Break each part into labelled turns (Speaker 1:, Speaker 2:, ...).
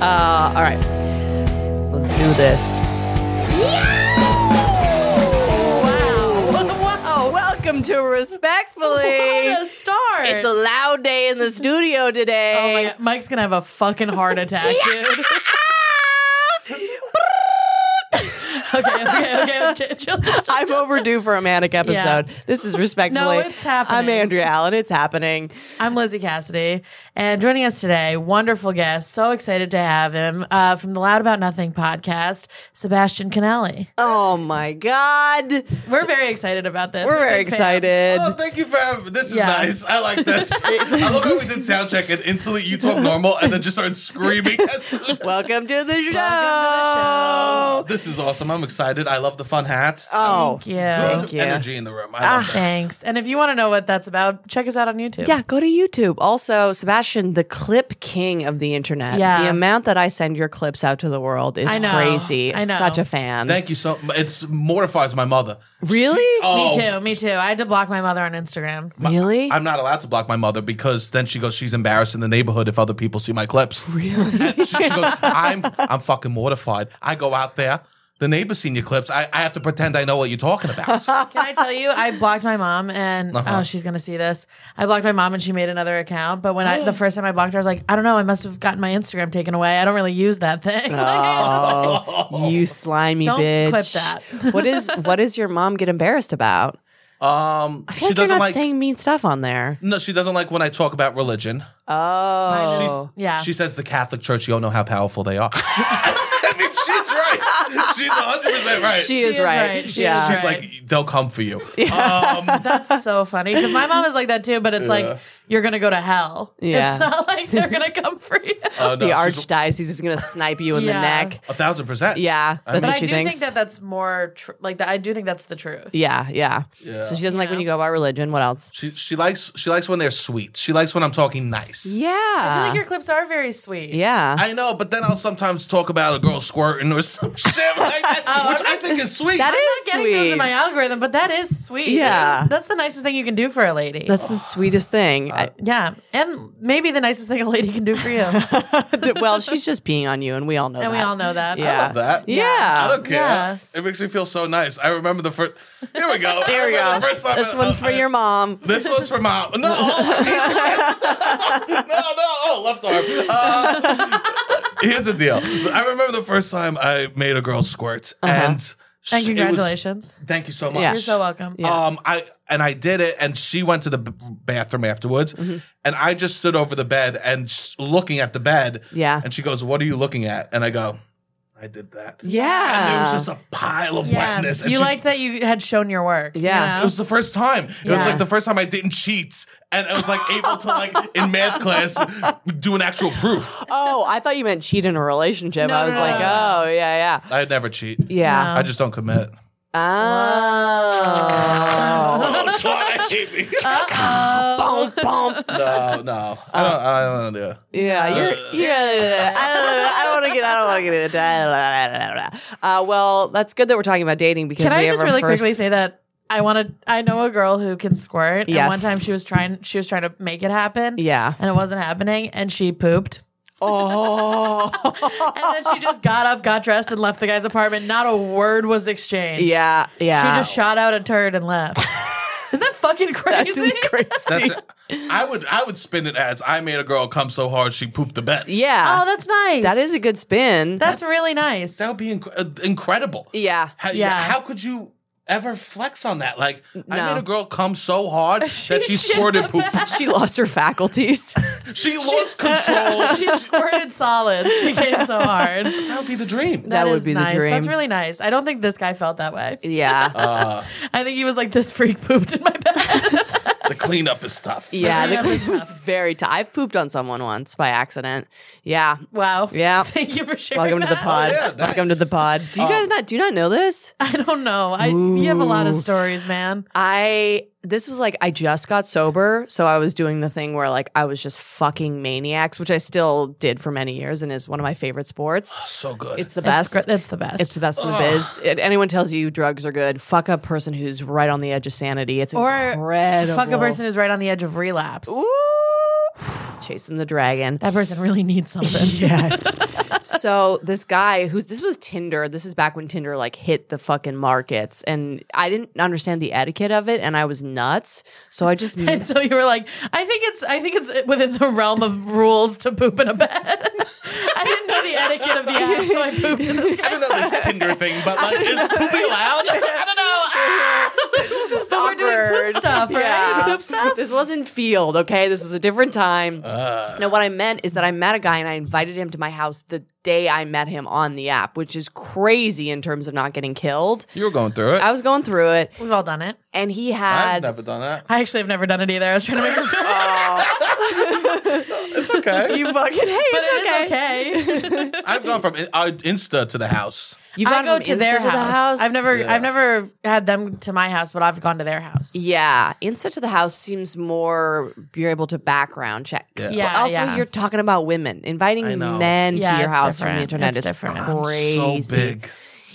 Speaker 1: Uh, all right. Let's do this.
Speaker 2: Wow.
Speaker 1: Oh, Welcome to Respectfully.
Speaker 2: What a start.
Speaker 1: It's a loud day in the studio
Speaker 2: oh my
Speaker 1: today.
Speaker 2: God. Mike's gonna have a fucking heart attack, dude. okay, okay, okay. okay. Chill, chill, chill.
Speaker 1: I'm overdue for a manic episode. This is Respectfully.
Speaker 2: No, it's happening.
Speaker 1: I'm Andrea Allen. It's happening.
Speaker 2: I'm Lizzie Cassidy, and joining us today, wonderful guest. So excited to have him uh, from the Loud About Nothing podcast, Sebastian Canelli.
Speaker 1: Oh my God.
Speaker 2: We're very excited about this.
Speaker 1: We're very
Speaker 2: big fans.
Speaker 1: excited.
Speaker 3: Oh, thank you for having. This is
Speaker 2: Yeah.
Speaker 3: nice. I like this. I love how we did sound check and instantly you talk normal and then just started screaming. As soon as-
Speaker 1: Welcome to the show.
Speaker 2: Welcome
Speaker 3: this is awesome. I'm excited. I love the fun hats.
Speaker 1: Oh.
Speaker 2: Thank you.
Speaker 3: Good
Speaker 1: thank you. Ah,
Speaker 3: energy in the room. I love this.
Speaker 2: Thanks. And if you want to know what that's about, check us out on YouTube.
Speaker 1: Yeah, go to YouTube. Also, Sebastian, the clip king of the internet.
Speaker 2: Yeah.
Speaker 1: The amount that I send your clips out to the world is
Speaker 2: I know.
Speaker 1: crazy.
Speaker 2: I know.
Speaker 1: Such a fan.
Speaker 3: Thank you so. It mortifies my mother.
Speaker 1: Really?
Speaker 3: She-
Speaker 2: Me
Speaker 3: oh,
Speaker 2: too. Me too. I had to block my mother on Instagram.
Speaker 1: really?
Speaker 3: I'm not allowed to block my mother because then she goes, she's embarrassed in the neighborhood if other people see my clips. Really? she, she goes, I'm I'm fucking mortified. I go out there, the neighbor's seen your clips. I, I have to pretend I know what you're talking about.
Speaker 2: Can I tell you? I blocked my mom, and
Speaker 3: Uh-huh.
Speaker 2: oh, she's gonna see this. I blocked my mom, and she made another account. But when I the first time I blocked her, I was like, I don't know. I must have gotten my Instagram taken away. I don't really use that thing.
Speaker 1: Oh, you slimy
Speaker 2: Don't
Speaker 1: bitch.
Speaker 2: clip that.
Speaker 1: what is what does your mom get embarrassed about?
Speaker 3: Um,
Speaker 1: I feel
Speaker 3: she
Speaker 1: like you're
Speaker 3: doesn't
Speaker 1: not
Speaker 3: like.
Speaker 1: saying mean stuff on there.
Speaker 3: No, she doesn't like when I talk about religion.
Speaker 1: Oh.
Speaker 3: She's-
Speaker 2: yeah.
Speaker 3: She says the Catholic Church, you don't know how powerful they are. I mean, she's right. She's 100% right.
Speaker 1: she is
Speaker 2: is
Speaker 1: right.
Speaker 2: right. She
Speaker 1: yeah.
Speaker 2: is
Speaker 3: she's
Speaker 2: right.
Speaker 3: like, they'll come for you. Um,
Speaker 2: That's so funny because my mom is like that too. But it's like you're gonna go to hell.
Speaker 1: Yeah.
Speaker 2: It's not like they're gonna come for you.
Speaker 3: uh, no,
Speaker 1: the
Speaker 3: she's
Speaker 1: archdiocese is going to snipe you in
Speaker 2: Yeah.
Speaker 1: the neck.
Speaker 3: A thousand percent.
Speaker 1: Yeah.
Speaker 3: I
Speaker 1: That's
Speaker 2: But
Speaker 1: what
Speaker 2: I
Speaker 1: she
Speaker 2: do
Speaker 1: thinks.
Speaker 2: think that that's more tr- like that. I do think that's the truth.
Speaker 1: yeah, yeah,
Speaker 3: Yeah.
Speaker 1: So she doesn't like when you go about religion. What else?
Speaker 3: She, she likes she likes when they're sweet. She likes when I'm talking nice.
Speaker 1: Yeah.
Speaker 2: I feel like your clips are very sweet.
Speaker 1: yeah.
Speaker 3: I know, but then I'll sometimes talk about a girl squirting or some shit like that, which I think is sweet.
Speaker 1: Oh, That
Speaker 2: I'm
Speaker 1: is-
Speaker 2: not getting those
Speaker 1: Sweet.
Speaker 2: in my algorithm, but that is sweet.
Speaker 1: Yeah.
Speaker 2: That's, that's the nicest thing you can do for a lady.
Speaker 1: That's the sweetest thing. I-
Speaker 2: yeah. And maybe the nicest thing a lady can do for you. and
Speaker 1: well, she's just peeing on you, and we all know that.
Speaker 2: we all know that.
Speaker 1: Yeah.
Speaker 3: I love that.
Speaker 1: Yeah.
Speaker 3: I don't care.
Speaker 2: Yeah.
Speaker 3: It makes me feel so nice. I remember the first. Here we go.
Speaker 1: There we
Speaker 3: I
Speaker 1: go.
Speaker 3: remember the first time
Speaker 1: This
Speaker 3: I-
Speaker 1: one's
Speaker 3: I-
Speaker 1: for your mom.
Speaker 3: This one's for mom. No, no, no. Oh, left arm. Uh, here's the deal. I remember the first time I made a girl squirt, and sh-
Speaker 2: And
Speaker 3: it was-
Speaker 2: congratulations.
Speaker 3: thank you so much.
Speaker 1: Yeah.
Speaker 2: You're so welcome.
Speaker 3: Um, I and I did it, and she went to the b- bathroom afterwards, and I just stood over the bed and sh- looking at the bed.
Speaker 1: Yeah.
Speaker 3: And she goes, "What are you looking at?" And I go, "I did that."
Speaker 1: Yeah.
Speaker 3: And there was just a pile of
Speaker 2: Yeah.
Speaker 3: wetness. And
Speaker 2: You
Speaker 3: she-
Speaker 2: liked that you had shown your work.
Speaker 1: Yeah.
Speaker 2: you know?
Speaker 3: it was the first time. It was
Speaker 2: Yeah.
Speaker 3: like the first time I didn't cheat, and I was like able to like in math class do an actual proof.
Speaker 1: Oh, I thought you meant cheat in a relationship.
Speaker 2: No,
Speaker 1: I was
Speaker 2: no, no,
Speaker 1: like,
Speaker 2: no, no.
Speaker 1: oh, yeah,
Speaker 3: I never cheat.
Speaker 1: yeah, yeah.
Speaker 3: I just don't commit.
Speaker 1: Oh,
Speaker 3: Oh, Sean, I cheat me.
Speaker 1: bump, bump.
Speaker 3: No, no, I don't. I don't do. it.
Speaker 1: Yeah, you're. you're I don't. I don't want to get. I don't want to get into. that. Uh, well, that's good that we're talking about dating because
Speaker 2: Can
Speaker 1: we
Speaker 2: I
Speaker 1: have
Speaker 2: just
Speaker 1: our
Speaker 2: really
Speaker 1: first-
Speaker 2: quickly say that I want to? I know a girl who can squirt.
Speaker 1: Yes.
Speaker 2: And one time she was trying. She was trying to make it happen.
Speaker 1: Yeah.
Speaker 2: And it wasn't happening, and she pooped.
Speaker 1: Oh,
Speaker 2: And then she just got up, got dressed, and left the guy's apartment. Not a word was exchanged.
Speaker 1: yeah,
Speaker 2: She
Speaker 1: yeah.
Speaker 2: just shot out a turd and left. Isn't that fucking
Speaker 1: That's
Speaker 2: crazy?
Speaker 1: crazy.
Speaker 3: That's. I would. I would spin it as I made a girl come so hard she pooped the bed.
Speaker 1: yeah,
Speaker 2: Oh, that's nice.
Speaker 1: that is a good spin.
Speaker 2: That's really nice.
Speaker 3: That would be inc- uh, incredible.
Speaker 1: yeah.
Speaker 3: How,
Speaker 2: Yeah.
Speaker 3: How could you ever flex on that? Like
Speaker 1: No.
Speaker 3: I made a girl come so hard that she squirted poop.
Speaker 1: She lost her faculties.
Speaker 3: She lost control.
Speaker 2: she squirted solids. She came so hard.
Speaker 3: that would be the dream.
Speaker 1: That would
Speaker 2: is
Speaker 1: be the
Speaker 2: nice. That's
Speaker 1: dream.
Speaker 2: really nice. I don't think this guy felt that way.
Speaker 1: yeah.
Speaker 2: I think he was like, "This freak pooped in my bed."
Speaker 3: The cleanup is tough.
Speaker 1: Yeah, the
Speaker 2: Yeah,
Speaker 1: clip was very tough. I've pooped on someone once by accident. Yeah.
Speaker 2: wow.
Speaker 1: Yeah.
Speaker 2: Thank you for sharing.
Speaker 1: Welcome to the
Speaker 2: that.
Speaker 1: pod.
Speaker 3: yeah,
Speaker 1: Welcome to the
Speaker 3: thanks.
Speaker 1: pod. Do you guys not do you not know this?
Speaker 2: I don't know. I you have a lot of stories, man.
Speaker 1: I this was like I just got sober, so I was doing the thing where like I was just fucking maniacs, which I still did for many years and is one of my favorite sports.
Speaker 3: So good.
Speaker 1: It's the
Speaker 2: That's
Speaker 1: best.
Speaker 2: gr- that's the best.
Speaker 1: It's the best in the biz. It, anyone tells you drugs are good, fuck a person who's right on the edge of sanity. It's
Speaker 2: or
Speaker 1: incredible.
Speaker 2: fuck a person who's right on the edge of relapse.
Speaker 1: Ooh. chasing the dragon.
Speaker 2: That person really needs something.
Speaker 4: Yes.
Speaker 1: so this guy who's this was Tinder. This is back when Tinder like hit the fucking markets, and I didn't understand the etiquette of it, and I was nuts. So I just
Speaker 2: And so you were like, I think it's I think it's within the realm of rules to poop in a bed. I didn't know the etiquette of the app, so I pooped in the
Speaker 3: I don't know this Tinder thing, but like, is poopy allowed? I don't know.
Speaker 2: So we're doing
Speaker 1: awkward.
Speaker 2: poop stuff, right?
Speaker 1: Yeah.
Speaker 2: Poop stuff.
Speaker 1: This wasn't field, okay? This was a different time. No, what I meant is that I met a guy and I invited him to my house the day I met him on the app, which is crazy in terms of not getting killed.
Speaker 3: You were going through it.
Speaker 1: I was going through it,
Speaker 2: We've all done it.
Speaker 1: and he
Speaker 3: I've
Speaker 1: had
Speaker 3: never done that.
Speaker 2: I actually have never done it either. I was trying to make her feel
Speaker 3: It's okay.
Speaker 1: you fucking hate
Speaker 2: but
Speaker 1: it's okay.
Speaker 2: it is okay.
Speaker 3: I've gone from in- uh, Insta to the house.
Speaker 1: You've
Speaker 2: I
Speaker 1: gone
Speaker 2: go
Speaker 1: from
Speaker 2: to their
Speaker 1: Insta
Speaker 2: house.
Speaker 1: the house.
Speaker 2: I've never
Speaker 3: Yeah.
Speaker 2: I've never had them to my house, but I've gone to their house.
Speaker 1: Yeah, Insta to the house seems more you're able to background check.
Speaker 3: Yeah.
Speaker 2: Yeah,
Speaker 1: but also
Speaker 2: yeah.
Speaker 1: you're talking about women inviting
Speaker 3: I know.
Speaker 1: men
Speaker 2: Yeah,
Speaker 1: to your
Speaker 2: it's
Speaker 1: house from
Speaker 2: different.
Speaker 1: the internet
Speaker 2: It's
Speaker 1: is
Speaker 2: different. I'm
Speaker 1: crazy.
Speaker 3: So big.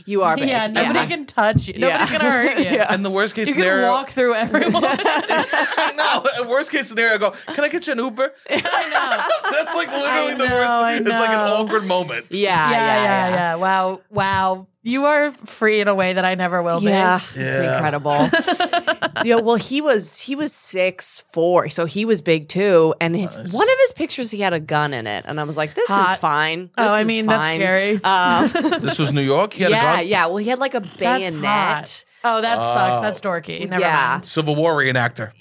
Speaker 1: You are big.
Speaker 2: Yeah, nobody can touch you. Nobody's
Speaker 1: Yeah.
Speaker 2: gonna hurt you.
Speaker 1: Yeah.
Speaker 3: And the worst case
Speaker 2: You can
Speaker 3: scenario,
Speaker 2: walk through everyone.
Speaker 3: I know. Worst case scenario, I go. Can I get you an Uber? That's like literally
Speaker 2: I
Speaker 3: the
Speaker 2: know, I
Speaker 3: worst. It's like an
Speaker 2: know.
Speaker 3: awkward moment.
Speaker 1: Yeah,
Speaker 2: yeah, yeah, yeah. Wow, wow. You are free in a way that I never will
Speaker 1: Yeah,
Speaker 2: be.
Speaker 3: Yeah.
Speaker 1: it's incredible. yeah, well, he was he was six four, so he was big too. And it's one of his pictures, he had a gun in it, and I was like, "This
Speaker 2: Hot.
Speaker 1: is fine." This
Speaker 2: Oh, I
Speaker 1: is
Speaker 2: mean, that's
Speaker 1: fine.
Speaker 2: scary.
Speaker 1: Uh,
Speaker 3: This was New York. He had a
Speaker 1: yeah,
Speaker 3: gun.
Speaker 1: yeah. Well, he had like a
Speaker 2: That's
Speaker 1: bayonet.
Speaker 2: hot. Oh, that sucks. That's dorky. Never
Speaker 1: Yeah.
Speaker 2: mind.
Speaker 3: Civil War reenactor.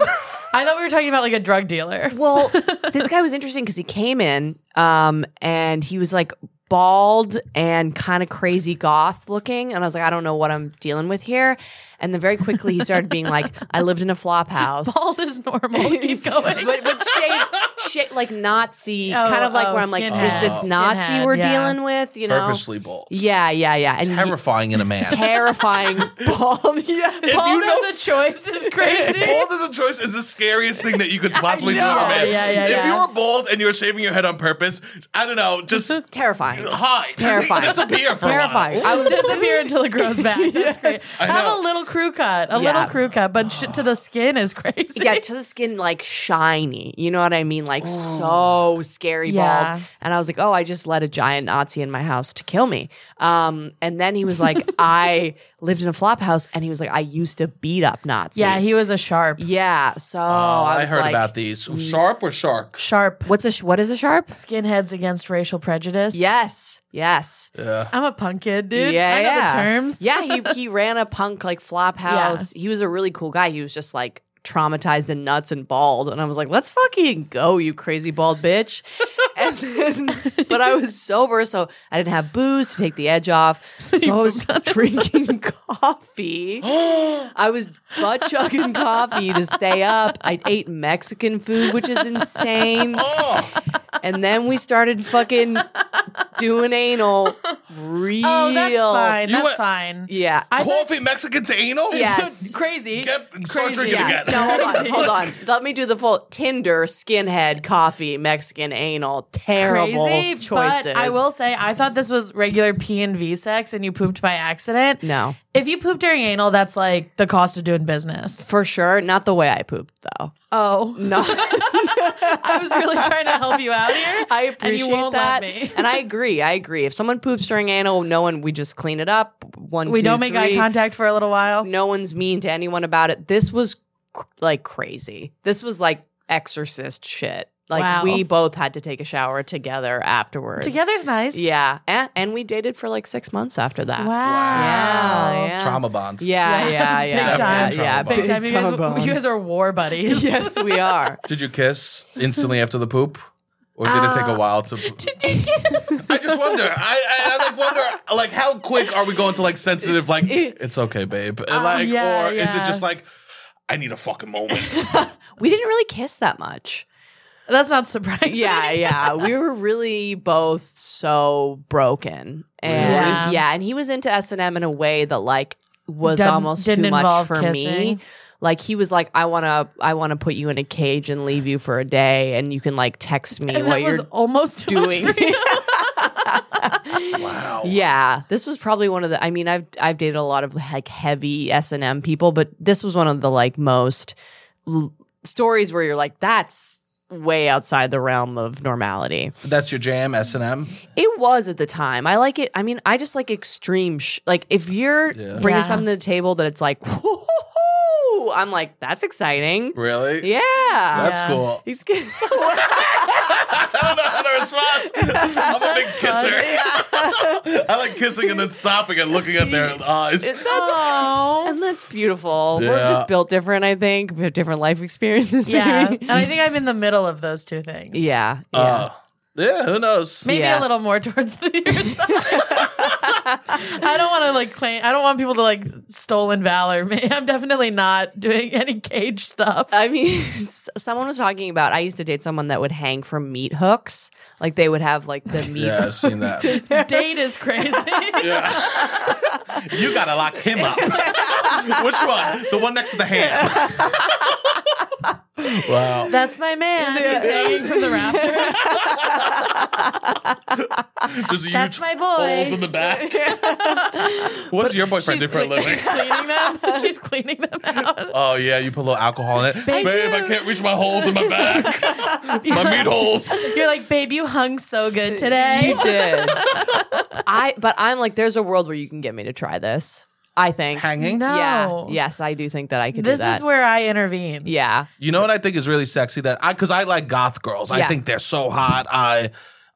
Speaker 2: I thought we were talking about like a drug dealer.
Speaker 1: Well, this guy was interesting because he came in um, and he was like bald and kind of crazy goth looking. And I was like, I don't know what I'm dealing with here. And then very quickly he started being like, I lived in a flop house.
Speaker 2: All is normal. Keep going.
Speaker 1: But, but shade, shade, like Nazi,
Speaker 2: Oh,
Speaker 1: kind of like
Speaker 2: oh,
Speaker 1: where I'm like,
Speaker 2: skinhead.
Speaker 1: is this Nazi
Speaker 2: Skinhead,
Speaker 1: we're
Speaker 2: yeah.
Speaker 1: dealing with? You know?
Speaker 3: Purposely bald.
Speaker 1: Yeah, yeah, yeah. And he-
Speaker 3: Terrifying in a man.
Speaker 1: terrifying bald. Yeah.
Speaker 2: All
Speaker 3: you know-
Speaker 2: the choice is crazy.
Speaker 3: Bald as a choice is the scariest thing that you could possibly do as a
Speaker 1: know.
Speaker 3: man.
Speaker 2: Yeah, yeah,
Speaker 3: if
Speaker 2: yeah.
Speaker 3: you were bald and you were shaving your head on purpose, I don't know, just
Speaker 1: Terrifying.
Speaker 3: hide,
Speaker 1: Terrifying.
Speaker 3: disappear for a
Speaker 1: Terrifying.
Speaker 3: while.
Speaker 1: I was
Speaker 2: disappear until it grows back. That's great.
Speaker 3: I
Speaker 2: Have a
Speaker 3: know.
Speaker 2: little crew cut, a little
Speaker 1: Yeah.
Speaker 2: crew cut, but shit to the skin is crazy.
Speaker 1: yeah, to the skin like shiny. You know what I mean? Like so scary
Speaker 2: Yeah.
Speaker 1: bald. And I was like, oh, I just let a giant Nazi in my house to kill me. Um, and then he was like, I lived in a flop house, and he was like, I used to beat up Nazis.
Speaker 2: yeah, he was a sharp,
Speaker 1: Yeah, so
Speaker 3: Oh,
Speaker 1: I,
Speaker 3: I
Speaker 1: was
Speaker 3: heard
Speaker 1: like,
Speaker 3: about these. Sharp or shark?
Speaker 2: sharp.
Speaker 1: What's a sh- what is a sharp?
Speaker 2: skinheads against racial prejudice?
Speaker 1: Yes, yes.
Speaker 2: I'm a punk kid, dude.
Speaker 1: yeah,
Speaker 2: I know
Speaker 1: yeah.
Speaker 2: the terms.
Speaker 1: Yeah, he he ran a punk like flop house. He was a really cool guy. He was just like traumatized and nuts and bald. And I was like, let's fucking go, you crazy bald bitch. and then, but I was sober, so I didn't have booze to take the edge off. So I was drinking coffee. I was butt chugging coffee to stay up. I ate Mexican food, which is insane.
Speaker 3: Oh,
Speaker 1: And then we started fucking doing anal. Real.
Speaker 2: Oh, that's fine.
Speaker 3: You
Speaker 2: that's
Speaker 3: were-
Speaker 2: fine.
Speaker 1: Yeah.
Speaker 2: I think-
Speaker 3: coffee Mexican to anal?
Speaker 1: Yes.
Speaker 2: crazy.
Speaker 3: Get, start
Speaker 2: Crazy.
Speaker 3: drinking
Speaker 1: Yeah.
Speaker 3: again.
Speaker 1: No, hold on, hold on. Let me do the full Tinder, skinhead, coffee, Mexican, anal. Terrible
Speaker 2: Crazy,
Speaker 1: choices.
Speaker 2: but I will say I thought this was regular P and V sex, and you pooped by accident.
Speaker 1: No.
Speaker 2: if you poop during anal, that's like the cost of doing business.
Speaker 1: for sure. Not the way I pooped though.
Speaker 2: Oh,
Speaker 1: No,
Speaker 2: I was really trying to help you out here.
Speaker 1: I appreciate
Speaker 2: and you won't
Speaker 1: that,
Speaker 2: Let me.
Speaker 1: and I agree. I agree. If someone poops during anal, no one. We just clean it up. One,
Speaker 2: We
Speaker 1: two,
Speaker 2: do don't make eye
Speaker 1: three.
Speaker 2: contact for a little while.
Speaker 1: No one's mean to anyone about it. This was cr- like crazy. This was like exorcist shit. Like
Speaker 2: Wow.
Speaker 1: we both had to take a shower together afterwards.
Speaker 2: Together's nice.
Speaker 1: Yeah, and, and we dated for like six months after that.
Speaker 2: Wow.
Speaker 1: Yeah, yeah.
Speaker 3: Trauma bonds.
Speaker 1: Yeah, yeah, yeah.
Speaker 2: Big
Speaker 1: yeah,
Speaker 2: time.
Speaker 3: Definitely
Speaker 1: yeah,
Speaker 3: trauma
Speaker 2: Big time. You
Speaker 3: bond.
Speaker 2: guys, you guys are war buddies.
Speaker 1: yes, we are.
Speaker 3: Did you kiss instantly after the poop? Or did it take a while to? Did you kiss? I just wonder. I, I, I like wonder like how quick are we going to like sensitive? Like it's okay, babe. like
Speaker 2: yeah,
Speaker 3: or is
Speaker 2: yeah.
Speaker 3: it just like I need a fucking moment?
Speaker 1: We didn't really kiss that much.
Speaker 2: That's not surprising.
Speaker 1: Yeah, yeah. We were really both so broken, and
Speaker 2: Yeah.
Speaker 1: yeah, and he was into S and M in a way that like was
Speaker 2: Didn't-
Speaker 1: almost
Speaker 2: didn't
Speaker 1: too much
Speaker 2: involve
Speaker 1: for
Speaker 2: kissing.
Speaker 1: me. Like he was like, I wanna, I wanna put you in a cage and leave you for a day, and you can like text me
Speaker 2: And
Speaker 1: what
Speaker 2: that
Speaker 1: you're
Speaker 2: was almost too
Speaker 1: doing.
Speaker 2: Much for you.
Speaker 3: Oh, wow.
Speaker 1: Yeah, this was probably one of the. I mean, I've I've dated a lot of like heavy S and M people, but this was one of the like most l- stories where you're like, that's way outside the realm of normality.
Speaker 3: That's your jam, S and M.
Speaker 1: It was at the time. I like it. I mean, I just like extreme. Sh- like if you're bringing
Speaker 2: Yeah.
Speaker 1: something to the table that it's like, whoo, I'm like, that's exciting.
Speaker 3: Really?
Speaker 1: Yeah.
Speaker 3: That's
Speaker 2: Yeah.
Speaker 3: cool.
Speaker 1: He's good.
Speaker 3: I don't know how to respond. I'm a big kisser. I like kissing and then stopping and looking at their eyes.
Speaker 2: Oh.
Speaker 1: and that's beautiful. We're
Speaker 3: Yeah.
Speaker 1: just built different, I think. We have different life experiences.
Speaker 2: Yeah.
Speaker 1: maybe.
Speaker 2: And I think I'm in the middle of those two things.
Speaker 1: yeah. Yeah.
Speaker 3: Uh, yeah, who knows?
Speaker 2: Maybe
Speaker 1: Yeah.
Speaker 2: a little more towards the other side. I don't want to like claim. I don't want people to like stolen valor. me. I'm definitely not doing any cage stuff.
Speaker 1: I mean, s- someone was talking about. I used to date someone that would hang from meat hooks. Like they would have like the meat.
Speaker 3: Yeah, I've seen that.
Speaker 2: Date is crazy.
Speaker 3: Yeah. you gotta lock him up. Which one? The one next to the hand. wow.
Speaker 2: That's my man. He's hanging from the rafters.
Speaker 3: Just huge
Speaker 2: That's my boy.
Speaker 3: holes in the back. What's your boyfriend do for a living?
Speaker 2: She's cleaning them. She's cleaning them out.
Speaker 3: Oh yeah, you put a little alcohol in it. Babe, I can't reach my holes in my back. my meat holes.
Speaker 2: You're like, babe, you hung so good today.
Speaker 1: You did. I but I'm like, there's a world where you can get me to try this. I think.
Speaker 3: Hanging.
Speaker 2: No.
Speaker 1: Yeah. Yes, I do think that I could
Speaker 2: This
Speaker 1: do that.
Speaker 2: is where I intervene.
Speaker 1: yeah.
Speaker 3: You know what I think is really sexy that I because I like goth girls. I
Speaker 1: Yeah.
Speaker 3: think they're so hot. I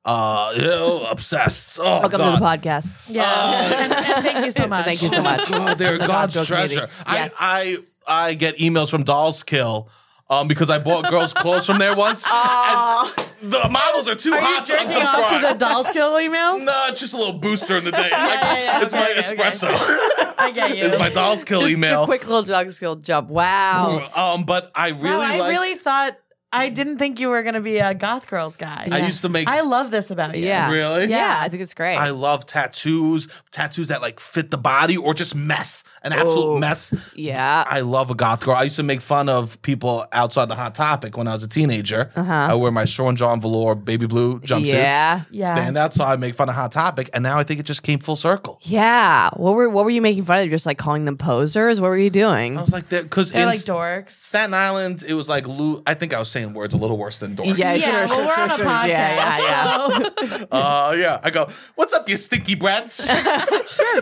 Speaker 3: uh ew, obsessed. Oh,
Speaker 1: Welcome
Speaker 3: God.
Speaker 1: to the podcast.
Speaker 2: Yeah. and, and Oh. thank you so much.
Speaker 1: Thank you so much.
Speaker 3: Oh God, they're God's
Speaker 1: Goth girl
Speaker 3: treasure.
Speaker 1: community.
Speaker 3: I,
Speaker 1: Yes.
Speaker 3: I I get emails from Dolls Kill. Um, because I bought girls' clothes from there once, and the models are too
Speaker 2: Are you
Speaker 3: hot to
Speaker 2: jerking off to
Speaker 3: unsubscribe.
Speaker 2: the doll's kill emails?
Speaker 3: Nah, just a little booster in the day. It's, like,
Speaker 2: yeah, yeah,
Speaker 3: it's
Speaker 2: okay,
Speaker 3: my
Speaker 2: okay, okay.
Speaker 3: espresso.
Speaker 2: I get you.
Speaker 3: it's my Dolls Kill
Speaker 1: Just
Speaker 3: email.
Speaker 1: a quick little dog skill jump. Wow.
Speaker 3: um, but I really
Speaker 2: Wow, I
Speaker 3: like.
Speaker 2: really thought I didn't think you were gonna be a goth girls guy.
Speaker 3: I used to make.
Speaker 2: I love this about you.
Speaker 1: Yeah.
Speaker 3: Really?
Speaker 1: Yeah, I think it's great.
Speaker 3: I love tattoos, tattoos that like fit the body or just mess, an absolute
Speaker 1: Oh.
Speaker 3: mess.
Speaker 1: yeah.
Speaker 3: I love a goth girl. I used to make fun of people outside the Hot Topic when I was a teenager. Uh-huh. I wear my Sean John velour baby blue jumpsuits.
Speaker 1: Yeah.
Speaker 2: Yeah.
Speaker 3: Stand outside, make fun of Hot Topic, and now I think it just came full circle.
Speaker 1: Yeah. What were what were you making fun of? Just like calling them posers? What were you doing?
Speaker 3: I was like, because
Speaker 2: They're
Speaker 3: in
Speaker 2: like
Speaker 3: S-
Speaker 2: dorks.
Speaker 3: Staten Island, it was like Lou. I think I was saying words a little worse than dork.
Speaker 1: Yeah, sure,
Speaker 2: yeah, well,
Speaker 1: sure,
Speaker 2: we're
Speaker 1: sure,
Speaker 2: on a
Speaker 1: sure.
Speaker 2: podcast.
Speaker 1: Yeah, yeah,
Speaker 2: so-
Speaker 3: Uh, yeah. I go, what's up, you stinky brats?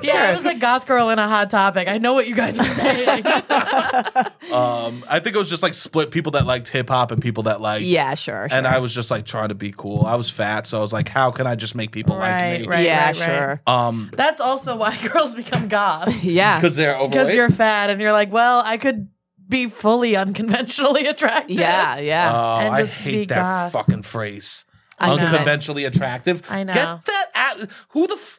Speaker 2: yeah, it was a goth girl in a hot topic. I know what you guys were saying.
Speaker 3: Um, I think it was just like split people that liked hip hop and people that liked
Speaker 1: Yeah, sure.
Speaker 3: And I was just like trying to be cool. I was fat, so I was like, how can I just make people like me?
Speaker 2: Right, right,
Speaker 1: yeah,
Speaker 2: right.
Speaker 1: sure.
Speaker 3: Um,
Speaker 2: That's also why girls become goth.
Speaker 1: Yeah.
Speaker 3: because they're overweight.
Speaker 2: Because you're fat and you're like, well, I could be fully unconventionally attractive.
Speaker 1: Yeah,
Speaker 3: Oh,
Speaker 1: yeah.
Speaker 2: and
Speaker 3: I
Speaker 2: just be
Speaker 3: hate that
Speaker 2: goth.
Speaker 3: fucking phrase.
Speaker 1: I know.
Speaker 3: Unconventionally attractive.
Speaker 2: I know.
Speaker 3: Get that out. Who the. F-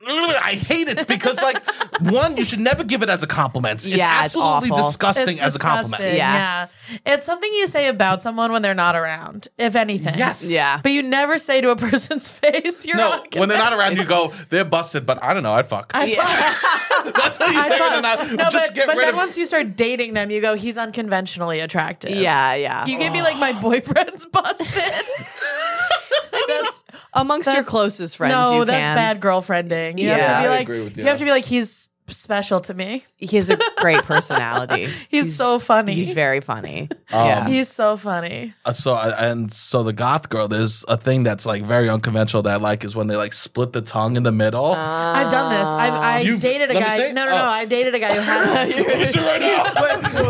Speaker 3: Ugh, I hate it because, like, one, you should never give it as a compliment. It's
Speaker 1: Yeah, it's
Speaker 3: absolutely
Speaker 1: awful.
Speaker 3: disgusting
Speaker 2: It's
Speaker 3: as a compliment.
Speaker 2: disgusting,
Speaker 1: Yeah.
Speaker 2: Yeah. It's something you say about someone when they're not around, if anything.
Speaker 3: Yes.
Speaker 1: yeah.
Speaker 2: But you never say to a person's face, you're
Speaker 3: No,
Speaker 2: not
Speaker 3: when they're not around, you go, they're busted, but I don't know, I'd fuck. That's what you say when they're not.
Speaker 2: No,
Speaker 3: just
Speaker 2: but,
Speaker 3: get
Speaker 2: but
Speaker 3: rid
Speaker 2: then
Speaker 3: of
Speaker 2: once you start dating them, you go, he's unconventionally attractive.
Speaker 1: Yeah, yeah.
Speaker 2: You can be like, my boyfriend's busted.
Speaker 1: that's amongst your closest friends.
Speaker 2: no,
Speaker 1: you
Speaker 2: that's
Speaker 1: can.
Speaker 2: bad girlfriending. You
Speaker 1: Yeah,
Speaker 2: have to be
Speaker 3: I
Speaker 2: like,
Speaker 3: agree with you.
Speaker 2: you have to be like, he's special to me.
Speaker 1: He has a great personality.
Speaker 2: He's, so funny.
Speaker 1: He's very funny. yeah.
Speaker 2: He's so funny.
Speaker 3: Uh, so uh, and so the goth girl there's a thing that's like very unconventional that I like is when they like split the tongue in the middle
Speaker 2: I've done this. I've I
Speaker 3: You've-
Speaker 2: dated a
Speaker 3: let me say
Speaker 2: guy.
Speaker 3: it?
Speaker 2: No, no, no.
Speaker 3: Oh.
Speaker 2: I dated a guy who had this.
Speaker 3: Let me see right now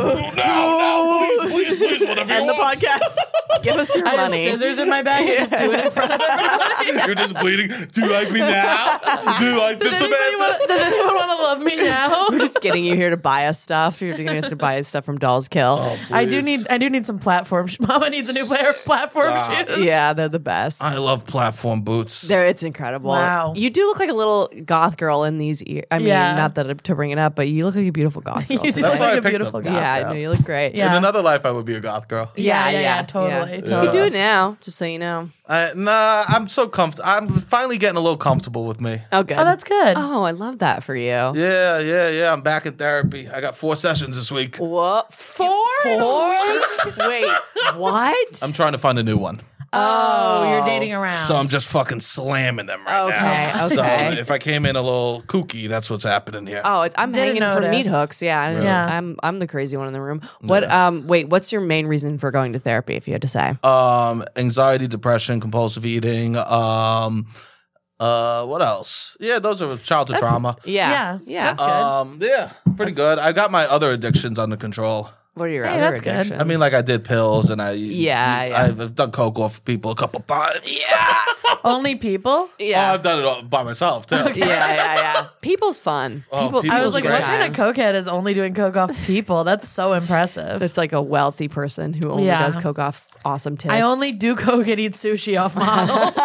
Speaker 3: no no please please please whatever
Speaker 1: And
Speaker 3: you
Speaker 1: the
Speaker 3: want
Speaker 1: podcast. Give us your
Speaker 2: I have
Speaker 1: money.
Speaker 2: scissors in my bag and just do it in front of everybody.
Speaker 3: you're just bleeding do you like me now do you like this
Speaker 2: Does anybody
Speaker 3: Amanda?
Speaker 2: want, does anyone want to love me now?
Speaker 1: We're just getting you here to buy us stuff. You're getting us to buy us stuff from Dolls Kill.
Speaker 2: I do
Speaker 3: Please.
Speaker 2: need I do need some platform. sh- Mama needs a new pair of platform
Speaker 3: Stop.
Speaker 2: shoes.
Speaker 1: Yeah, they're the best.
Speaker 3: I love platform boots
Speaker 1: They're, it's incredible.
Speaker 2: Wow.
Speaker 1: You do look like a little goth girl in these ears. I mean,
Speaker 2: Yeah.
Speaker 1: not that to bring it up, but you look like a beautiful goth girl.
Speaker 2: You do
Speaker 1: today.
Speaker 3: That's
Speaker 2: look
Speaker 3: why I
Speaker 2: like a
Speaker 3: picked
Speaker 2: beautiful
Speaker 3: them.
Speaker 2: guy.
Speaker 1: yeah,
Speaker 3: Yeah.
Speaker 1: I know you look great.
Speaker 2: Yeah.
Speaker 3: in another life I would be a goth girl
Speaker 2: Yeah, yeah, totally, totally.
Speaker 1: You do it now, just so you know.
Speaker 3: uh, nah I'm so comfortable I'm finally getting a little comfortable with me
Speaker 1: Oh, good.
Speaker 2: Oh, that's good.
Speaker 1: Oh, I love that for you.
Speaker 3: yeah yeah yeah I'm back in therapy I got four sessions this week
Speaker 1: What? Four? Four? Wait, what?
Speaker 3: I'm trying to find a new one
Speaker 2: Oh, you're dating around.
Speaker 3: So I'm just fucking slamming them right now.
Speaker 1: Okay, okay.
Speaker 3: So if I came in a little kooky, that's what's happening here.
Speaker 1: Oh, it's, I'm
Speaker 2: Didn't
Speaker 1: hanging for meat
Speaker 2: notice.
Speaker 1: hooks. Yeah, I don't know.
Speaker 2: Yeah.
Speaker 1: I'm I'm the crazy one in the room. What? Um, wait. What's your main reason for going to therapy? If you had to say,
Speaker 3: Um, anxiety, depression, compulsive eating. Um, uh, what else? Yeah, those are childhood trauma.
Speaker 1: yeah,
Speaker 2: yeah,
Speaker 1: yeah.
Speaker 2: that's- good.
Speaker 3: Um, yeah, pretty good. I got my other addictions under control.
Speaker 1: what are your
Speaker 2: Hey,
Speaker 1: other
Speaker 2: that's good.
Speaker 1: addictions?
Speaker 3: I mean, like I did pills, and I
Speaker 1: Yeah, yeah.
Speaker 3: I've, I've done coke off people a couple times. Yeah,
Speaker 2: Only people.
Speaker 1: yeah,
Speaker 3: I've done it all by myself too.
Speaker 1: yeah, yeah, yeah. People's fun.
Speaker 3: Oh,
Speaker 1: People,
Speaker 3: people's
Speaker 2: I was like,
Speaker 3: great.
Speaker 2: what kind of cokehead is only doing coke off people? That's so impressive.
Speaker 1: It's like a wealthy person who only
Speaker 2: Yeah.
Speaker 1: does coke off awesome tits.
Speaker 2: I only do coke and eat sushi off models.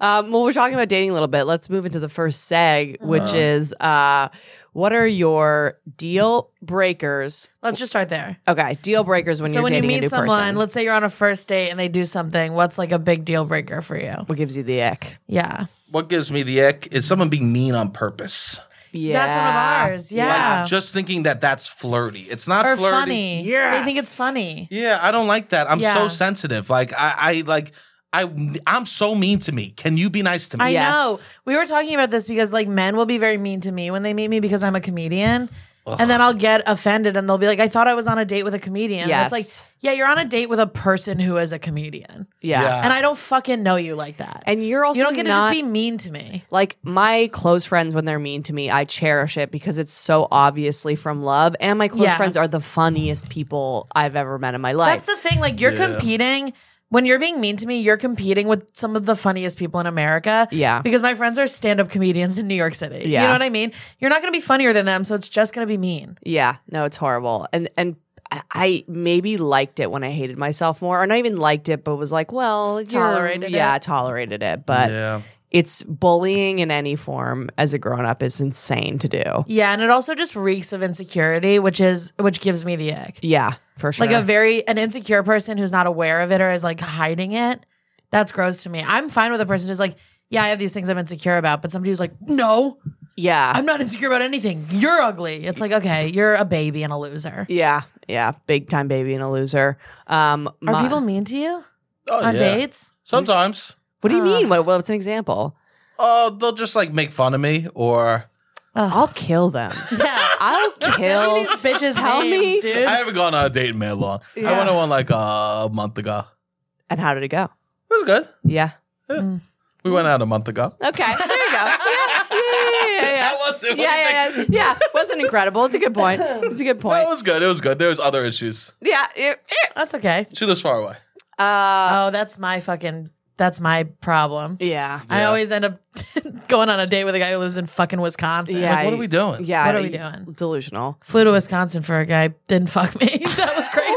Speaker 1: Um, well, we're talking about dating a little bit. Let's move into the first seg, which is uh, what are your deal breakers?
Speaker 2: Let's just start there.
Speaker 1: Okay, deal breakers when
Speaker 2: So
Speaker 1: you're
Speaker 2: when you
Speaker 1: dating a
Speaker 2: meet
Speaker 1: new
Speaker 2: someone,
Speaker 1: person.
Speaker 2: let's say you're on a first date and they do something, what's like a big deal breaker for you?
Speaker 1: what gives you the ick?
Speaker 2: Yeah.
Speaker 3: What gives me the ick is someone being mean on purpose.
Speaker 1: Yeah,
Speaker 2: That's one of ours. Yeah.
Speaker 3: Like just thinking that that's flirty. It's not
Speaker 2: or
Speaker 3: flirty.
Speaker 2: funny. They think it's funny.
Speaker 3: Yeah, I don't like that. I'm so
Speaker 2: Yeah.
Speaker 3: sensitive. Like I, I like I I'm so mean to me. Can you be nice to me?
Speaker 2: I
Speaker 1: Yes.
Speaker 2: know. We were talking about this because like men will be very mean to me when they meet me because I'm a comedian. And then I'll get offended and they'll be like, I thought I was on a date with a comedian. And
Speaker 1: Yes.
Speaker 2: it's like, yeah, you're on a date with a person who is a comedian.
Speaker 1: Yeah.
Speaker 3: Yeah.
Speaker 2: And I don't fucking know you like that.
Speaker 1: And you're also
Speaker 2: you don't get
Speaker 1: not,
Speaker 2: to just be mean to me.
Speaker 1: like my close friends when they're mean to me, I cherish it because it's so obviously from love. And my close
Speaker 2: Yeah.
Speaker 1: friends are the funniest people I've ever met in my life.
Speaker 2: That's the thing. Like you're competing when you're being mean to me. You're competing with some of the funniest people in America.
Speaker 1: Yeah.
Speaker 2: because my friends are stand-up comedians in New York City.
Speaker 1: Yeah.
Speaker 2: you know what I mean. You're not going to be funnier than them, so it's just going to be mean.
Speaker 1: yeah, no, it's horrible. And and I- I maybe liked it when I hated myself more, or not even liked it, but was like, well, you're-
Speaker 2: Tolerated it.
Speaker 1: Yeah, tolerated it, but
Speaker 3: yeah.
Speaker 1: it's bullying in any form as a grown up is insane to do.
Speaker 2: Yeah, and it also just reeks of insecurity, which is which gives me the ick.
Speaker 1: Yeah, for sure.
Speaker 2: Like a very an insecure person who's not aware of it or is like hiding it. That's gross to me. I'm fine with a person who's like. Yeah, I have these things I'm insecure about, but somebody who's like, no,
Speaker 1: yeah,
Speaker 2: I'm not insecure about anything. You're ugly. It's like, okay, you're a baby and a loser.
Speaker 1: yeah, yeah. Big time baby and a loser. Um,
Speaker 2: Are
Speaker 1: my-
Speaker 2: people mean to you?
Speaker 3: Oh,
Speaker 2: on
Speaker 3: yeah.
Speaker 2: dates.
Speaker 3: Sometimes.
Speaker 1: What do you mean? What, what's an example?
Speaker 3: Oh, they'll just like make fun of me or
Speaker 1: I'll kill them.
Speaker 2: Yeah.
Speaker 1: I'll kill.
Speaker 2: these bitches
Speaker 1: Tell me.
Speaker 2: names, dude.
Speaker 3: I haven't gone on a date in man long. I went on one like uh, a month ago.
Speaker 1: and how did it go?
Speaker 3: It was good.
Speaker 1: Yeah.
Speaker 3: We went out a month ago.
Speaker 1: Okay. There you go. Yeah. Yeah. Yeah. Yeah.
Speaker 3: That was it.
Speaker 1: Yeah. Yeah.
Speaker 3: yeah,
Speaker 1: Yeah. yeah. yeah. Wasn't incredible. It's a good point. It's a good point.
Speaker 3: That was good. It was good. There was other issues.
Speaker 1: Yeah. yeah,
Speaker 2: That's okay.
Speaker 3: She lives far away.
Speaker 1: yeah. Uh,
Speaker 2: Oh, that's my fucking that's my problem.
Speaker 1: yeah.
Speaker 2: I
Speaker 3: Yeah.
Speaker 2: always end up going on a date with a guy who lives in fucking Wisconsin.
Speaker 1: Yeah.
Speaker 3: Like, what
Speaker 1: I-
Speaker 3: are we doing?
Speaker 1: Yeah.
Speaker 2: What are
Speaker 1: I-
Speaker 2: we doing?
Speaker 1: Delusional.
Speaker 2: Flew to Wisconsin for a guy, didn't fuck me. that was crazy.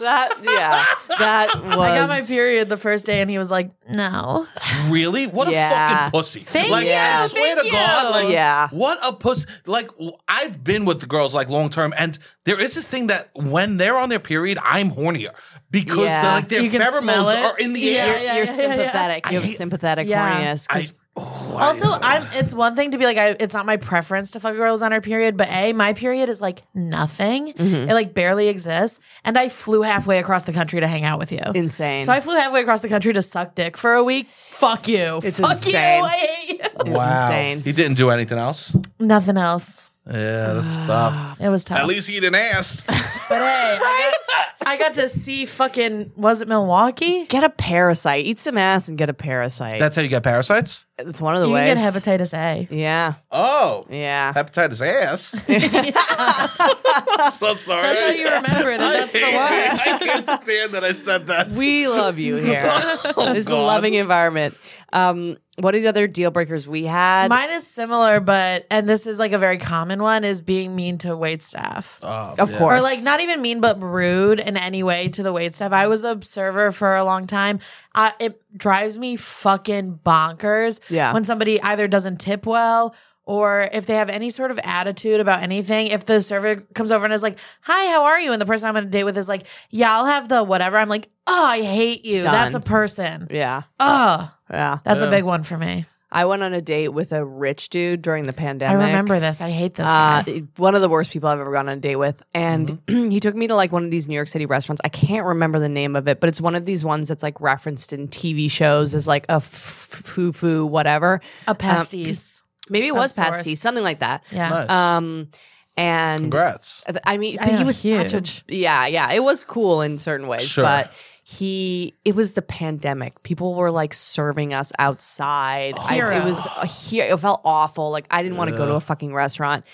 Speaker 1: That. Yeah. That was.
Speaker 2: I got my period the first day and he was like, No.
Speaker 3: Really? What a
Speaker 1: Yeah.
Speaker 3: fucking pussy.
Speaker 2: Thank
Speaker 3: like,
Speaker 2: you,
Speaker 3: I swear
Speaker 2: thank
Speaker 3: to God,
Speaker 2: you.
Speaker 3: like,
Speaker 1: Yeah.
Speaker 3: what a pussy. Like, w- I've been with the girls like long term, and there is this thing that when they're on their period, I'm hornier because
Speaker 1: Yeah.
Speaker 3: they're, like their
Speaker 2: You can smell
Speaker 3: pheromones
Speaker 2: it.
Speaker 3: are in the
Speaker 2: Yeah,
Speaker 3: air.
Speaker 1: You're,
Speaker 2: yeah,
Speaker 1: you're
Speaker 2: yeah, yeah, yeah.
Speaker 1: sympathetic. You
Speaker 3: I
Speaker 1: have
Speaker 3: hate-
Speaker 1: sympathetic
Speaker 2: Yeah.
Speaker 1: horniness. 'cause-
Speaker 3: I, oh, I-
Speaker 2: Also, I'm it's one thing to be like I it's not my preference to fuck girls on her period, but A, my period is like nothing.
Speaker 1: Mm-hmm.
Speaker 2: It like barely exists. And I flew halfway across the country to hang out with you.
Speaker 1: insane.
Speaker 2: So I flew halfway across the country to suck dick for a week. Fuck you.
Speaker 1: It's
Speaker 2: Fuck
Speaker 1: insane.
Speaker 2: you. I hate you.
Speaker 3: wow.
Speaker 1: insane.
Speaker 3: He didn't do anything else.
Speaker 2: Nothing else.
Speaker 3: Yeah, that's tough.
Speaker 2: It was tough.
Speaker 3: At least he didn't ask.
Speaker 2: but hey, I got, I got to see fucking was it Milwaukee?
Speaker 1: get a parasite. Eat some ass and get a parasite.
Speaker 3: That's how you get parasites?
Speaker 1: That's one of the
Speaker 2: You
Speaker 1: ways.
Speaker 2: can get hepatitis A.
Speaker 1: yeah.
Speaker 3: Oh.
Speaker 1: Yeah.
Speaker 3: Hepatitis ass. I'm so sorry.
Speaker 2: That's how you remember that. That's the
Speaker 3: I,
Speaker 2: one.
Speaker 3: I can't stand that I said that.
Speaker 1: We love you here.
Speaker 2: Oh
Speaker 1: this is a
Speaker 3: God.
Speaker 1: loving environment. Um, what are the other deal breakers we had?
Speaker 2: Mine is similar, but and this is like a very common one is being mean to wait staff.
Speaker 3: Oh,
Speaker 1: of
Speaker 3: yeah.
Speaker 1: course.
Speaker 2: or like not even mean but rude in any way to the wait staff i was a server for a long time I, it drives me fucking bonkers
Speaker 1: Yeah.
Speaker 2: when somebody either doesn't tip well or if they have any sort of attitude about anything if the server comes over and is like hi how are you and the person i'm on a date with is like yeah i'll have the whatever i'm like oh i hate you that's a
Speaker 1: Done.
Speaker 2: person
Speaker 1: Yeah.
Speaker 2: oh
Speaker 1: Yeah.
Speaker 2: that's a big one for me
Speaker 1: I went on a date with a rich dude during the
Speaker 2: I
Speaker 1: pandemic.
Speaker 2: remember this. I hate this.
Speaker 1: Uh,
Speaker 2: guy.
Speaker 1: one of the worst people I've ever gone on a date with. And
Speaker 2: Mm-hmm.
Speaker 1: he took me to like one of these New York City restaurants. I can't remember the name of it, but it's one of these ones that's like referenced in TV shows as like a foo foo, whatever.
Speaker 2: A pasties.
Speaker 1: Maybe it was
Speaker 2: sorts.
Speaker 1: pasty, something like that.
Speaker 2: yeah.
Speaker 3: Nice.
Speaker 1: Um, and
Speaker 3: Congrats.
Speaker 1: I th- I mean,
Speaker 2: I
Speaker 1: but he
Speaker 2: know,
Speaker 1: was such
Speaker 2: huge.
Speaker 1: a yeah, yeah. It was cool in certain ways,
Speaker 3: Sure.
Speaker 1: but he it was the pandemic. People were like serving us outside.
Speaker 3: Oh,
Speaker 1: I, it was
Speaker 2: Heroes.
Speaker 1: a here. It felt awful. Like I didn't want to go to a fucking restaurant.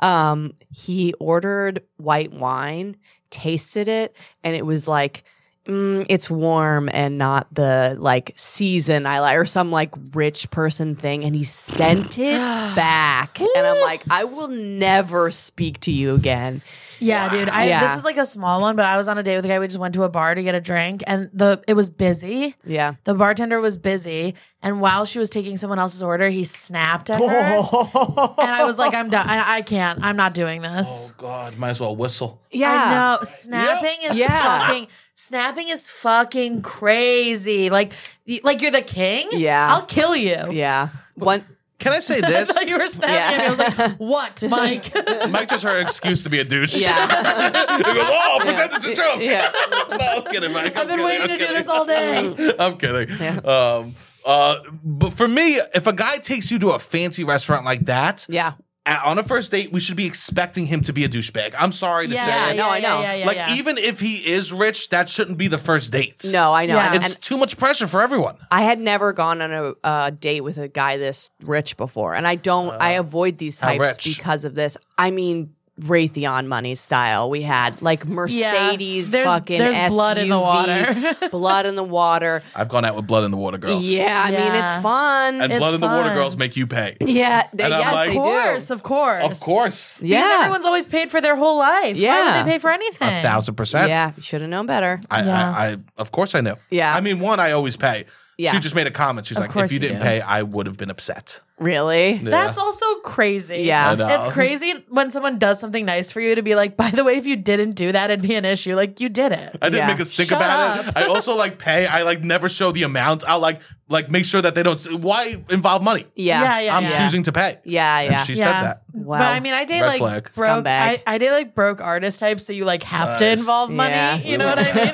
Speaker 1: Um, he ordered white wine, tasted it, and it was like. Mm, it's warm and not the like season I like, or some like rich person thing. And he sent it back, and I'm like, I will never speak to you again.
Speaker 2: Yeah, dude. I,
Speaker 1: Yeah.
Speaker 2: This is like a small one, but I was on a date with a guy. We just went to a bar to get a drink, and the it was busy.
Speaker 1: Yeah.
Speaker 2: The bartender was busy, and while she was taking someone else's order, he snapped at her, and I was like, "I'm done. I, I can't. I'm not doing this."
Speaker 3: Oh God, might as well whistle.
Speaker 2: I know. Snapping is
Speaker 1: Yeah.
Speaker 2: fucking. Snapping is fucking crazy. Like, y- like you're the king.
Speaker 1: Yeah.
Speaker 2: I'll kill you.
Speaker 1: Yeah. One
Speaker 3: Can I say this?
Speaker 2: you were snapping.
Speaker 1: Yeah.
Speaker 2: at me. I was like, "What, Mike?"
Speaker 3: Mike just her excuse to be a douche.
Speaker 1: Yeah.
Speaker 3: he goes, oh, pretend it's a joke.
Speaker 1: Yeah.
Speaker 3: no, I'm kidding, Mike.
Speaker 2: I've been waiting to do this all day.
Speaker 3: I'm kidding. Um, uh, but for me, if a guy takes you to a fancy restaurant like that,
Speaker 1: Yeah.
Speaker 3: a- on a first date, we should be expecting him to be a douchebag. I'm sorry to
Speaker 2: Yeah,
Speaker 3: say it.
Speaker 1: no, I know.
Speaker 2: Yeah, yeah,
Speaker 3: like,
Speaker 2: yeah.
Speaker 3: even if he is rich, that shouldn't be the first date.
Speaker 1: No, I know.
Speaker 2: Yeah.
Speaker 1: And,
Speaker 3: It's
Speaker 1: and
Speaker 3: too much pressure for everyone.
Speaker 1: I had never gone on a uh, date with a guy this rich before. And I don't I avoid these
Speaker 3: Uh, how
Speaker 1: types
Speaker 3: rich?
Speaker 1: because of this. I mean Raytheon money style we had like Mercedes
Speaker 2: There's-
Speaker 1: fucking
Speaker 2: there's blood in the
Speaker 1: SUV, blood in the water
Speaker 3: I've gone out with blood in the water, girls.
Speaker 1: yeah I mean
Speaker 2: Yeah.
Speaker 1: it's fun
Speaker 3: Oh. And blood in the water,
Speaker 2: fun.
Speaker 3: girls make you pay.
Speaker 1: yeah they,
Speaker 3: And I'm
Speaker 1: yes
Speaker 3: like-
Speaker 1: they
Speaker 2: Of course,
Speaker 1: do
Speaker 2: of course,
Speaker 3: Of course.
Speaker 2: Because
Speaker 1: yeah
Speaker 2: everyone's always paid for their whole life. Why
Speaker 1: Yeah.
Speaker 2: would they pay for anything?
Speaker 3: A thousand percent.
Speaker 1: yeah you should have known better
Speaker 3: I,
Speaker 2: Yeah.
Speaker 3: I, I of course I knew.
Speaker 1: Yeah.
Speaker 3: I mean, one, I always pay.
Speaker 1: Yeah.
Speaker 3: She just made a comment. She's like,
Speaker 2: course
Speaker 3: if you
Speaker 2: you
Speaker 3: didn't
Speaker 2: do.
Speaker 3: pay, I would have been upset.
Speaker 1: really
Speaker 2: That's also crazy.
Speaker 1: Yeah. I
Speaker 3: know.
Speaker 2: It's crazy when someone does something nice for you to be like, by the way, if you didn't do that, it'd be an issue. Like, you did it.
Speaker 3: I didn't
Speaker 1: Yeah.
Speaker 3: make us think
Speaker 2: Shut
Speaker 3: about it.
Speaker 2: up.
Speaker 3: I also like pay. I like never show the amount. I like like make sure that they don't. s- Why involve money?
Speaker 1: yeah
Speaker 2: Yeah, yeah,
Speaker 3: I'm
Speaker 2: yeah.
Speaker 3: choosing to pay.
Speaker 1: yeah
Speaker 3: And
Speaker 1: yeah
Speaker 3: she
Speaker 2: yeah.
Speaker 3: said that.
Speaker 1: Wow.
Speaker 2: But I mean, I date
Speaker 3: Red
Speaker 2: like
Speaker 3: flag.
Speaker 2: broke.
Speaker 1: Scumbag.
Speaker 2: I, I date like broke artist types, so you like have to
Speaker 3: Nice.
Speaker 2: involve money.
Speaker 1: Yeah.
Speaker 2: You know what I mean?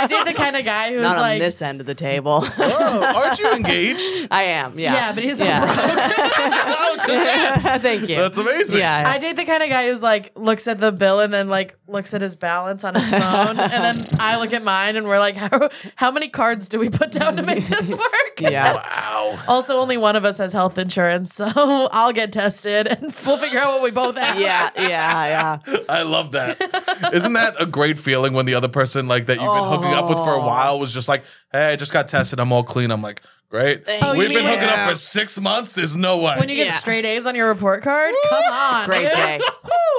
Speaker 2: I date the kind of guy who's
Speaker 1: not on
Speaker 2: like,
Speaker 1: this end of the table.
Speaker 3: oh, aren't you engaged?
Speaker 1: I am. Yeah.
Speaker 2: yeah, but he's not broke.
Speaker 3: Oh, congrats.
Speaker 1: Thank you.
Speaker 3: That's amazing.
Speaker 1: Yeah.
Speaker 2: I date the kind of guy who's like looks at the bill and then like looks at his balance on his phone, and then I look at mine and we're like, how how many cards do we put down to make this work?
Speaker 1: yeah.
Speaker 3: Wow.
Speaker 2: Also, only one of us has health insurance, so I'll get tested and we'll figure out what we both have.
Speaker 1: Yeah. Yeah. Yeah.
Speaker 3: I love that. Isn't that a great feeling when the other person like that you've been hooking up with for
Speaker 1: Oh.
Speaker 3: a while was just like, "Hey, I just got tested. I'm all clean." I'm like, "Great.
Speaker 1: Oh,
Speaker 2: you
Speaker 3: We've been
Speaker 2: mean-
Speaker 3: hooking up for 6 months. There's no way."
Speaker 2: When you get
Speaker 1: Yeah.
Speaker 2: straight A's on your report card, come on,
Speaker 1: Great
Speaker 2: dude.
Speaker 1: day.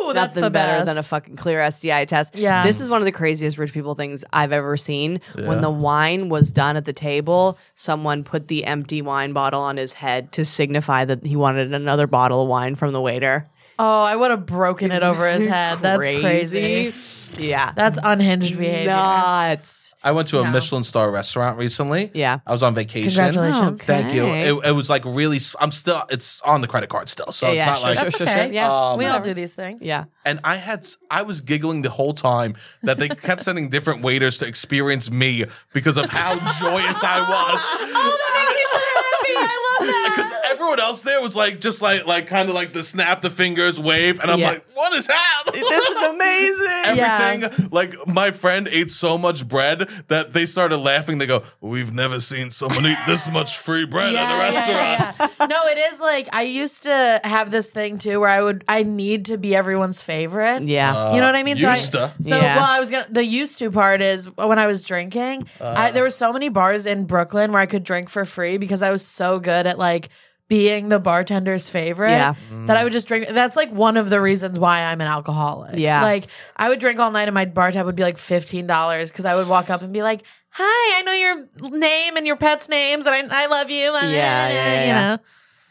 Speaker 2: Woo, that's
Speaker 1: Nothing
Speaker 2: the
Speaker 1: better
Speaker 2: best.
Speaker 1: than a fucking clear STI test.
Speaker 2: Yeah.
Speaker 1: This is one of the craziest rich people things I've ever seen. When the wine was done at the table, someone put the empty wine bottle on his head to signify that he wanted another bottle of wine from the waiter.
Speaker 2: oh, I would have broken it over his head. That's crazy.
Speaker 1: Yeah.
Speaker 2: That's unhinged behavior.
Speaker 1: Nuts.
Speaker 3: I went to a
Speaker 2: No.
Speaker 3: Michelin star restaurant recently.
Speaker 1: Yeah.
Speaker 3: I was on vacation.
Speaker 2: Congratulations.
Speaker 1: Oh, Okay.
Speaker 3: Thank you. It, it was like really. s- I'm still. It's on the credit card still, so
Speaker 1: Yeah,
Speaker 3: it's
Speaker 1: yeah,
Speaker 3: not
Speaker 1: sure,
Speaker 3: like.
Speaker 1: sure,
Speaker 2: That's
Speaker 1: sure,
Speaker 2: okay.
Speaker 1: sure. Oh, Yeah.
Speaker 2: we all do these things.
Speaker 1: yeah.
Speaker 3: And I had. s- I was giggling the whole time that they kept sending different waiters to experience me because of how joyous
Speaker 2: Oh,
Speaker 3: I was.
Speaker 1: I love that.
Speaker 3: Because everyone else there was like just like like kind of like the snap the fingers wave, and I'm
Speaker 1: Yeah.
Speaker 3: like, what is happening?
Speaker 1: This is amazing.
Speaker 3: Everything like my friend ate so much bread that they started laughing. They go, "We've never seen someone eat this much free bread at a restaurant."
Speaker 2: yeah, yeah. no, it is like I used to have this thing too where I would I need to be everyone's favorite.
Speaker 1: Yeah.
Speaker 3: Uh,
Speaker 2: You know what I mean? So, I,
Speaker 3: used to.
Speaker 2: so
Speaker 1: Yeah.
Speaker 2: well, I was gonna. The used to part is when I was drinking. I, there were so many bars in Brooklyn where I could drink for free because I was so good at like being the bartender's favorite
Speaker 1: Yeah.
Speaker 2: that I would just drink. That's like one of the reasons why I'm an alcoholic.
Speaker 1: Yeah.
Speaker 2: like I would drink all night and my bar tab would be like fifteen dollars because I would walk up and be like. Hi, I know your name and your pet's names, and I, I love you.
Speaker 1: yeah, yeah,
Speaker 2: you
Speaker 1: yeah.
Speaker 2: know.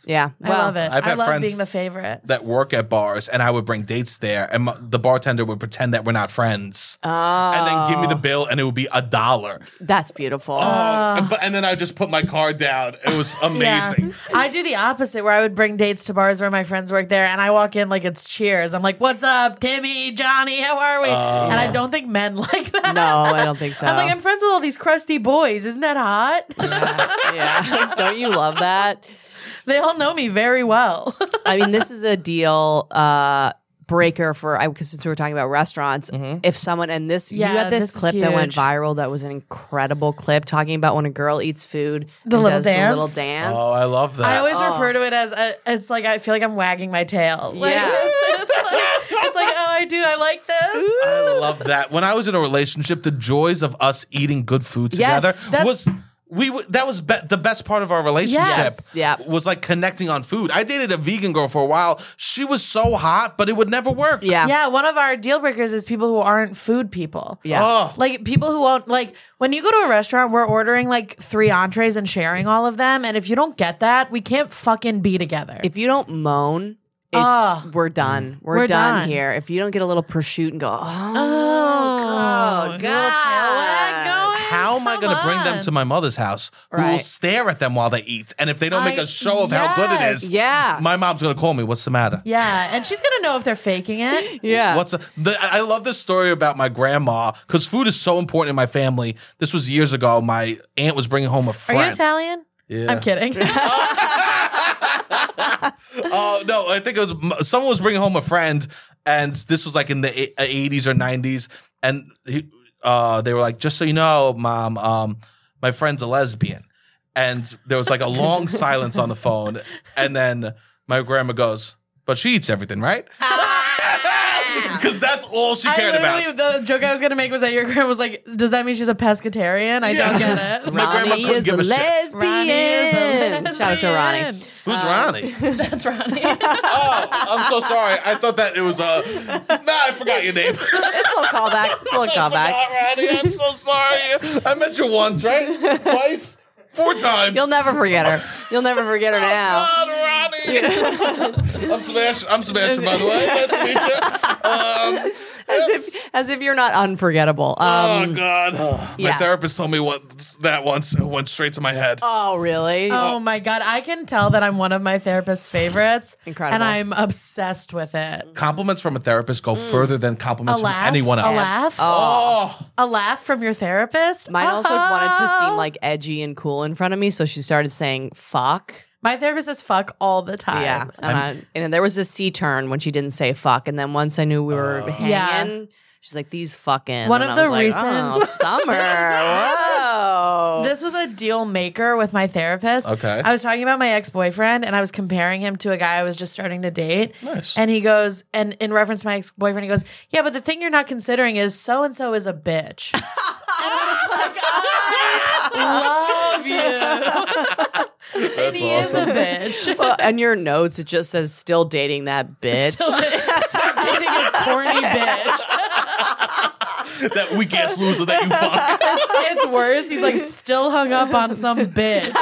Speaker 1: Yeah.
Speaker 2: I love it.
Speaker 3: I've
Speaker 2: I
Speaker 3: had
Speaker 2: love
Speaker 3: friends
Speaker 2: being the favorite.
Speaker 3: that work at bars, and I would bring dates there, and my, the bartender would pretend that we're not friends, and then give me
Speaker 2: Oh.
Speaker 3: the bill, and it would be a dollar.
Speaker 1: That's beautiful.
Speaker 2: Uh,
Speaker 3: Oh, and, but, and then I just put my card down. It was amazing.
Speaker 2: I do the opposite where I would bring dates to bars where my friends work there and I walk in like it's cheers. I'm like, What's up, Timmy, Johnny, how are we? and I don't think men like that.
Speaker 1: Uh. no, I don't think so.
Speaker 2: I'm like, I'm friends with all these crusty boys. Isn't that hot?
Speaker 1: yeah. don't you love that?
Speaker 2: they all know me very well.
Speaker 1: I mean, this is a deal uh, breaker for I because since we were talking about restaurants,
Speaker 3: Mm-hmm.
Speaker 1: if someone and this
Speaker 2: Yeah,
Speaker 1: you had
Speaker 2: this
Speaker 1: this,
Speaker 2: is
Speaker 1: clip that went
Speaker 2: huge.
Speaker 1: viral that was an incredible clip talking about when a girl eats food,
Speaker 2: The
Speaker 1: and
Speaker 2: little
Speaker 1: does
Speaker 2: dance?
Speaker 1: the little dance.
Speaker 3: Oh, I love that.
Speaker 2: I always
Speaker 1: Uh-huh.
Speaker 2: refer to it as uh, it's like I feel like I'm wagging my tail. Like,
Speaker 1: Yeah.
Speaker 2: it's, it's like, it's like, oh, I do. I like this.
Speaker 3: I love that. When I was in a relationship, the joys of us eating good food
Speaker 1: Yes,
Speaker 3: together
Speaker 2: that's-
Speaker 3: was we w- that was be- the best part of our relationship.
Speaker 2: Yes,
Speaker 1: yeah.
Speaker 3: was like connecting on food. I dated a vegan girl for a while. She was so hot, but it would never work.
Speaker 1: yeah,
Speaker 2: Yeah, one of our deal breakers is people who aren't food people.
Speaker 1: Yeah.
Speaker 3: Oh.
Speaker 2: Like people who won't like when you go to a restaurant, we're ordering like three entrees and sharing all of them. And if you don't get that, we can't fucking be together.
Speaker 1: If you don't moan, it's
Speaker 2: Ugh.
Speaker 1: we're
Speaker 3: Mm.
Speaker 1: done. We're,
Speaker 2: Ah. We're
Speaker 1: done,
Speaker 2: done.
Speaker 1: here. If you don't get a little prosciutto and go, oh,
Speaker 2: oh,
Speaker 1: God.
Speaker 2: little tail wag
Speaker 1: Ah.
Speaker 2: going.
Speaker 3: How am I going to bring them
Speaker 2: on.
Speaker 3: to my mother's house? Who will
Speaker 1: Right.
Speaker 3: stare at them while they eat? And if they don't make
Speaker 2: I-
Speaker 3: a show of how good it
Speaker 2: yes.
Speaker 3: is,
Speaker 1: Yeah.
Speaker 3: my mom's going to call me. What's the matter?
Speaker 2: Yeah, and she's gonna know if they're faking it.
Speaker 1: yeah,
Speaker 3: What's a, the, I I love this story about my grandma because food is so important in my family. This was years ago. My aunt was bringing home a
Speaker 2: Are
Speaker 3: friend.
Speaker 2: you Italian?
Speaker 3: Yeah.
Speaker 2: I'm kidding.
Speaker 3: Oh no, I think it was someone was bringing home a friend, and this was like in the uh, eighties or nineties, and he, uh, they were like, "Just so you know, mom, um, my friend's a lesbian," and there was like a long silence on the phone, and then my grandma goes, "But she eats everything, right?" Because that's all she
Speaker 2: I
Speaker 3: cared
Speaker 2: literally,
Speaker 3: about.
Speaker 2: the joke I was gonna make was that your grandma was like, "Does that mean she's a pescatarian?" I
Speaker 3: Yeah.
Speaker 2: don't get it.
Speaker 3: My grandma
Speaker 1: Ronnie
Speaker 3: couldn't
Speaker 1: is
Speaker 3: give
Speaker 1: a
Speaker 3: a shit.
Speaker 1: lesbian.
Speaker 2: Ronnie is a
Speaker 1: Shout out to Ronnie.
Speaker 2: lesbian.
Speaker 3: Who's Ronnie?
Speaker 2: That's Ronnie.
Speaker 3: oh, I'm so sorry. I thought that it was uh Nah, I forgot your name.
Speaker 1: It's a little callback. It's a little callback.
Speaker 3: Ronnie. I'm so sorry. I met you once, right? Twice, four times.
Speaker 1: You'll never forget her. You'll never forget her now.
Speaker 3: God, Ronnie. I'm Sebastian. I'm Sebastian, by the way. Nice to meet you. Um,
Speaker 1: As if, as if you're not unforgettable. Um,
Speaker 3: oh God. My
Speaker 2: uh,
Speaker 1: yeah.
Speaker 3: therapist told me what that once it went straight to my head.
Speaker 1: oh, really?
Speaker 2: oh my god, I can tell that I'm one of my therapist's favorites.
Speaker 1: Incredible.
Speaker 2: and I'm obsessed with it.
Speaker 3: compliments from a therapist go
Speaker 2: Mm.
Speaker 3: further than
Speaker 2: A
Speaker 3: compliments from
Speaker 2: laugh,
Speaker 3: anyone else.
Speaker 2: a laugh,
Speaker 3: Oh,
Speaker 2: a laugh from your therapist.
Speaker 1: Mine also wanted to
Speaker 2: Oh.
Speaker 1: seem like edgy and cool in front of me, so she started saying "fuck."
Speaker 2: my therapist says "fuck" all the time.
Speaker 1: Yeah, and, I, and then there was a C turn when she didn't say "fuck," and then once I knew we were hanging, she's like, "These fucking."
Speaker 2: One
Speaker 1: and
Speaker 2: of
Speaker 1: I
Speaker 2: the
Speaker 1: was like,
Speaker 2: recent-
Speaker 1: oh, summer. Whoa.
Speaker 2: This was a deal maker with my therapist.
Speaker 3: Oh. Okay.
Speaker 2: I was talking about my ex boyfriend and I was comparing him to a guy I was just starting to date.
Speaker 3: Nice.
Speaker 2: And he goes, and in reference to my ex boyfriend, he goes, Yeah, but the thing you're not considering is so and so is a bitch. and I was like, I love you. and he
Speaker 3: awesome.
Speaker 2: is a bitch.
Speaker 1: well, and your notes it just says still dating that bitch.
Speaker 2: Still, still dating a corny bitch.
Speaker 3: that weak ass loser that you fuck.
Speaker 2: It's worse. He's like still hung up on some bitch.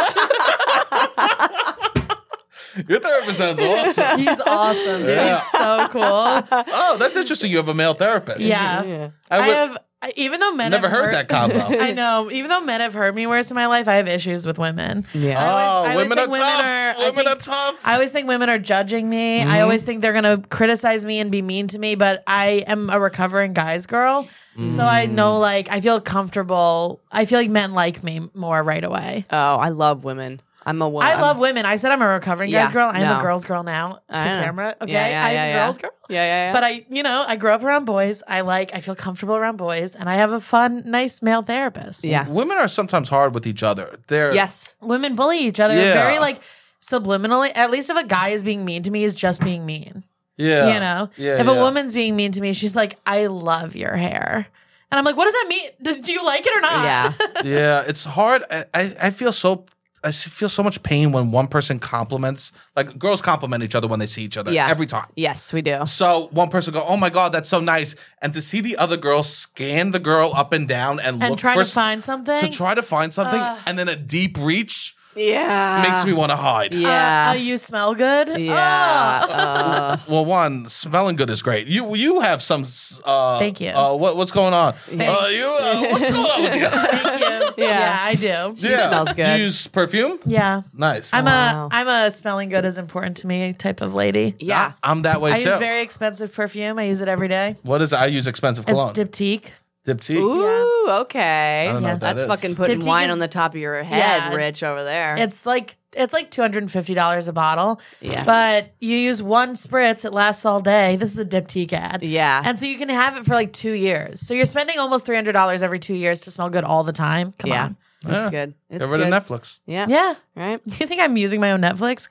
Speaker 3: Your therapist sounds awesome.
Speaker 2: He's awesome, dude.
Speaker 3: Yeah.
Speaker 2: He's so cool.
Speaker 3: Oh, that's interesting. You have a male therapist.
Speaker 2: Yeah.
Speaker 3: I
Speaker 2: I,
Speaker 3: would-
Speaker 2: have, even though men
Speaker 3: Never
Speaker 2: have
Speaker 3: heard that combo.
Speaker 2: I know. Even though men have heard me worse in my life, I have issues with women.
Speaker 1: Yeah.
Speaker 2: I always-
Speaker 3: Oh,
Speaker 2: I always
Speaker 3: women are
Speaker 2: think women
Speaker 3: tough.
Speaker 2: are- I
Speaker 3: women
Speaker 2: think-
Speaker 3: are tough.
Speaker 2: I always think women are judging me. I
Speaker 3: Mm-hmm.
Speaker 2: always think they're going to criticize me and be mean to me, but I am a recovering guy's girl. So
Speaker 3: Mm.
Speaker 2: I know, like, I feel comfortable. I feel like men like me more right away.
Speaker 1: Oh, I love women. I'm a woman.
Speaker 2: I love women. I said I'm a recovering
Speaker 1: Yeah,
Speaker 2: guy's girl. I am
Speaker 1: no.
Speaker 2: a girl's girl now to
Speaker 1: I know.
Speaker 2: camera. Okay.
Speaker 1: Yeah, yeah,
Speaker 2: I'm
Speaker 1: yeah,
Speaker 2: a
Speaker 1: yeah.
Speaker 2: girl's girl.
Speaker 1: Yeah, yeah, yeah.
Speaker 2: But I, you know, I grew up around boys. I like, I feel comfortable around boys, and I have a fun, nice male therapist.
Speaker 1: yeah.
Speaker 3: Women are sometimes hard with each other. They're
Speaker 1: Yes.
Speaker 2: women bully each other
Speaker 3: Yeah.
Speaker 2: very like subliminally. At least if a guy is being mean to me, he's just being mean.
Speaker 3: yeah,
Speaker 2: You know,
Speaker 3: yeah,
Speaker 2: if
Speaker 3: yeah.
Speaker 2: a woman's being mean to me, she's like, "I love your hair," and I'm like, "What does that mean? Do, do you like it or not?"
Speaker 1: Yeah.
Speaker 3: yeah, it's hard. I, I, I feel so. I s- feel so much pain when one person compliments. Like girls compliment each other when they see each other
Speaker 1: Yeah.
Speaker 3: every time.
Speaker 1: yes, we do.
Speaker 3: So one person go, "Oh my god, that's so nice," and to see the other girl scan the girl up and down and,
Speaker 2: and
Speaker 3: look
Speaker 2: try
Speaker 3: for
Speaker 2: to
Speaker 3: s-
Speaker 2: find something.
Speaker 3: to try to find something, and then a deep reach.
Speaker 1: Yeah.
Speaker 3: Makes me want to hide.
Speaker 1: Yeah.
Speaker 2: Uh, uh, you smell good.
Speaker 1: yeah.
Speaker 2: Oh.
Speaker 1: uh,
Speaker 3: Well, one smelling good is great. You you have some. s- Uh,
Speaker 2: Thank you.
Speaker 3: Uh, what what's going on? Uh, you uh, what's going on with you?
Speaker 2: Oh, Thank you.
Speaker 1: Yeah.
Speaker 2: yeah. I do.
Speaker 3: She yeah.
Speaker 1: smells good.
Speaker 3: You use perfume.
Speaker 2: Yeah.
Speaker 3: Nice.
Speaker 2: I'm
Speaker 1: Wow.
Speaker 2: a I'm a smelling good is important to me type of lady.
Speaker 1: yeah.
Speaker 3: I, am that way
Speaker 2: I
Speaker 3: too.
Speaker 2: use very expensive perfume. I use it every day.
Speaker 3: what is it? I use expensive
Speaker 2: It's
Speaker 3: cologne. Dip,
Speaker 2: Diptyque.
Speaker 3: tea.
Speaker 1: Ooh, okay.
Speaker 3: I don't know
Speaker 2: Yeah.
Speaker 3: what that
Speaker 1: That's
Speaker 3: is.
Speaker 1: fucking putting
Speaker 2: Diptyque
Speaker 1: wine
Speaker 2: is-
Speaker 1: on the top of your head,
Speaker 2: Yeah.
Speaker 1: Rich, over there.
Speaker 2: It's like it's like two hundred and fifty dollars a bottle.
Speaker 1: Yeah.
Speaker 2: But you use one spritz, it lasts all day. This is a Diptyque ad.
Speaker 1: yeah.
Speaker 2: And so you can have it for like two years. So you're spending almost three hundred dollars every two years to smell good all the time. Come
Speaker 1: yeah.
Speaker 2: on.
Speaker 1: It's
Speaker 3: Yeah.
Speaker 1: good. It's
Speaker 3: Get rid
Speaker 1: good.
Speaker 3: of Netflix.
Speaker 1: Yeah.
Speaker 2: Yeah.
Speaker 1: Right?
Speaker 2: Do you think I'm using my own Netflix?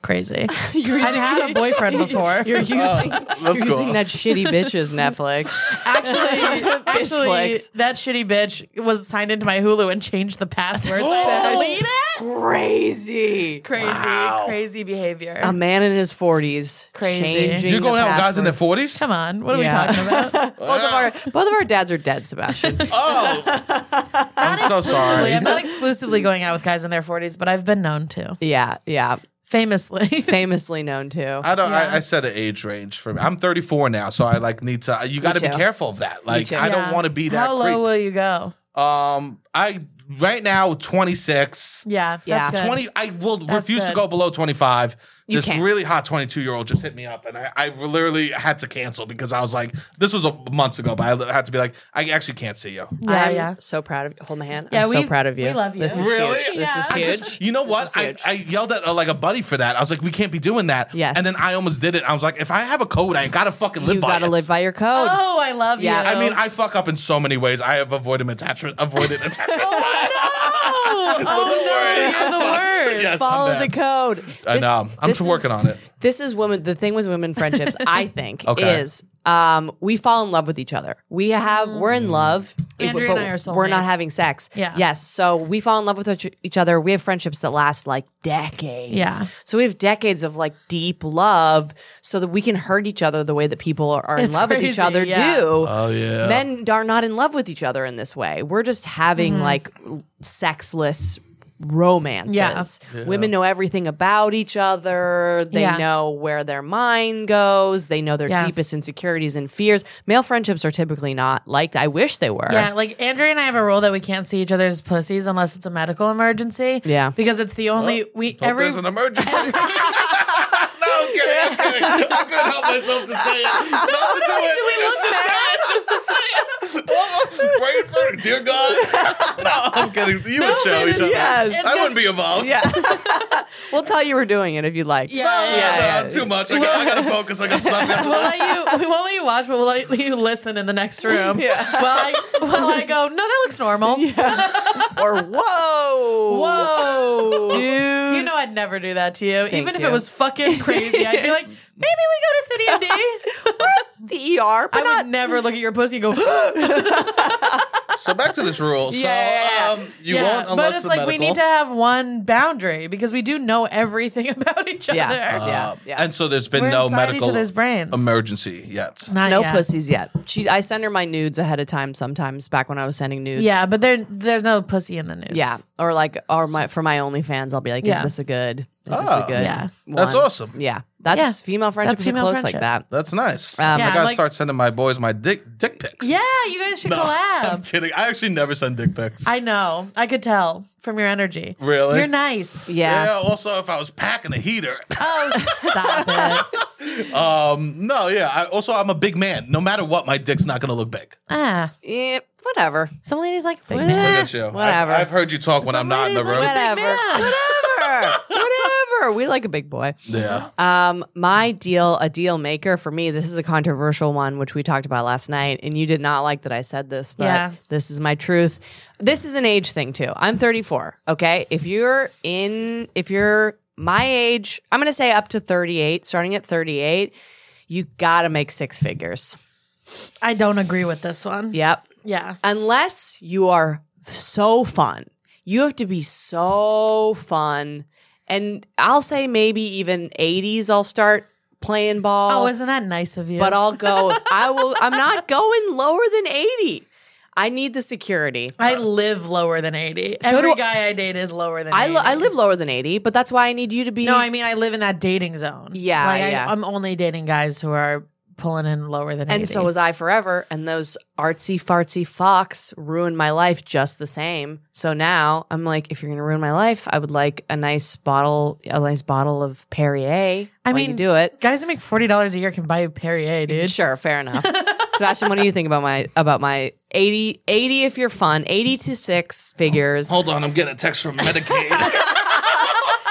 Speaker 2: Crazy. I've had a boyfriend before.
Speaker 1: You're using,
Speaker 3: Let's
Speaker 1: you're
Speaker 3: go.
Speaker 1: using that shitty bitches Netflix.
Speaker 2: Actually, actually,
Speaker 1: flicks.
Speaker 2: that shitty bitch was signed into my Hulu and changed the password. so I had to
Speaker 3: Oh!
Speaker 2: delete it.
Speaker 1: Crazy.
Speaker 2: Crazy,
Speaker 3: Wow.
Speaker 2: crazy behavior.
Speaker 1: A man in his 40s.
Speaker 2: Crazy.
Speaker 1: Changing
Speaker 3: You're going
Speaker 1: the
Speaker 3: out with guys in their
Speaker 1: password.
Speaker 3: forties.
Speaker 2: Come on, what are
Speaker 1: Yeah.
Speaker 2: we talking about?
Speaker 1: Both of, our, both of our dads are dead, Sebastian.
Speaker 3: Oh, I'm so
Speaker 2: Exclusively,
Speaker 3: sorry.
Speaker 2: I'm not exclusively going out with guys in their 40s, but I've been known to,
Speaker 1: yeah. Yeah.
Speaker 2: famously.
Speaker 1: Famously known to.
Speaker 3: I don't. I, I said an age range for me. I'm 34 now, so I like need to. You got to be
Speaker 1: too.
Speaker 3: careful of that. Like
Speaker 1: too.
Speaker 3: I
Speaker 2: Yeah.
Speaker 3: don't want to be that.
Speaker 2: How low
Speaker 3: creep.
Speaker 2: will you go?
Speaker 3: Um, I right now 26.
Speaker 2: Yeah,
Speaker 1: Yeah.
Speaker 2: that's good.
Speaker 3: 20 I will refuse to
Speaker 2: good.
Speaker 3: go below 25.
Speaker 1: You
Speaker 3: this
Speaker 1: can't.
Speaker 3: really hot 22 year old just hit me up and I, I literally had to cancel because I was like this was a months ago but I had to be like I actually can't see you.
Speaker 2: Yeah,
Speaker 1: I'm
Speaker 2: yeah.
Speaker 1: so proud of you. Hold my hand.
Speaker 2: Yeah,
Speaker 1: I'm so
Speaker 2: we-
Speaker 1: proud of you.
Speaker 2: we love you.
Speaker 1: This is
Speaker 3: Really?
Speaker 1: huge.
Speaker 2: Yeah.
Speaker 1: This is
Speaker 2: I
Speaker 1: huge.
Speaker 3: Just, you know what?
Speaker 1: is
Speaker 3: I,
Speaker 1: huge.
Speaker 3: I yelled at uh, like a buddy for that. I was like, we can't be doing that.
Speaker 1: Yes.
Speaker 3: And then I almost did it. I was like, if I have a code, I gotta fucking live
Speaker 1: you
Speaker 3: by
Speaker 1: gotta
Speaker 3: it.
Speaker 1: live by your code.
Speaker 2: Oh, I love
Speaker 1: Yeah.
Speaker 2: you.
Speaker 3: I mean, I fuck up in so many ways. I have avoided attachment, avoided attachment.
Speaker 2: oh,
Speaker 3: So don't worry.
Speaker 2: you're
Speaker 3: I'm
Speaker 2: the
Speaker 3: fucked.
Speaker 2: worst.
Speaker 3: Yes,
Speaker 1: Follow
Speaker 3: I'm
Speaker 1: the
Speaker 3: bad.
Speaker 1: code.
Speaker 3: I
Speaker 1: This-
Speaker 3: know. I'm
Speaker 1: this
Speaker 3: just working
Speaker 1: is-
Speaker 3: on it.
Speaker 1: This is women. The thing with women friendships, I think,
Speaker 3: Okay.
Speaker 1: is um, we fall in love with each other. We have we're
Speaker 3: Mm.
Speaker 1: in love. it-
Speaker 2: Andrea
Speaker 1: but
Speaker 2: and I are
Speaker 1: We're not
Speaker 2: soulmates.
Speaker 1: having sex.
Speaker 2: Yeah.
Speaker 1: Yes. So we fall in love with each- each other. We have friendships that last like decades.
Speaker 2: Yeah.
Speaker 1: So we have decades of like deep love, so that we can hurt each other the way that people are, are in
Speaker 2: It's
Speaker 1: love with each
Speaker 2: crazy,
Speaker 1: other
Speaker 2: yeah.
Speaker 1: do.
Speaker 3: Oh, yeah.
Speaker 1: Men are not in love with each other in this way. We're just having
Speaker 2: Mm-hmm.
Speaker 1: like sexless romances.
Speaker 2: Yeah.
Speaker 1: Women know everything about each other. They
Speaker 2: Yeah.
Speaker 1: know where their mind goes. They know their
Speaker 2: Yeah.
Speaker 1: deepest insecurities and fears. Male friendships are typically not like that. I wish they were.
Speaker 2: Yeah, like Andrea and I have a rule that we can't see each other's pussies unless it's a medical emergency.
Speaker 1: Yeah.
Speaker 2: because it's the only we
Speaker 3: Hope
Speaker 2: every
Speaker 3: there's an emergency. no, I'm kidding. I'm kidding. I couldn't help myself to say it. Not to do it. just to say it. Just to say it. Oh, praying for dear God. no, I'm kidding. You would show
Speaker 1: but
Speaker 3: each
Speaker 1: it's-
Speaker 3: other.
Speaker 1: yes.
Speaker 3: I
Speaker 1: It's
Speaker 3: wouldn't be involved.
Speaker 1: Yeah. we'll tell you we're doing it if you'd like.
Speaker 2: Yeah,
Speaker 3: No,
Speaker 2: yeah,
Speaker 1: yeah,
Speaker 2: yeah.
Speaker 3: no,
Speaker 1: yeah.
Speaker 3: too much. I got, I got to focus. I got stuff after
Speaker 2: We'll
Speaker 3: this.
Speaker 2: let you, we won't let you watch, but we'll let you listen in the next room.
Speaker 1: Yeah.
Speaker 2: While I, while I go, no, that looks normal.
Speaker 1: Or whoa.
Speaker 2: Whoa.
Speaker 1: Dude.
Speaker 2: You know I'd never do that to you. Even if
Speaker 1: you.
Speaker 2: it was fucking crazy, I'd be like, maybe we go to City of D.
Speaker 1: the ER, but
Speaker 2: I
Speaker 1: not
Speaker 2: would never look at your pussy and go,
Speaker 3: So back to this rule. So
Speaker 1: Yeah, yeah,
Speaker 3: um, you
Speaker 2: yeah.
Speaker 3: won't unless
Speaker 2: But it's
Speaker 3: the
Speaker 2: like
Speaker 3: medical.
Speaker 2: we need to have one boundary because we do know everything about each
Speaker 1: Yeah.
Speaker 2: other.
Speaker 1: Yeah.
Speaker 3: Uh, And so there's been
Speaker 2: We're
Speaker 3: no
Speaker 2: inside
Speaker 3: medical
Speaker 2: each other's brains.
Speaker 3: emergency yet.
Speaker 2: Not
Speaker 1: no
Speaker 2: yet.
Speaker 1: pussies yet. She, I send her my nudes ahead of time sometimes. Back when I was sending nudes,
Speaker 2: Yeah, but there, there's no pussy in the news.
Speaker 1: yeah, or like, or my for my OnlyFans, I'll be like, is
Speaker 2: Yeah.
Speaker 1: this a good? Is this a
Speaker 3: Oh.
Speaker 1: good?
Speaker 2: Yeah.
Speaker 3: That's
Speaker 1: one?
Speaker 3: awesome.
Speaker 1: Yeah, that's
Speaker 2: Yeah.
Speaker 1: female friendships
Speaker 2: female
Speaker 1: are close like
Speaker 2: friendship.
Speaker 1: that.
Speaker 3: That's nice.
Speaker 1: Yeah,
Speaker 3: I
Speaker 2: I'm
Speaker 3: gotta
Speaker 2: Um, like-
Speaker 3: start sending my boys my dick dick pics.
Speaker 2: Yeah, you guys should
Speaker 3: I'm
Speaker 2: collab.
Speaker 3: kidding. I actually never send dick pics.
Speaker 2: I know. I could tell from your energy.
Speaker 3: Really?
Speaker 2: You're nice.
Speaker 1: Yeah,
Speaker 3: Also, if I was packing a heater,
Speaker 2: Oh, stop it.
Speaker 3: um, no, yeah. I, also, I'm a big man. No matter what, my dick's not gonna look big.
Speaker 2: Ah,
Speaker 1: Eh, whatever,
Speaker 2: some ladies like big
Speaker 1: Eh,
Speaker 2: man.
Speaker 3: Look at you.
Speaker 1: whatever.
Speaker 3: I've, I've heard you talk when I'm not in the room.
Speaker 2: Somebody's like
Speaker 1: whatever,
Speaker 2: man.
Speaker 1: whatever, whatever. We like a big boy.
Speaker 3: yeah.
Speaker 1: Um, my deal, a deal maker for me. This is a controversial one, which we talked about last night, and you did not like that I said this, but
Speaker 2: Yeah.
Speaker 1: this is my truth. This is an age thing too. I'm 34. Okay, if you're in, if you're my age, I'm gonna say up to 38. Starting at 38, you gotta make six figures.
Speaker 2: I don't agree with this one.
Speaker 1: Yep,
Speaker 2: Yeah.
Speaker 1: unless you are so fun. You have to be so fun. And I'll say maybe even 80s, I'll start playing ball.
Speaker 2: Oh, isn't that nice of you?
Speaker 1: but I'll go, I will, I'm not going lower than 80. I need the security.
Speaker 2: I live lower than 80.
Speaker 1: So
Speaker 2: Every
Speaker 1: do-
Speaker 2: guy I date is lower than
Speaker 1: I,
Speaker 2: 80.
Speaker 1: lo- I live lower than 80, but that's why I need you to be.
Speaker 2: No, I mean, I live in that dating zone.
Speaker 1: Yeah,
Speaker 2: Like,
Speaker 1: yeah.
Speaker 2: I, I'm only dating guys who are pulling in lower than 80.
Speaker 1: and so was I forever. And those artsy fartsy fox ruined my life just the same. So now I'm like, if you're gonna ruin my life, I would like a nice bottle, a nice bottle of Perrier.
Speaker 2: I
Speaker 1: while you
Speaker 2: mean,
Speaker 1: do it.
Speaker 2: Guys that make $40 a year can buy a Perrier, dude.
Speaker 1: Sure, fair enough. Sebastian, what do you think about my about my 80, 80 if you're fun, eighty to six figures?
Speaker 3: Hold on, I'm getting a text from Medicaid.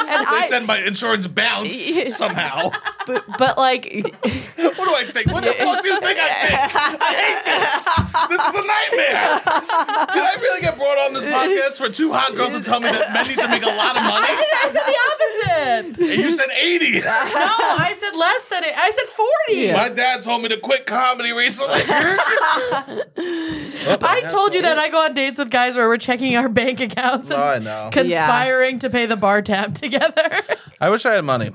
Speaker 1: and
Speaker 3: they
Speaker 1: I,
Speaker 3: said my insurance bounced somehow.
Speaker 1: but, but like
Speaker 3: What do I think? What the fuck do you think I think? I hate this. This is a nightmare. Did I really get brought on this podcast for two hot girls to tell me that men need to make a lot of money?
Speaker 2: I said the opposite.
Speaker 3: And you said 80.
Speaker 2: No, I said less than it. I said 40.
Speaker 3: My dad told me to quit comedy recently.
Speaker 2: I told you that I go on dates with guys where we're checking our bank accounts and
Speaker 3: Oh, I know.
Speaker 2: conspiring to pay the bar tab together.
Speaker 3: I wish I had money.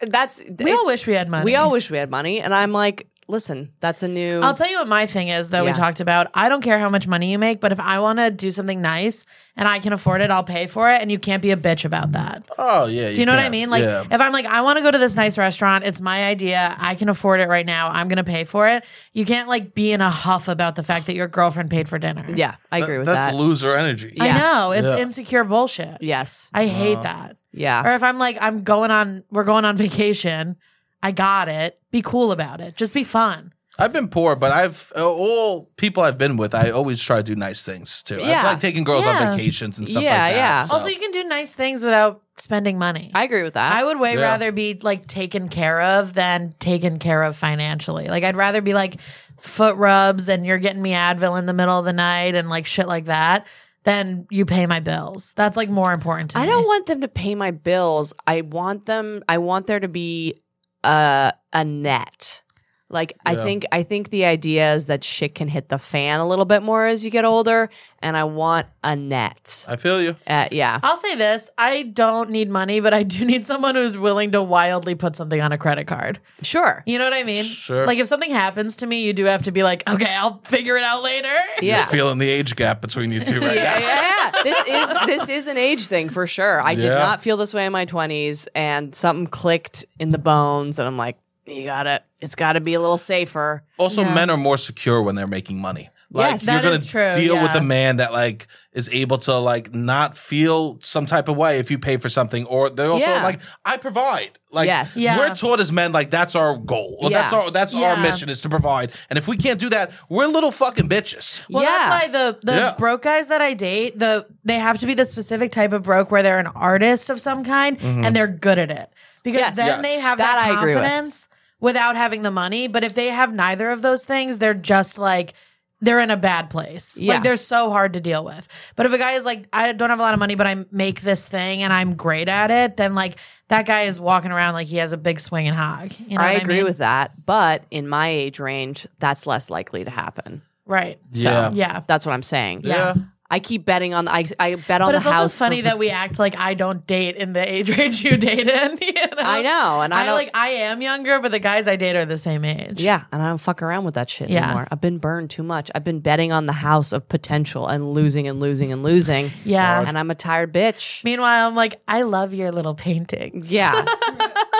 Speaker 1: that's
Speaker 2: we all wish we had money.
Speaker 1: we all wish we had money. And I'm like, listen, that's a new
Speaker 2: I'll tell you what my thing is that
Speaker 1: Yeah.
Speaker 2: we talked about. I don't care how much money you make, but if I want to do something nice and I can afford it, I'll pay for it. And you can't be a bitch about that.
Speaker 3: Oh, yeah.
Speaker 2: Do you know what I mean? Like, if I'm like, I want to go to this nice restaurant, it's my idea. I can afford it right now. I'm going to pay for it. You can't like be in a huff about the fact that your girlfriend paid for dinner.
Speaker 1: Yeah, I agree with
Speaker 3: That's
Speaker 1: that.
Speaker 3: loser energy.
Speaker 1: Yeah.
Speaker 2: I know. It's
Speaker 3: Yeah.
Speaker 2: insecure bullshit.
Speaker 1: yes.
Speaker 2: I hate that.
Speaker 1: Yeah.
Speaker 2: Or if I'm like, I'm going on, we're going on vacation. I got it. Be cool about it. Just be fun.
Speaker 3: I've been poor, but I've uh, all people I've been with. I always try to do nice things too.
Speaker 1: Yeah.
Speaker 3: I've like taking girls
Speaker 2: Yeah.
Speaker 3: on vacations and stuff
Speaker 1: Yeah,
Speaker 3: like that.
Speaker 1: yeah.
Speaker 3: so-
Speaker 2: Also, you can do nice things without spending money.
Speaker 1: I agree with that.
Speaker 2: I would way
Speaker 3: Yeah.
Speaker 2: rather be like taken care of than taken care of financially. Like I'd rather be like foot rubs and you're getting me Advil in the middle of the night and like shit like that than you pay my bills. That's like more important to
Speaker 1: I
Speaker 2: me.
Speaker 1: don't want them to pay my bills. I want them. I want there to be a a net. Like I
Speaker 3: Yeah.
Speaker 1: think I think the idea is that shit can hit the fan a little bit more as you get older, and I want a net.
Speaker 3: I feel you.
Speaker 1: Uh, yeah,
Speaker 2: I'll say this, I don't need money, but I do need someone who's willing to wildly put something on a credit card.
Speaker 1: sure.
Speaker 2: You know what I mean?
Speaker 3: Sure.
Speaker 2: Like if something happens to me, you do have to be like, okay, I'll figure it out later.
Speaker 1: Yeah.
Speaker 3: You're feeling the age gap between you two right
Speaker 1: yeah,
Speaker 3: now.
Speaker 1: yeah, yeah. This is this is an age thing for sure. I did
Speaker 3: Yeah.
Speaker 1: not feel this way in my twenties, and something clicked in the bones, and I'm like, you gotta, it's gotta be a little safer.
Speaker 3: Also,
Speaker 2: Yeah.
Speaker 3: men are more secure when they're making money. Like
Speaker 1: Yes.
Speaker 3: you're
Speaker 2: That
Speaker 3: gonna
Speaker 2: is true,
Speaker 3: deal with
Speaker 2: yeah.
Speaker 3: a man that like is able to like not feel some type of way if you pay for something, or they're also
Speaker 1: Yeah.
Speaker 3: like, I provide. Like
Speaker 1: Yes.
Speaker 2: Yeah.
Speaker 3: we're taught as men like that's our goal. Or That's
Speaker 1: Yeah.
Speaker 3: our that's our
Speaker 2: Yeah.
Speaker 3: mission is to provide. And if we can't do that, we're little fucking bitches.
Speaker 2: Well,
Speaker 1: Yeah.
Speaker 2: that's why the the
Speaker 3: Yeah.
Speaker 2: broke guys that I date, the they have to be the specific type of broke where they're an artist of some kind and they're good at it because
Speaker 1: Yes.
Speaker 2: then
Speaker 3: Mm-hmm. Yes.
Speaker 2: they have
Speaker 1: That
Speaker 2: that,
Speaker 1: I agree with.
Speaker 2: confidence without having the money. But if they have neither of those things, they're just like they're in a bad place.
Speaker 1: Yeah.
Speaker 2: Like they're so hard to deal with. But if a guy is like, I don't have a lot of money, but I make this thing and I'm great at it, then like that guy is walking around like he has a big swinging hog. You know
Speaker 1: I
Speaker 2: what
Speaker 1: agree
Speaker 2: mean?
Speaker 1: with that, but in my age range, that's less likely to happen.
Speaker 2: right.
Speaker 3: Yeah.
Speaker 2: Yeah.
Speaker 1: That's what I'm saying.
Speaker 3: Yeah.
Speaker 1: I keep betting on. I I bet on
Speaker 2: But
Speaker 1: the
Speaker 2: it's
Speaker 1: house.
Speaker 2: also funny
Speaker 1: for-
Speaker 2: that we act like I don't date in the age range you date in. you know?
Speaker 1: I know, and I,
Speaker 2: I,
Speaker 1: don't.
Speaker 2: like I am younger, but the guys I date are the same age.
Speaker 1: yeah, and I don't fuck around with that shit
Speaker 2: Yeah.
Speaker 1: anymore. I've been burned too much. I've been betting on the house of potential and losing and losing and losing.
Speaker 2: Yeah.
Speaker 1: and I'm a tired bitch.
Speaker 2: Meanwhile, I'm like, I love your little paintings.
Speaker 1: Yeah,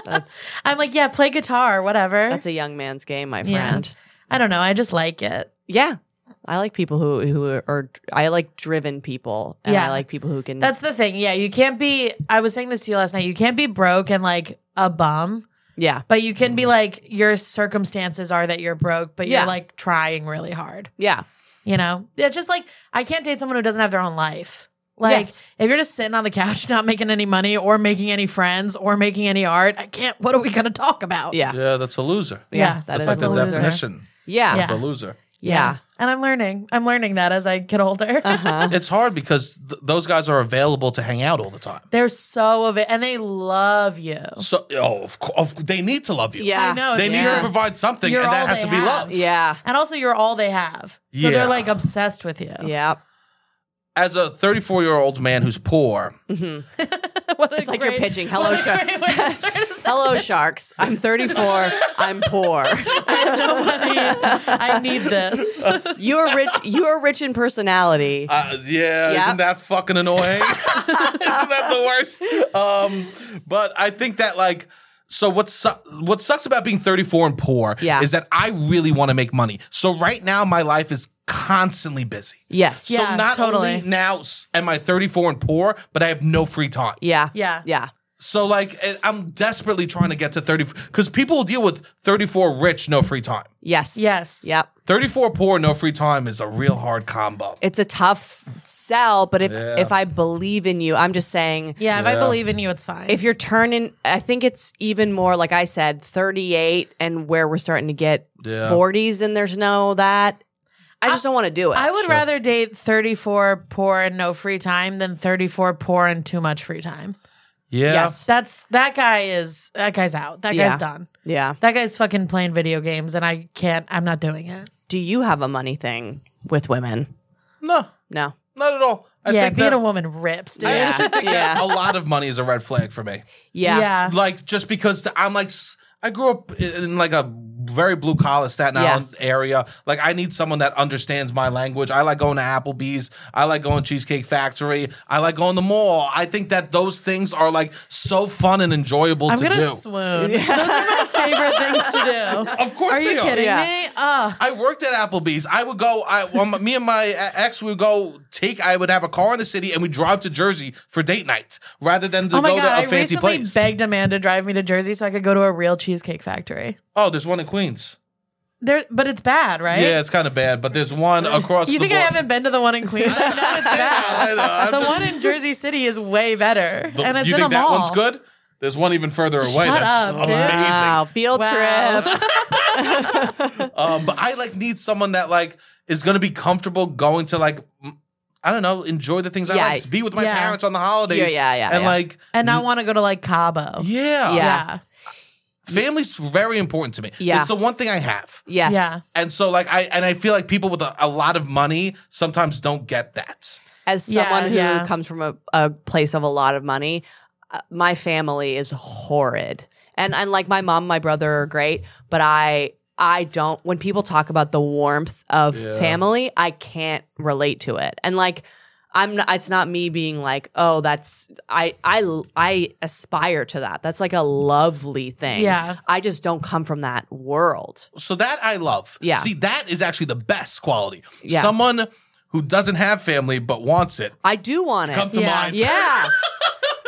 Speaker 1: that's
Speaker 2: I'm like, yeah, play guitar, whatever.
Speaker 1: that's a young man's game, my
Speaker 2: Yeah.
Speaker 1: friend.
Speaker 2: I don't know. I just like it.
Speaker 1: Yeah. I like people who who are, I like driven people, and I
Speaker 2: Yeah.
Speaker 1: like people who can.
Speaker 2: That's the thing. Yeah, you can't be. I was saying this to you last night. You can't be broke and like a bum,
Speaker 1: yeah,
Speaker 2: but you can be like your circumstances are that you're broke, but
Speaker 1: Mm-hmm. Yeah.
Speaker 2: you're like trying really hard.
Speaker 1: yeah,
Speaker 2: You know, it's just like I can't date someone who doesn't have their own life. Like
Speaker 1: Yes.
Speaker 2: if you're just sitting on the couch, not making any money or making any friends or making any art, I can't. What are we gonna talk about?
Speaker 1: yeah,
Speaker 3: Yeah, that's a loser.
Speaker 1: Yeah,
Speaker 2: Yeah,
Speaker 1: that
Speaker 3: That's
Speaker 1: is
Speaker 3: like
Speaker 2: a
Speaker 3: the
Speaker 2: loser.
Speaker 3: definition
Speaker 1: yeah,
Speaker 2: Yeah.
Speaker 1: yeah.
Speaker 3: of a loser.
Speaker 1: yeah. Uh-huh.
Speaker 2: And I'm learning. I'm learning that as I get older.
Speaker 3: It's hard because th- those guys are available to hang out all the time.
Speaker 2: They're so of it, and they love you.
Speaker 3: So, oh, of course, they need to love you.
Speaker 1: Yeah.
Speaker 2: I know.
Speaker 3: they
Speaker 2: it's
Speaker 3: need to
Speaker 2: weird.
Speaker 3: provide something,
Speaker 2: you're
Speaker 3: and
Speaker 2: all
Speaker 3: that has
Speaker 2: they
Speaker 3: to be
Speaker 2: have.
Speaker 3: love.
Speaker 1: Yeah.
Speaker 2: And also, you're all they have. So
Speaker 3: Yeah.
Speaker 2: they're like obsessed with you.
Speaker 1: Yeah.
Speaker 3: As a 34 year old man who's poor,
Speaker 2: What a
Speaker 1: It's like you're
Speaker 2: great-
Speaker 1: pitching. Hello,
Speaker 2: what a
Speaker 1: shark.
Speaker 2: great way to start a sentence.
Speaker 1: Hello, sharks. I'm 34. I'm poor.
Speaker 2: I need this.
Speaker 1: You're rich. You're rich in personality.
Speaker 3: Uh, yeah,
Speaker 1: Yep.
Speaker 3: isn't that fucking annoying? isn't that the worst? Um, but I think that like. So what su- what sucks about being 34 and poor
Speaker 1: Yeah.
Speaker 3: is that I really want to make money. So right now my life is constantly busy.
Speaker 1: yes.
Speaker 2: Yeah.
Speaker 3: so not
Speaker 2: totally.
Speaker 3: only now s- am I 34 and poor, but I have no free time.
Speaker 1: Yeah.
Speaker 2: Yeah.
Speaker 1: Yeah.
Speaker 3: So like eh, I'm desperately trying to get to 30 because people will deal with 34 rich, no free time.
Speaker 1: Yes.
Speaker 2: Yes.
Speaker 1: Yep.
Speaker 3: 34 poor, no free time is a real hard combo.
Speaker 1: It's a tough sell, but if
Speaker 3: Yeah.
Speaker 1: if I believe in you, I'm just saying.
Speaker 2: Yeah, if I believe in you, it's fine.
Speaker 1: If you're turning, I think it's even more like I said, 38, and where we're starting to get
Speaker 3: Yeah.
Speaker 1: 40s, and there's no that. I just don't want to do it.
Speaker 2: I would rather date 34 poor and no free time than 34 poor and too much free time.
Speaker 3: Yeah.
Speaker 1: Yes.
Speaker 2: That's that guy is that guy's out. That
Speaker 1: Yeah.
Speaker 2: guy's done.
Speaker 1: yeah.
Speaker 2: That guy's fucking playing video games and I can't I'm not doing it.
Speaker 1: Do you have a money thing with women?
Speaker 3: No,
Speaker 1: No.
Speaker 3: not at all. I
Speaker 2: yeah,
Speaker 3: think
Speaker 2: being
Speaker 3: that,
Speaker 2: a woman rips, dude.
Speaker 3: I
Speaker 1: Yeah.
Speaker 3: actually think that
Speaker 1: Yeah.
Speaker 3: a lot of money is a red flag for me.
Speaker 1: Yeah.
Speaker 2: Yeah.
Speaker 3: Like just because th- I'm like s- I grew up in- in like a very blue collar Staten
Speaker 1: Yeah.
Speaker 3: Island area. Like I need someone that understands my language. I like going to Applebee's. I like going to Cheesecake Factory. I like going to the mall. I think that those things are like so fun and enjoyable
Speaker 2: I'm
Speaker 3: to
Speaker 2: gonna
Speaker 3: do.
Speaker 2: swoon. Those are my favorite things to do.
Speaker 3: of course,
Speaker 2: Are
Speaker 3: they
Speaker 2: you kidding
Speaker 1: Yeah.
Speaker 2: me? Ugh.
Speaker 3: I worked at Applebee's. I would go. I well, my- me and my e, ex would go take. I would have a car in the city, and we drive to Jersey for date night rather than to
Speaker 2: Oh my
Speaker 3: go
Speaker 2: god!
Speaker 3: to a
Speaker 2: I
Speaker 3: fancy
Speaker 2: recently
Speaker 3: place.
Speaker 2: begged a man to drive me to Jersey so I could go to a real cheesecake factory.
Speaker 3: oh, there's one in Queens.
Speaker 2: There, but it's bad, right?
Speaker 3: Yeah, it's kind of bad, but there's one across.
Speaker 2: You
Speaker 3: the
Speaker 2: think I
Speaker 3: board.
Speaker 2: haven't been to the one in Queens? I know it's bad.
Speaker 3: I know, I'm
Speaker 2: the
Speaker 3: just-
Speaker 2: one in Jersey City is way better,
Speaker 3: The-
Speaker 2: and it's
Speaker 3: you
Speaker 2: in
Speaker 3: think
Speaker 2: a
Speaker 3: that
Speaker 2: mall.
Speaker 3: one's good? There's one even further away.
Speaker 2: Shut
Speaker 3: That's
Speaker 2: up, dude.
Speaker 3: amazing.
Speaker 1: Wow. Field
Speaker 2: Wow.
Speaker 1: trip.
Speaker 3: Um, but I like need someone that like is going to be comfortable going to like m- I don't know, enjoy the things I
Speaker 1: Yeah.
Speaker 3: like, be with my
Speaker 2: Yeah.
Speaker 3: parents on the holidays.
Speaker 1: Yeah, yeah, yeah,
Speaker 3: And
Speaker 1: yeah.
Speaker 3: like,
Speaker 2: And I want to go to like Cabo.
Speaker 3: yeah,
Speaker 1: Yeah.
Speaker 2: yeah,
Speaker 3: family's very important to me.
Speaker 1: Yeah.
Speaker 3: It's the one thing I have.
Speaker 1: Yes.
Speaker 2: Yeah.
Speaker 3: And so like I and I feel like people with a, a lot of money sometimes don't get that.
Speaker 1: As
Speaker 2: Yeah,
Speaker 1: someone who
Speaker 2: yeah.
Speaker 1: comes from a, a place of a lot of money, uh, my family is horrid. And and like my mom, and my brother are great, but I I don't when people talk about the warmth of
Speaker 3: Yeah.
Speaker 1: family, I can't relate to it. And like I'm not, it's not me being like, "Oh, that's I I I aspire to that. That's like a lovely thing."
Speaker 2: Yeah.
Speaker 1: I just don't come from that world.
Speaker 3: So that I love.
Speaker 1: Yeah.
Speaker 3: See, that is actually the best quality.
Speaker 1: Yeah.
Speaker 3: Someone who doesn't have family but wants it.
Speaker 1: I do want it.
Speaker 3: Come to
Speaker 2: Yeah.
Speaker 3: mind.
Speaker 1: yeah.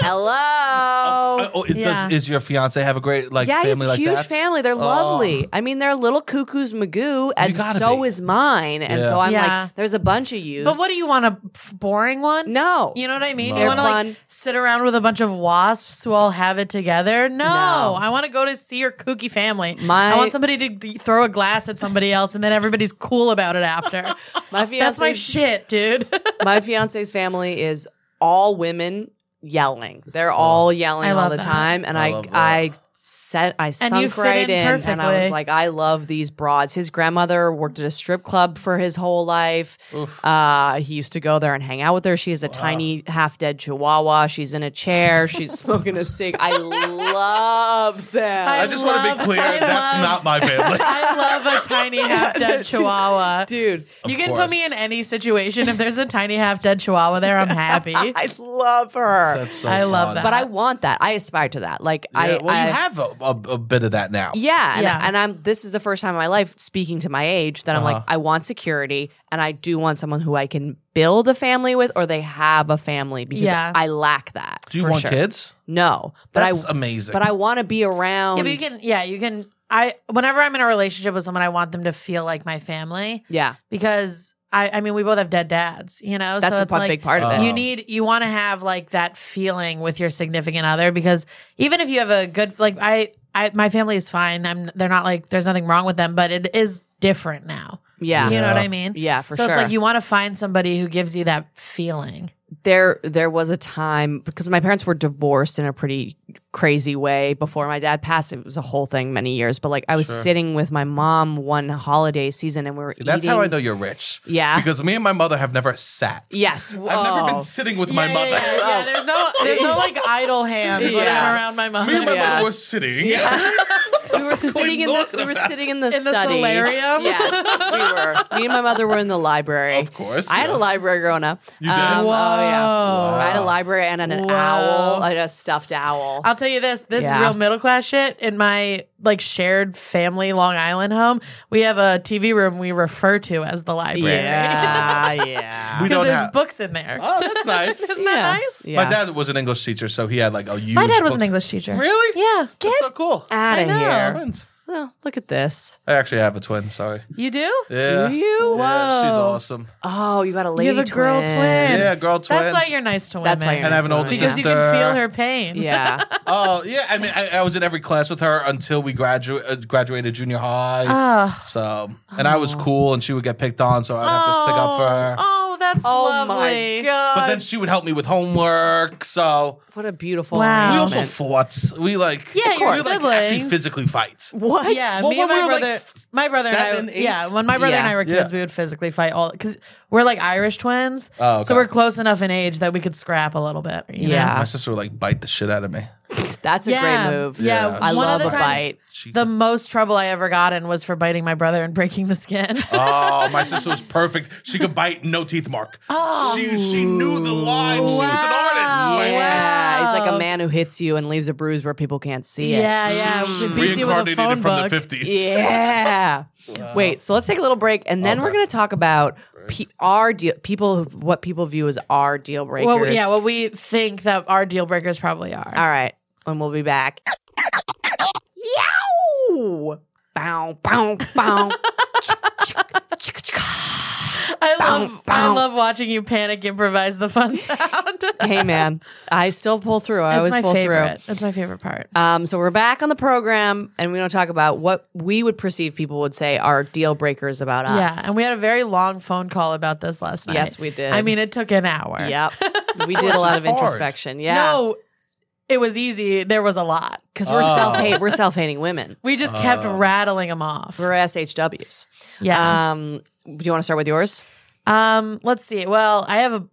Speaker 1: Hello.
Speaker 3: Uh, Oh, it
Speaker 2: Yeah.
Speaker 3: does. Is your fiance have a great like
Speaker 1: Yeah, he's
Speaker 3: family
Speaker 1: a
Speaker 3: like
Speaker 1: huge
Speaker 3: that? Oh.
Speaker 1: family. They're lovely. I mean, they're a little cuckoo's magoo, and
Speaker 3: gotta
Speaker 1: so
Speaker 3: be.
Speaker 1: is mine. And
Speaker 3: Yeah.
Speaker 1: so I'm
Speaker 2: Yeah.
Speaker 1: like, there's a bunch of you.
Speaker 2: But what do you want? A f- boring one?
Speaker 1: No.
Speaker 2: You know what I mean?
Speaker 3: No.
Speaker 2: You want to
Speaker 1: Fun.
Speaker 2: like sit around with a bunch of wasps who all have it together? No.
Speaker 1: No.
Speaker 2: I want to go to see your kooky family.
Speaker 1: My-
Speaker 2: I want somebody to d- throw a glass at somebody else and then everybody's cool about it after.
Speaker 1: my
Speaker 2: That's my
Speaker 1: fiance's
Speaker 2: shit, dude.
Speaker 1: my fiance's family is all women yelling. They're all yelling
Speaker 2: Oh. I
Speaker 1: all
Speaker 2: love
Speaker 1: the
Speaker 2: that.
Speaker 1: time, and
Speaker 3: I
Speaker 1: I
Speaker 3: love that.
Speaker 1: I set I sunk
Speaker 2: you fit
Speaker 1: right in,
Speaker 2: in
Speaker 1: and I was
Speaker 2: perfectly.
Speaker 1: like, I love these broads. His grandmother worked at a strip club for his whole life. Uh, he used to go there and hang out with her. She has a tiny half dead Chihuahua. She's in a chair. She's smoking a cig. I love them.
Speaker 3: I just want to
Speaker 2: love-
Speaker 3: be clear.
Speaker 2: I
Speaker 3: That's
Speaker 2: love-
Speaker 3: not my family.
Speaker 2: I love a tiny half dead chihuahua.
Speaker 1: dude.
Speaker 2: you
Speaker 3: Of
Speaker 2: can
Speaker 3: course.
Speaker 2: put me in any situation. If there's a tiny half dead chihuahua there, I'm happy.
Speaker 1: I love her.
Speaker 3: That's so
Speaker 2: I love
Speaker 3: fun.
Speaker 2: that.
Speaker 1: but I want that. I aspire to that. Like I
Speaker 3: Yeah, well,
Speaker 1: I,
Speaker 3: you have a, a, a bit of that now.
Speaker 1: Yeah, and,
Speaker 2: Yeah.
Speaker 1: and I'm. This is the first time in my life speaking to my age that I'm
Speaker 3: Uh-huh.
Speaker 1: like, I want security, and I do want someone who I can build a family with, or they have a family because
Speaker 2: Yeah.
Speaker 1: I lack that.
Speaker 3: Do you
Speaker 1: for
Speaker 3: want
Speaker 1: sure.
Speaker 3: kids?
Speaker 1: No, but
Speaker 3: That's
Speaker 1: I.
Speaker 3: amazing.
Speaker 1: But I want to be around.
Speaker 2: Yeah, but you can. Yeah, you can. I whenever I'm in a relationship with someone, I want them to feel like my family
Speaker 1: Yeah,
Speaker 2: because I. I mean, we both have dead dads, you know.
Speaker 1: that's
Speaker 2: so
Speaker 1: a
Speaker 2: it's
Speaker 1: pu-
Speaker 2: like
Speaker 1: big part of it.
Speaker 2: you need you want to have like that feeling with your significant other because even if you have a good like I. I, my family is fine. I'm. They're not like. There's nothing wrong with them, but it is different now.
Speaker 1: Yeah,
Speaker 2: You
Speaker 1: yeah,
Speaker 2: know what
Speaker 3: Yeah.
Speaker 2: I mean?
Speaker 1: for
Speaker 2: so
Speaker 1: sure.
Speaker 2: it's like you want to find somebody who gives you that feeling.
Speaker 1: there there was a time because my parents were divorced in a pretty crazy way before my dad passed. It was a whole thing many years, but like I was sitting with my mom one holiday season and we were
Speaker 3: That's how I
Speaker 1: eating-
Speaker 3: know you're rich.
Speaker 1: Yeah. Oh.
Speaker 3: Because me and my mother have never sat.
Speaker 1: Yes,
Speaker 3: I've never
Speaker 1: Whoa.
Speaker 3: been sitting with my
Speaker 2: yeah,
Speaker 3: mother. Oh.
Speaker 2: Yeah, yeah, yeah. There's no, there's no like idle hands when
Speaker 1: Yeah.
Speaker 2: I'm around my mother.
Speaker 3: Me and my
Speaker 1: Yeah.
Speaker 3: mother were sitting.
Speaker 1: we were sitting in the
Speaker 3: talking
Speaker 1: we were
Speaker 3: about?
Speaker 1: sitting in the
Speaker 2: In the
Speaker 1: study.
Speaker 2: solarium?
Speaker 1: Yes, we were. Me and my mother were in the library.
Speaker 3: Of course,
Speaker 1: I had a
Speaker 3: yes.
Speaker 1: library growing up.
Speaker 3: You did?
Speaker 1: Um, Oh yeah.
Speaker 2: Whoa.
Speaker 1: I had a library and an, an
Speaker 2: Wow.
Speaker 1: owl, like a stuffed owl.
Speaker 2: I'll tell you this. This
Speaker 1: Yeah.
Speaker 2: is real middle class shit. In my like shared family Long Island home, we have a TV room we refer to as the library.
Speaker 1: yeah, yeah.
Speaker 3: We
Speaker 2: Because
Speaker 3: don't
Speaker 2: there's
Speaker 3: have.
Speaker 2: books in there.
Speaker 3: Oh, that's nice.
Speaker 2: Isn't that
Speaker 1: Yeah.
Speaker 2: nice?
Speaker 1: Yeah.
Speaker 3: My dad was an English teacher, so he had like a huge.
Speaker 2: My dad was an
Speaker 3: book-
Speaker 2: English teacher.
Speaker 3: Really?
Speaker 2: Yeah.
Speaker 3: That's so cool.
Speaker 1: out
Speaker 2: I
Speaker 1: of
Speaker 2: know.
Speaker 1: here.
Speaker 3: Twins.
Speaker 1: Oh, look at this.
Speaker 3: I actually have a twin. Sorry.
Speaker 2: You do?
Speaker 3: Yeah.
Speaker 1: Do you?
Speaker 3: Yeah, she's
Speaker 1: Whoa.
Speaker 3: awesome.
Speaker 1: Oh, you got a lady
Speaker 2: have a girl twin.
Speaker 3: Yeah, girl twin.
Speaker 2: That's why you're nice to women.
Speaker 1: That's why you're
Speaker 3: And I have an
Speaker 1: nice
Speaker 3: older
Speaker 1: woman.
Speaker 2: because you
Speaker 3: Sister.
Speaker 2: can feel her pain.
Speaker 1: Yeah.
Speaker 3: Oh yeah, I mean, I, I was in every class with her until we graduated uh, graduated junior high.
Speaker 2: Oh.
Speaker 3: so, and I was cool, and she would get picked on, so I'd have to stick up for her.
Speaker 2: Oh, that's
Speaker 1: oh
Speaker 2: lovely.
Speaker 1: my god.
Speaker 3: But then she would help me with homework. So
Speaker 1: what a beautiful
Speaker 2: Wow.
Speaker 3: we
Speaker 2: Oh,
Speaker 3: also
Speaker 1: arrangement.
Speaker 3: fought. We like,
Speaker 2: Yeah,
Speaker 3: we
Speaker 2: you're
Speaker 3: like actually
Speaker 2: siblings.
Speaker 3: physically fight.
Speaker 1: what?
Speaker 2: Yeah,
Speaker 3: Well,
Speaker 2: me and
Speaker 3: when
Speaker 2: my
Speaker 3: we were, like,
Speaker 2: brother,
Speaker 3: f-
Speaker 2: my brother
Speaker 3: seven,
Speaker 2: and I,
Speaker 3: eight?
Speaker 2: yeah, when my brother and
Speaker 1: Yeah.
Speaker 2: I were kids,
Speaker 3: Yeah.
Speaker 2: we would physically fight all because we're like Irish twins,
Speaker 3: Oh, okay.
Speaker 2: so we're close enough in age that we could scrap a little bit. you know?
Speaker 1: Yeah.
Speaker 3: My sister would like bite the shit out of me.
Speaker 1: That's a
Speaker 2: yeah,
Speaker 1: great move.
Speaker 2: Yeah,
Speaker 3: Yeah.
Speaker 1: I
Speaker 2: one
Speaker 1: love
Speaker 2: of
Speaker 1: a
Speaker 2: the times,
Speaker 1: bite.
Speaker 3: She-
Speaker 2: The most trouble I ever got in was for biting my brother and breaking the skin.
Speaker 3: Oh, my sister was perfect. She could bite, no teeth mark. Oh, she she knew the line. She was an artist.
Speaker 2: Oh, Wow.
Speaker 3: Like,
Speaker 1: Yeah, he's like a
Speaker 2: Wow.
Speaker 1: man who hits you and leaves a bruise where people can't see it.
Speaker 2: yeah, yeah,
Speaker 3: she
Speaker 2: it beats you with a
Speaker 3: reincarnated
Speaker 2: phone
Speaker 3: from
Speaker 2: book.
Speaker 3: the fifties.
Speaker 1: Yeah. Wait, so let's take a little break and then we're
Speaker 3: Okay.
Speaker 1: going to talk about pe- our deal people who- what people view as our deal breakers.
Speaker 2: Well, yeah, what we think that our deal breakers probably are.
Speaker 1: All right. And we'll be back. Yow! Bow, bow, bow.
Speaker 2: I love, I
Speaker 1: bow.
Speaker 2: love watching you panic improvise the fun sound.
Speaker 1: hey, man. I still pull through. I
Speaker 2: That's
Speaker 1: always
Speaker 2: my
Speaker 1: pull
Speaker 2: favorite. That's my favorite part.
Speaker 1: through. Um, so we're back on the program and we're going to talk about what we would perceive people would say are deal breakers about us.
Speaker 2: Yeah, and we had a very long phone call about this last night.
Speaker 1: Yes, we did.
Speaker 2: I mean, it took an hour.
Speaker 1: Yep. We did a lot of
Speaker 3: hard.
Speaker 1: introspection. Yeah.
Speaker 2: No, it was easy. There was a lot because we're
Speaker 3: Oh.
Speaker 2: self.
Speaker 1: Hey, we're self hating women.
Speaker 2: We just kept rattling them off.
Speaker 1: We're SHWs.
Speaker 2: Yeah.
Speaker 1: Um, do you want to start with yours?
Speaker 2: um. Let's see. Well, I have a.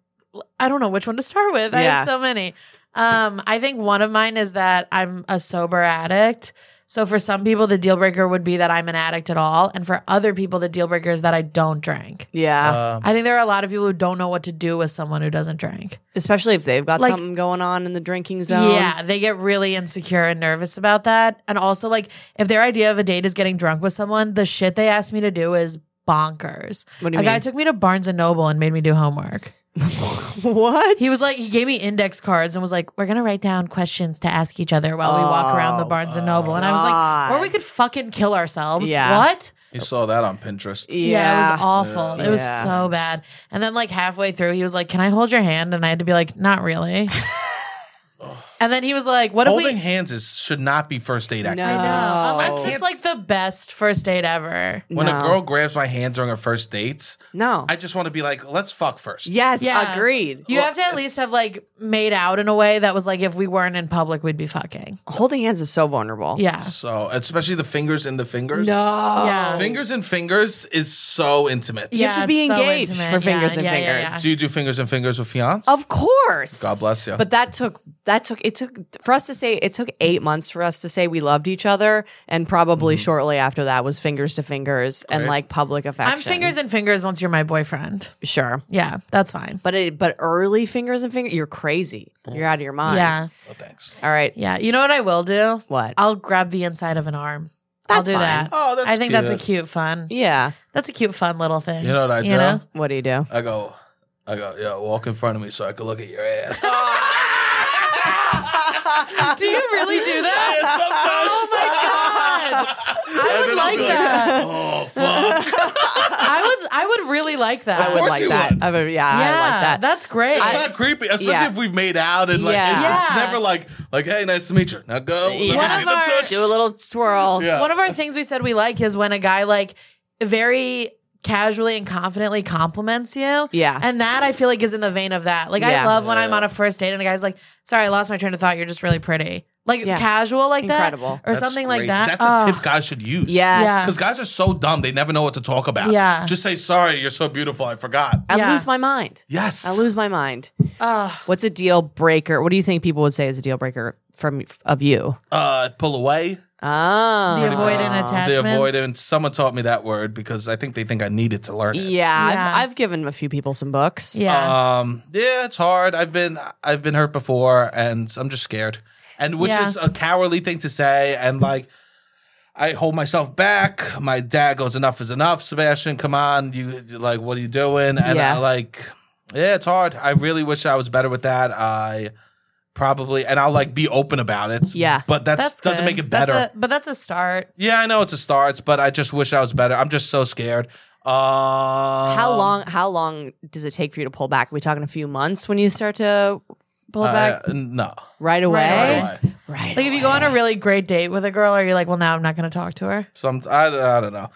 Speaker 2: I don't know which one to start with. I
Speaker 1: Yeah.
Speaker 2: have so many. Um. I think one of mine is that I'm a sober addict. So for some people, the deal breaker would be that I'm an addict at all, and for other people, the deal breaker is that I don't drink.
Speaker 1: Yeah.
Speaker 3: Um,
Speaker 2: I think there are a lot of people who don't know what to do with someone who doesn't drink.
Speaker 1: Especially if they've got
Speaker 2: like-
Speaker 1: something going on in the drinking zone.
Speaker 2: Yeah, they get really insecure and nervous about that. And also, like, if their idea of a date is getting drunk with someone, the shit they asked me to do is bonkers.
Speaker 1: What do
Speaker 2: a
Speaker 1: you
Speaker 2: guy
Speaker 1: mean?
Speaker 2: took me to Barnes and Noble and made me do homework.
Speaker 1: what?
Speaker 2: He was like, he gave me index cards and was like, "We're gonna write down questions to ask each other while we walk around
Speaker 1: Oh
Speaker 2: the Barnes and Noble." And I was like, "Or we could fucking kill ourselves."
Speaker 1: Yeah.
Speaker 2: What?
Speaker 3: You saw that on Pinterest.
Speaker 2: it was awful. It was
Speaker 1: Yeah.
Speaker 2: so bad. And then like halfway through, he was like, "Can I hold your hand?" And I had to be like, "Not really." and then he was like, "What if
Speaker 3: Holding
Speaker 2: we?"
Speaker 3: hands is should not be first date activity.
Speaker 1: No.
Speaker 2: I know.
Speaker 1: Oh.
Speaker 3: I
Speaker 2: Unless
Speaker 3: can't
Speaker 2: it's like the best first date ever.
Speaker 3: When
Speaker 1: No.
Speaker 3: a girl grabs my hand during a first date,
Speaker 1: No.
Speaker 3: I just want to be like, let's fuck first.
Speaker 1: yes,
Speaker 2: Yeah.
Speaker 1: agreed.
Speaker 2: You have to at least have like made out in a way that was like if we weren't in public, we'd be fucking.
Speaker 1: Holding hands is Oh, so vulnerable.
Speaker 2: Yeah.
Speaker 3: So, especially the fingers in the fingers.
Speaker 1: No.
Speaker 2: Yeah.
Speaker 3: Fingers and fingers is so intimate.
Speaker 1: You have
Speaker 2: Yeah,
Speaker 1: to be
Speaker 2: it's so
Speaker 1: engaged
Speaker 2: intimate.
Speaker 1: for fingers
Speaker 2: Yeah,
Speaker 1: and
Speaker 2: yeah, yeah,
Speaker 1: fingers.
Speaker 2: yeah.
Speaker 3: Do you do fingers and fingers with fiance?
Speaker 2: Oh.
Speaker 1: Of course.
Speaker 3: God bless you.
Speaker 1: But that took that took it took for us to say it took eight months for us to say we loved each other, and probably
Speaker 3: Mm-hmm.
Speaker 1: shortly after that was fingers to fingers and
Speaker 3: Great.
Speaker 1: like public affection.
Speaker 2: I'm fingers and fingers once you're my boyfriend.
Speaker 1: sure,
Speaker 2: Yeah, that's fine.
Speaker 1: but it, but early fingers and fingers, you're crazy. You're out of your mind.
Speaker 2: Yeah.
Speaker 3: Oh, thanks.
Speaker 1: All right.
Speaker 2: Yeah. You know what I will do?
Speaker 1: What?
Speaker 2: I'll grab the inside of an arm. I'll
Speaker 1: That's
Speaker 2: do
Speaker 1: fine.
Speaker 2: that.
Speaker 3: Oh, that's
Speaker 2: I think that's a
Speaker 3: cute.
Speaker 2: cute fun.
Speaker 1: yeah.
Speaker 2: That's a cute fun little thing.
Speaker 3: You know what I do?
Speaker 1: What do you do?
Speaker 3: I go, I go, yo, walk in front of me so I can look at your ass.
Speaker 2: Do you really do
Speaker 3: Yeah,
Speaker 2: that?
Speaker 3: sometimes.
Speaker 2: Oh I would like that.
Speaker 3: Oh fuck!
Speaker 2: I would I would really like that.
Speaker 1: I would
Speaker 3: course
Speaker 1: like
Speaker 3: you
Speaker 1: that.
Speaker 3: would.
Speaker 1: I would- yeah,
Speaker 2: yeah,
Speaker 1: I like that.
Speaker 2: That's great.
Speaker 3: It's not creepy, especially
Speaker 1: Yeah.
Speaker 3: if we've made out and like
Speaker 1: Yeah.
Speaker 3: it's- it's
Speaker 2: Yeah.
Speaker 3: never like like hey, nice to meet you. Now go. Let
Speaker 1: One
Speaker 3: me see
Speaker 2: of
Speaker 3: the
Speaker 2: our-
Speaker 3: touch.
Speaker 1: Do a little twirl.
Speaker 3: Yeah.
Speaker 2: One of our things we said we like is when a guy like very casually and confidently compliments you.
Speaker 1: Yeah.
Speaker 2: And that I feel like is in the vein of that. Like I
Speaker 1: Yeah.
Speaker 2: love when I'm on a first date and a guy's like, sorry, I lost my train of thought. You're just really pretty. Like
Speaker 1: Yeah.
Speaker 2: casual like
Speaker 1: Incredible.
Speaker 2: that. Or
Speaker 3: That's
Speaker 2: something like
Speaker 3: great.
Speaker 2: that.
Speaker 3: That's a
Speaker 2: Oh,
Speaker 3: tip guys should use.
Speaker 1: Yes.
Speaker 2: Yeah.
Speaker 3: Because guys are so dumb, they never know what to talk about.
Speaker 2: Yeah.
Speaker 3: Just say, sorry, you're so beautiful, I forgot.
Speaker 1: I
Speaker 2: Yeah.
Speaker 1: lose my mind.
Speaker 3: Yes.
Speaker 1: I lose my mind.
Speaker 2: oh.
Speaker 1: What's a deal breaker? What do you think people would say is a deal breaker from of you?
Speaker 3: uh, pull away.
Speaker 1: Oh,
Speaker 2: The avoidant
Speaker 3: The
Speaker 2: attachments.
Speaker 3: avoidance. Someone taught me that word because I think they think I needed to learn it.
Speaker 1: Yeah,
Speaker 2: Yeah.
Speaker 1: I've, I've given a few people some books.
Speaker 2: Yeah.
Speaker 3: Um, yeah, it's hard. I've been I've been hurt before, and I'm just scared. And which
Speaker 2: Yeah.
Speaker 3: is a cowardly thing to say. And like, I hold myself back. My dad goes, "Enough is enough, Sebastian. Come on, you you- like, what are you doing?" And
Speaker 1: Yeah.
Speaker 3: I like, yeah, it's hard. I really wish I was better with that. I probably, and I'll like be open about it.
Speaker 1: Yeah.
Speaker 3: but that's,
Speaker 2: That's
Speaker 3: doesn't
Speaker 2: good.
Speaker 3: make it
Speaker 2: That's
Speaker 3: better.
Speaker 2: a- but that's a start.
Speaker 3: yeah, I know it's a start, but I just wish I was better. I'm just so scared. Um,
Speaker 1: How long? How long does it take for you to pull back? Are we talking a few months when you start to pull it back? Eh?
Speaker 3: Uh, no.
Speaker 1: Right away.
Speaker 2: Right
Speaker 3: Right
Speaker 2: away.
Speaker 3: away.
Speaker 1: Right
Speaker 2: Like if you go on a really great date with a girl, are you like, well, now I'm not going to talk to her?
Speaker 3: Some I, I don't know.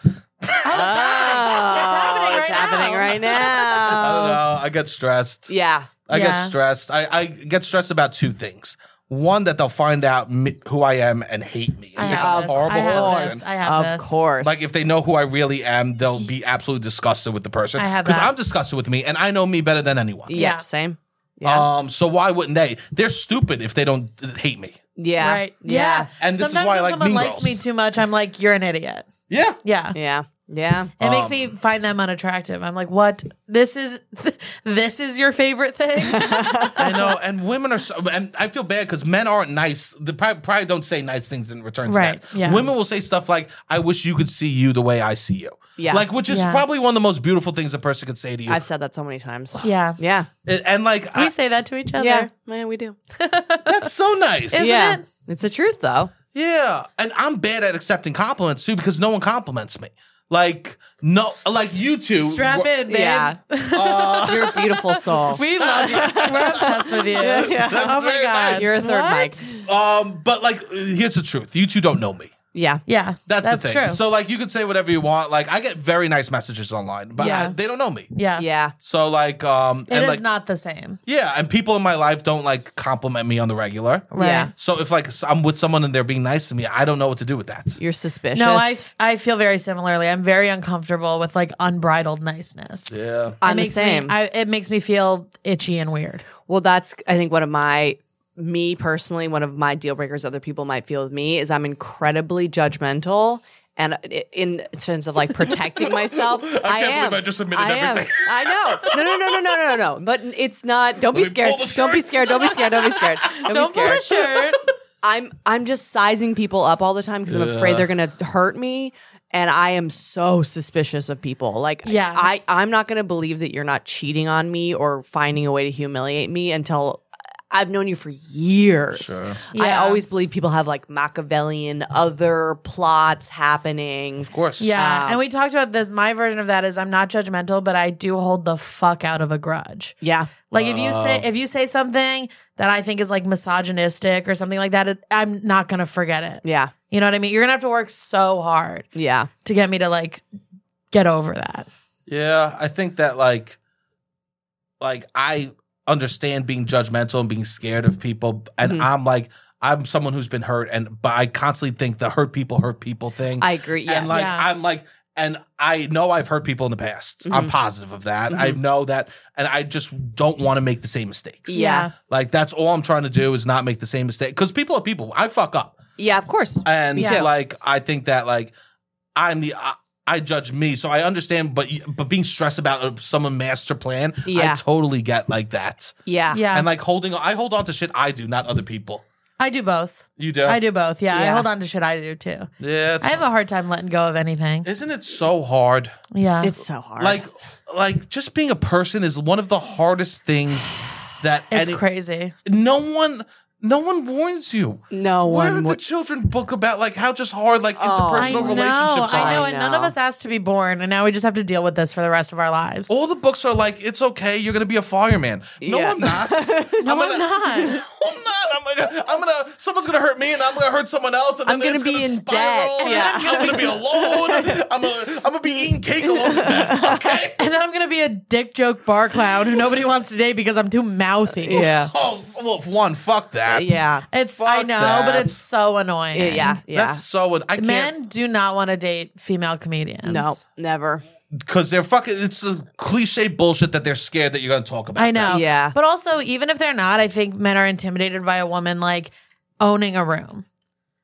Speaker 1: Oh,
Speaker 2: It's happening. It's happening right
Speaker 1: it's happening
Speaker 2: now.
Speaker 1: right now.
Speaker 3: I don't know. I get stressed.
Speaker 1: Yeah.
Speaker 3: I get
Speaker 2: Oh. Yeah.
Speaker 3: stressed. I, I get stressed about two things. One that they'll find out me, who I am and hate me.
Speaker 2: I
Speaker 3: And think
Speaker 2: have
Speaker 3: I'm a
Speaker 2: this. I
Speaker 3: horrible
Speaker 2: have
Speaker 3: person.
Speaker 2: this. I have
Speaker 1: of
Speaker 2: this.
Speaker 1: course.
Speaker 3: Like if they know who I really am, they'll be absolutely disgusted with the person.
Speaker 2: I have
Speaker 3: because
Speaker 2: that.
Speaker 3: I'm disgusted with me, and I know me better than anyone.
Speaker 1: yeah,
Speaker 2: Yeah.
Speaker 1: same. Yeah.
Speaker 3: Um. So why wouldn't they? They're stupid if they don't hate me.
Speaker 1: yeah.
Speaker 2: Right.
Speaker 1: Yeah.
Speaker 3: And this is
Speaker 2: Sometimes
Speaker 3: why I
Speaker 2: when
Speaker 3: like
Speaker 2: someone
Speaker 3: Mean
Speaker 2: likes
Speaker 3: Girls.
Speaker 2: me too much, I'm like, you're an idiot.
Speaker 3: Yeah.
Speaker 2: Yeah.
Speaker 1: Yeah. Yeah.
Speaker 2: It
Speaker 3: Um,
Speaker 2: makes me find them unattractive. I'm like, what? This is this is your favorite thing?
Speaker 3: I know, and women are. So, and I feel bad because men aren't nice. They probably, probably don't say nice things in return. To
Speaker 2: Right,
Speaker 3: That.
Speaker 2: yeah.
Speaker 3: Women will say stuff like, "I wish you could see you the way I see you."
Speaker 1: Yeah.
Speaker 3: Like, which is
Speaker 2: Yeah.
Speaker 3: probably one of the most beautiful things a person could say to you.
Speaker 1: I've said that so many times.
Speaker 2: yeah.
Speaker 1: Yeah.
Speaker 3: And- and like,
Speaker 2: We
Speaker 3: I,
Speaker 2: say that to each other.
Speaker 1: Yeah. Man, we do.
Speaker 3: that's so nice.
Speaker 2: Isn't
Speaker 1: yeah.
Speaker 2: it?
Speaker 1: It's the truth though.
Speaker 3: yeah. And I'm bad at accepting compliments too because no one compliments me. Like no, like you two.
Speaker 2: Strap
Speaker 3: were-
Speaker 2: in, babe.
Speaker 1: Yeah.
Speaker 3: Uh,
Speaker 1: You're a beautiful soul.
Speaker 2: We love you. We're obsessed with you.
Speaker 1: yeah.
Speaker 3: That's
Speaker 2: oh my
Speaker 3: very
Speaker 2: god.
Speaker 3: nice.
Speaker 1: You're a third
Speaker 2: What?
Speaker 1: mic.
Speaker 3: um, but like, here's the truth: you two don't know me.
Speaker 1: Yeah.
Speaker 2: Yeah.
Speaker 3: That's, the thing.
Speaker 2: True.
Speaker 3: So like, you could say whatever you want. Like, I get very nice messages online, but I-
Speaker 2: Yeah.
Speaker 3: they don't know me.
Speaker 2: yeah.
Speaker 1: Yeah.
Speaker 3: So like um
Speaker 2: It
Speaker 3: and
Speaker 2: is
Speaker 3: like
Speaker 2: not the same.
Speaker 3: yeah, and people in my life don't like compliment me on the regular.
Speaker 2: Right.
Speaker 1: Yeah.
Speaker 3: So if like s- I'm with someone and they're being nice to me, I don't know what to do with that.
Speaker 1: You're suspicious.
Speaker 2: No, I, f- I feel very similarly. I'm very uncomfortable with like unbridled niceness. It
Speaker 3: Yeah.
Speaker 1: I'm the
Speaker 2: makes
Speaker 1: same.
Speaker 2: Me, I, it makes me feel itchy and weird.
Speaker 1: Well, that's I think one of my me personally, one of my deal breakers other people might feel with me is I'm incredibly judgmental. And uh, i- in terms of like protecting myself, I,
Speaker 3: can't
Speaker 1: am.
Speaker 3: believe I just admitted
Speaker 1: I am.
Speaker 3: everything.
Speaker 1: I know. No, no, no, no, no, no, no, no. But it's not. Don't be
Speaker 3: Let me pull
Speaker 1: scared.
Speaker 3: the
Speaker 1: Don't be
Speaker 3: shirts.
Speaker 1: scared. Don't be scared. Don't be scared. Don't, be
Speaker 2: Don't
Speaker 1: scared.
Speaker 2: pull a shirt.
Speaker 1: I'm I'm just sizing people up all the time because I'm afraid
Speaker 3: Yeah.
Speaker 1: they're gonna hurt me, and I am so suspicious of people. Like,
Speaker 2: Yeah.
Speaker 1: I I'm not gonna believe that you're not cheating on me or finding a way to humiliate me until uh, I've known you for years. I
Speaker 2: Yeah.
Speaker 1: always believe people have like Machiavellian other plots happening.
Speaker 3: Of course.
Speaker 2: Yeah,
Speaker 1: Um,
Speaker 2: and we talked about this. My version of that is I'm not judgmental, but I do hold the fuck out of a grudge.
Speaker 1: Yeah,
Speaker 2: Like if you say if you say something that I think is like misogynistic or something like that, it, I'm not gonna forget it.
Speaker 1: yeah,
Speaker 2: You know what I mean? You're gonna have to work so hard
Speaker 1: yeah.
Speaker 2: to get me to like get over that.
Speaker 3: Yeah, I think that like like I understand being judgmental and being scared of people and
Speaker 2: Mm-hmm.
Speaker 1: Mhm.
Speaker 3: I'm like I'm someone who's been hurt and but I constantly think the hurt people hurt people thing.
Speaker 1: I agree. Yeah,
Speaker 3: And like
Speaker 2: Yeah. Mm-hmm.
Speaker 3: I'm like and I know I've hurt people in the past. I'm
Speaker 1: Mhm.
Speaker 3: positive of that. I know that and I just don't want to make the same mistakes.
Speaker 1: Yeah.
Speaker 3: Like that's all I'm trying to do is not make the same mistake cuz people are people. I fuck up.
Speaker 1: yeah. Of course.
Speaker 3: And
Speaker 1: Me too.
Speaker 3: like I think that like I'm the I, I judge me, so I understand. But you- but being stressed about uh, someone master plan, I
Speaker 1: Yeah.
Speaker 3: totally get like that.
Speaker 1: Yeah,
Speaker 2: Yeah,
Speaker 3: And like holding, I hold on to shit I do, not other people.
Speaker 2: I do both.
Speaker 3: You do,
Speaker 2: I do both. Yeah, I
Speaker 1: Yeah.
Speaker 2: hold on to shit I do too.
Speaker 3: Yeah, it's,
Speaker 2: I have a hard time letting go of anything.
Speaker 3: isn't it so hard?
Speaker 2: Yeah,
Speaker 1: It's so hard.
Speaker 3: Like like just being a person is one of the hardest things that
Speaker 2: it's
Speaker 3: any-
Speaker 2: crazy.
Speaker 3: no one. No one warns you.
Speaker 1: No
Speaker 3: Where
Speaker 1: one Oh,
Speaker 3: did the
Speaker 1: would-
Speaker 3: children book about like how just hard like
Speaker 2: I
Speaker 3: interpersonal
Speaker 2: know,
Speaker 3: relationships are?
Speaker 2: I know,
Speaker 1: I
Speaker 2: and none of
Speaker 1: know.
Speaker 2: us asked to be born, and now we just have to deal with this for the rest of our lives.
Speaker 3: All the books are like, it's okay, you're gonna be a fireman. No,
Speaker 1: Yeah.
Speaker 3: I'm not.
Speaker 2: no,
Speaker 3: I'm,
Speaker 2: I'm,
Speaker 3: gonna,
Speaker 2: not.
Speaker 3: I'm not. I'm gonna, I'm gonna someone's gonna hurt me, and I'm gonna hurt someone else, and then
Speaker 1: I'm gonna
Speaker 3: it's
Speaker 1: be
Speaker 3: gonna
Speaker 1: in
Speaker 3: spiral.
Speaker 1: debt, yeah.
Speaker 3: I'm gonna be alone. I'm gonna, I'm gonna be eating cake alone. in bed, Okay.
Speaker 2: And then I'm gonna be a dick joke bar clown who nobody wants to date because I'm too mouthy.
Speaker 1: Yeah.
Speaker 3: Oh, well, for one, fuck that.
Speaker 1: Yeah.
Speaker 2: It's
Speaker 3: Fuck
Speaker 2: I know, but
Speaker 3: that.
Speaker 2: it's so annoying.
Speaker 1: Yeah. Yeah.
Speaker 3: That's so. I can't
Speaker 2: Men do not want to date female comedians.
Speaker 1: no, never.
Speaker 3: because they're fucking. It's the cliche bullshit that they're scared that you're gonna talk about.
Speaker 2: I know.
Speaker 1: Yeah.
Speaker 2: But also, even if they're not, I think men are intimidated by a woman like owning a room.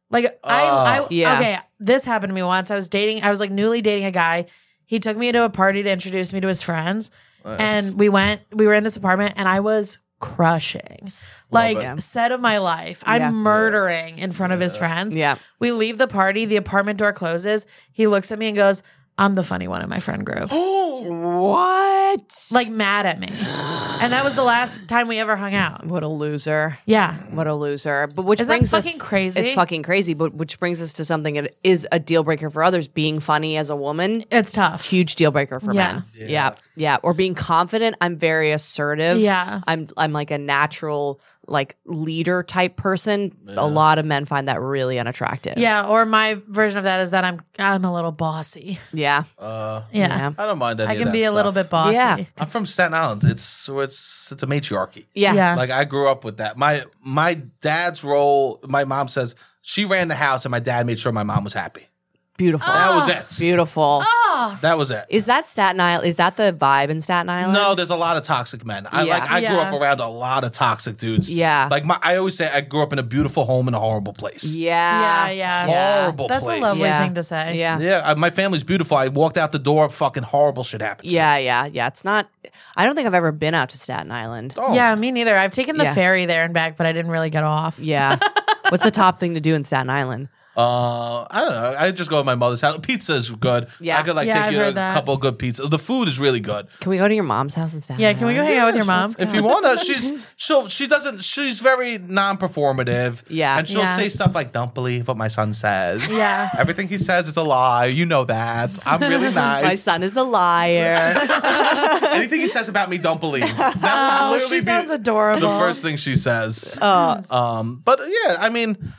Speaker 2: Like I,
Speaker 3: Oh.
Speaker 2: I
Speaker 1: Yeah.
Speaker 2: okay, this happened to me once. I was dating, I was like newly dating a guy. He took me to a party to introduce me to his friends,
Speaker 3: Nice.
Speaker 2: and we went. We were in this apartment, and I was crushing, like
Speaker 3: it.
Speaker 2: set of my life.
Speaker 1: Yeah.
Speaker 2: I'm murdering in front of his friends.
Speaker 1: Yeah.
Speaker 2: We leave the party. The apartment door closes. He looks at me and goes, "I'm the funny one in my friend group."
Speaker 3: Oh,
Speaker 1: What?
Speaker 2: like mad at me. And that was the last time we ever hung out.
Speaker 1: what a loser.
Speaker 2: Yeah.
Speaker 1: What a loser. But which
Speaker 2: Is that
Speaker 1: brings
Speaker 2: fucking
Speaker 1: us,
Speaker 2: crazy?
Speaker 1: It's fucking crazy, but which brings us to something that is a deal breaker for others. Being funny as a woman,
Speaker 2: It's tough.
Speaker 1: huge deal breaker for
Speaker 2: Yeah.
Speaker 1: men.
Speaker 3: Yeah.
Speaker 1: Yeah. yeah. Or being confident. I'm very assertive.
Speaker 2: Yeah.
Speaker 1: I'm I'm like a natural like leader type person. A lot of men find that really unattractive.
Speaker 2: Yeah, or my version of that is that I'm I'm a little bossy.
Speaker 1: Yeah.
Speaker 3: uh,
Speaker 2: Yeah.
Speaker 1: Yeah.
Speaker 3: I don't mind any
Speaker 2: I
Speaker 3: of
Speaker 2: can
Speaker 3: that
Speaker 2: be a little
Speaker 3: stuff.
Speaker 2: bit bossy.
Speaker 1: Yeah.
Speaker 3: I'm from Staten Island. It's so it's it's a matriarchy.
Speaker 1: Yeah.
Speaker 2: Yeah.
Speaker 3: Like I grew up with that. My my dad's role. My mom says she ran the house, and my dad made sure my mom was happy.
Speaker 1: Beautiful.
Speaker 3: That was it.
Speaker 1: Beautiful.
Speaker 2: Oh,
Speaker 3: That was it.
Speaker 1: Is that Staten Island? Is that the vibe in Staten Island?
Speaker 3: No, there's a lot of toxic men. I
Speaker 1: Yeah.
Speaker 3: like I grew
Speaker 2: Yeah.
Speaker 3: up around a lot of toxic dudes.
Speaker 1: Yeah.
Speaker 3: Like my I always say I grew up in a beautiful home in a horrible place.
Speaker 1: Yeah.
Speaker 2: Yeah, yeah.
Speaker 3: Horrible
Speaker 2: that's
Speaker 3: place.
Speaker 2: a lovely
Speaker 1: Yeah.
Speaker 2: thing to say.
Speaker 1: Yeah. Yeah.
Speaker 3: Yeah, I- my family's beautiful. I walked out the door, fucking horrible shit happened.
Speaker 1: Yeah. Yeah. It's not. I don't think I've ever been out to Staten Island.
Speaker 3: Oh,
Speaker 2: Yeah, me neither. I've taken the
Speaker 1: Yeah.
Speaker 2: ferry there and back, but I didn't really get off.
Speaker 1: Yeah. What's the top thing to do in Staten Island?
Speaker 3: Uh, I don't know. I just go to my mother's house. Pizza is good.
Speaker 1: Yeah.
Speaker 3: I could like
Speaker 2: Yeah,
Speaker 3: take
Speaker 2: I've
Speaker 3: you to a
Speaker 2: heard that.
Speaker 3: couple good pizzas. The food is really good.
Speaker 1: Can we go to your mom's house in Staten
Speaker 2: Yeah,
Speaker 1: Island?
Speaker 2: can we go hang out with your mom?
Speaker 3: If you want to, she's she'll she doesn't she's very non-performative.
Speaker 1: Yeah.
Speaker 3: and she'll
Speaker 2: Yeah.
Speaker 3: say stuff like, "Don't believe what my son says.
Speaker 2: Yeah.
Speaker 3: everything he says is a lie. You know that. I'm really nice.
Speaker 1: My son is a liar.
Speaker 3: Anything he says about me, don't believe. That
Speaker 2: Oh, she sounds adorable.
Speaker 3: the first thing she says.
Speaker 1: Uh.
Speaker 3: Um, but yeah, I mean,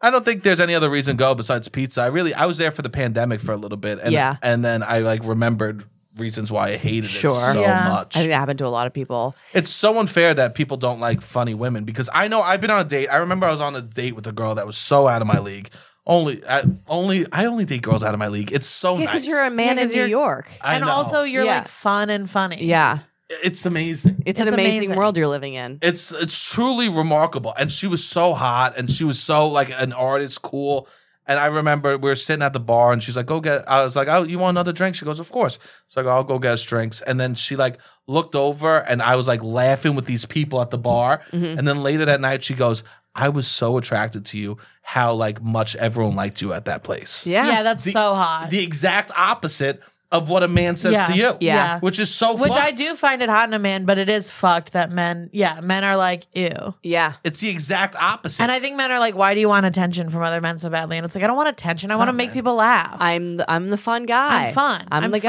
Speaker 3: I don't think there's any other reason to go besides pizza. I really, I was there for the pandemic for a little bit, and
Speaker 1: Yeah.
Speaker 3: and then I like remembered reasons why I hated
Speaker 1: Sure.
Speaker 3: it so
Speaker 2: Yeah.
Speaker 3: much.
Speaker 1: I think that happened to a lot of people.
Speaker 3: It's so unfair that people don't like funny women because I know I've been on a date. I remember I was on a date with a girl that was so out of my league. Only, I, only I only date girls out of my league. It's so
Speaker 1: Yeah, because
Speaker 3: Oh, nice.
Speaker 1: you're a man
Speaker 2: Yeah,
Speaker 1: in
Speaker 2: 'cause
Speaker 1: New
Speaker 2: you're-
Speaker 1: York.
Speaker 3: I
Speaker 2: and
Speaker 3: know.
Speaker 2: also you're
Speaker 1: Yeah.
Speaker 2: like fun and funny.
Speaker 1: Yeah.
Speaker 3: it's amazing.
Speaker 1: It's, an
Speaker 2: It's
Speaker 1: amazing,
Speaker 2: amazing.
Speaker 1: world you're living in.
Speaker 3: it's it's truly remarkable and she was so hot and she was so like an artist cool and i remember we were sitting at the bar and she's like go get i was like oh you want another drink she goes of course so i go i'll go get us drinks and then she like looked over and i was like laughing with these people at the bar
Speaker 2: Mm-hmm.
Speaker 3: and then later that night she goes i was so attracted to you how like much everyone liked you at that place
Speaker 1: Yeah.
Speaker 2: Yeah, that's
Speaker 3: The-
Speaker 2: so hot.
Speaker 3: the exact opposite of what a man says
Speaker 2: Yeah.
Speaker 3: to you
Speaker 1: Yeah.
Speaker 3: which is so
Speaker 2: Which I
Speaker 3: fucked.
Speaker 2: do find it hot in a man, but it is fucked that men, yeah, men are like, ew.
Speaker 1: yeah.
Speaker 3: it's the exact opposite
Speaker 2: And I think men are like, why do you want attention from other men so badly? And it's like, I don't want attention. I want to
Speaker 3: not
Speaker 2: make
Speaker 3: men.
Speaker 2: people laugh.
Speaker 1: I'm the, I'm the fun guy.
Speaker 2: I'm fun.
Speaker 1: I'm,
Speaker 2: I'm
Speaker 1: the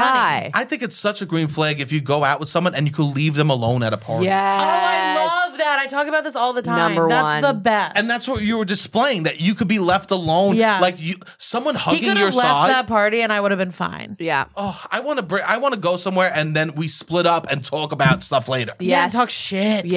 Speaker 1: guy.
Speaker 2: funny.
Speaker 3: I think it's such a green flag if you go out with someone and you could leave them alone at a party.
Speaker 1: Yes.
Speaker 2: oh, I love that. I talk about this all the time.
Speaker 1: Number
Speaker 2: that's
Speaker 1: one.
Speaker 2: the best.
Speaker 3: And that's what you were displaying that you could be left alone.
Speaker 2: Yeah.
Speaker 3: Like you someone
Speaker 2: he
Speaker 3: hugging
Speaker 2: could
Speaker 3: your
Speaker 2: have left
Speaker 3: side.
Speaker 2: that party and I would have been fine.
Speaker 1: Yeah.
Speaker 3: oh, I want to br- I want to go somewhere and then we split up and talk about stuff later.
Speaker 2: Yeah,
Speaker 1: Yes.
Speaker 2: and talk shit.
Speaker 1: Yes.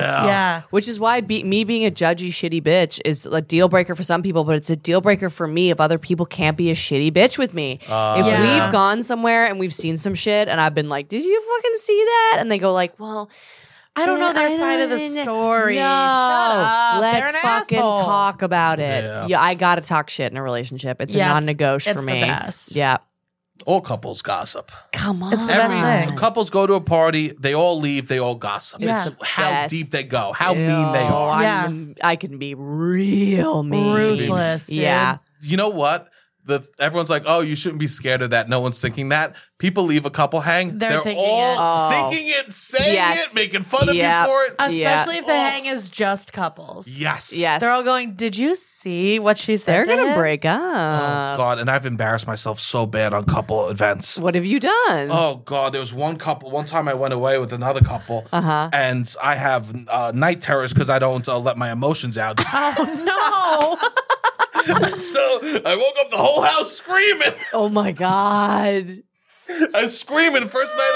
Speaker 3: Yeah.
Speaker 2: Yeah.
Speaker 1: Which is why be, me being a judgy, shitty bitch is a deal breaker for some people, but it's a deal breaker for me if other people can't be a shitty bitch with me.
Speaker 3: Uh,
Speaker 1: if
Speaker 2: Yeah.
Speaker 1: we've gone somewhere and we've seen some shit and I've been like, did you fucking see that? And they go like, well,
Speaker 2: I don't know
Speaker 1: eh,
Speaker 2: their
Speaker 1: I
Speaker 2: side of the
Speaker 1: don't-
Speaker 2: story.
Speaker 1: No,
Speaker 2: Shut up. They're
Speaker 1: let's
Speaker 2: an
Speaker 1: fucking
Speaker 2: asshole.
Speaker 1: talk about it.
Speaker 3: Yeah.
Speaker 1: Yeah. I gotta talk shit in a relationship. It's
Speaker 2: Yes,
Speaker 1: a non-negotiable
Speaker 2: it's
Speaker 1: for me.
Speaker 2: the best.
Speaker 1: Yeah,
Speaker 3: All couples gossip.
Speaker 1: come on.
Speaker 2: It's the best
Speaker 3: Every
Speaker 2: thing.
Speaker 3: couples go to a party, they all leave, they all gossip.
Speaker 2: Yeah.
Speaker 3: It's how
Speaker 1: Best.
Speaker 3: deep they go, how mean they
Speaker 1: Ew,
Speaker 3: are.
Speaker 1: I'm-
Speaker 2: Yeah.
Speaker 1: I can be real mean.
Speaker 2: Ruthless, dude.
Speaker 1: Yeah.
Speaker 3: You know what? the everyone's like, oh, you shouldn't be scared of that. No one's thinking that. People leave a couple hang.
Speaker 2: They're
Speaker 3: They're,
Speaker 2: thinking
Speaker 3: all
Speaker 1: it. Oh.
Speaker 3: thinking it, saying
Speaker 1: Yes.
Speaker 3: it, making fun of
Speaker 1: Yep.
Speaker 3: you for it.
Speaker 1: Us-
Speaker 2: Especially
Speaker 1: Yeah.
Speaker 2: if the
Speaker 3: Oh.
Speaker 2: hang is just couples.
Speaker 3: yes.
Speaker 1: Yes.
Speaker 2: They're all going, Did you see what she said?
Speaker 1: They're
Speaker 2: to
Speaker 1: gonna
Speaker 2: him?"
Speaker 1: break
Speaker 3: Oh
Speaker 1: up.
Speaker 3: God, and I've embarrassed myself so bad on couple events.
Speaker 1: what have you done?
Speaker 3: Oh God, there was one couple. One time I went away with another couple, uh-huh. and I have uh, night terrors because I don't uh, let my emotions out.
Speaker 2: Oh no.
Speaker 3: so I woke up the whole house screaming.
Speaker 1: Oh my god.
Speaker 3: I was screaming first night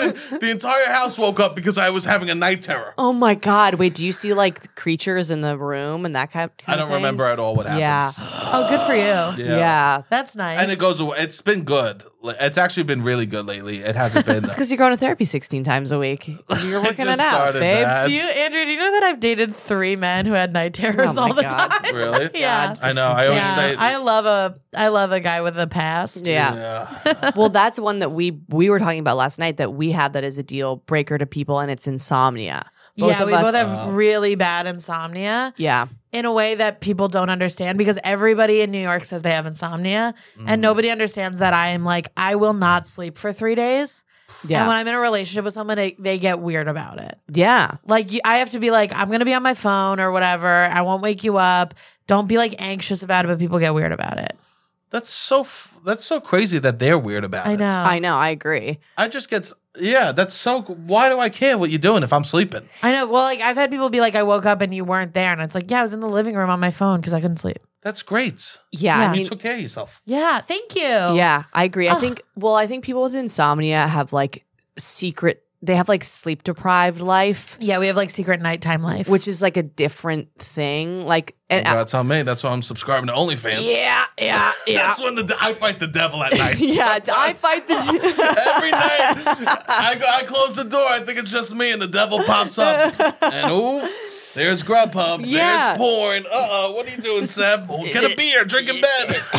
Speaker 3: vacation. The entire house woke up because I was having a night terror.
Speaker 1: Oh my god. Wait, do you see like creatures in the room and that kind of
Speaker 3: I don't
Speaker 1: thing?
Speaker 3: remember at all what
Speaker 1: Yeah.
Speaker 3: happens.
Speaker 2: oh, good for you.
Speaker 1: Yeah.
Speaker 2: That's nice.
Speaker 3: And it goes away. It's been good. Like, It's actually been really good lately. It hasn't been.
Speaker 1: Because you're going to therapy 16 times a week. You're
Speaker 3: I
Speaker 1: working
Speaker 3: just
Speaker 1: it out,
Speaker 3: started
Speaker 1: babe.
Speaker 3: that.
Speaker 2: Do you, Andrew, do you know that I've dated three men who had night terrors
Speaker 1: Oh my
Speaker 2: all the
Speaker 1: God.
Speaker 2: time?
Speaker 3: Really?
Speaker 2: Yeah.
Speaker 3: I know. I always
Speaker 2: yeah.
Speaker 3: say.
Speaker 2: I love a I love a guy with a past.
Speaker 1: Yeah.
Speaker 3: yeah.
Speaker 1: well, that's one that we we were talking about last night that we have that is a deal breaker to people, and it's insomnia. Both
Speaker 2: yeah,
Speaker 1: of
Speaker 2: we
Speaker 1: us,
Speaker 2: both have
Speaker 3: Wow.
Speaker 2: really bad insomnia
Speaker 1: yeah,
Speaker 2: in a way that people don't understand because everybody in New York says they have insomnia
Speaker 1: Mm.
Speaker 2: and nobody understands that I am like I will not sleep for 3 days. And
Speaker 1: yeah,
Speaker 2: when I'm in a relationship with someone they, they get weird about it.
Speaker 1: yeah.
Speaker 2: Like you, I have to be like I'm going to be on my phone or whatever. I won't wake you up. Don't be like anxious about it, but people get weird about it.
Speaker 3: That's so. F- that's so crazy that they're weird about
Speaker 2: I
Speaker 3: it.
Speaker 2: know.
Speaker 1: I know. I agree.
Speaker 3: I just get. s- Yeah. That's so. Why do I care what you're doing if I'm sleeping?
Speaker 2: I know. Well, like I've had people be like, I woke up and you weren't there, and it's like, yeah, I was in the living room on my phone because I couldn't sleep.
Speaker 3: That's great.
Speaker 1: Yeah,
Speaker 2: Yeah.
Speaker 1: I
Speaker 3: You
Speaker 1: mean,
Speaker 3: took care of yourself.
Speaker 2: Yeah, thank you.
Speaker 1: yeah, I agree. I
Speaker 2: Ugh.
Speaker 1: think. Well, I think people with insomnia have like secret. They have like sleep deprived life,
Speaker 2: yeah. We have like secret nighttime life,
Speaker 1: which is like a different thing. Like, and
Speaker 3: Well, that's on me. That's why I'm subscribing to OnlyFans.
Speaker 1: uh, yeah, yeah, yeah.
Speaker 3: That's when the de- I fight the devil at night.
Speaker 1: Yeah, I
Speaker 3: Sometimes.
Speaker 1: fight the.
Speaker 3: Every night, I, go, I close the door. I think it's just me, and the devil pops up. And ooh, there's Grubhub.
Speaker 1: Yeah.
Speaker 3: There's porn. Uh oh, what are you doing, Seb? Oh, Get a beer, drink in bed.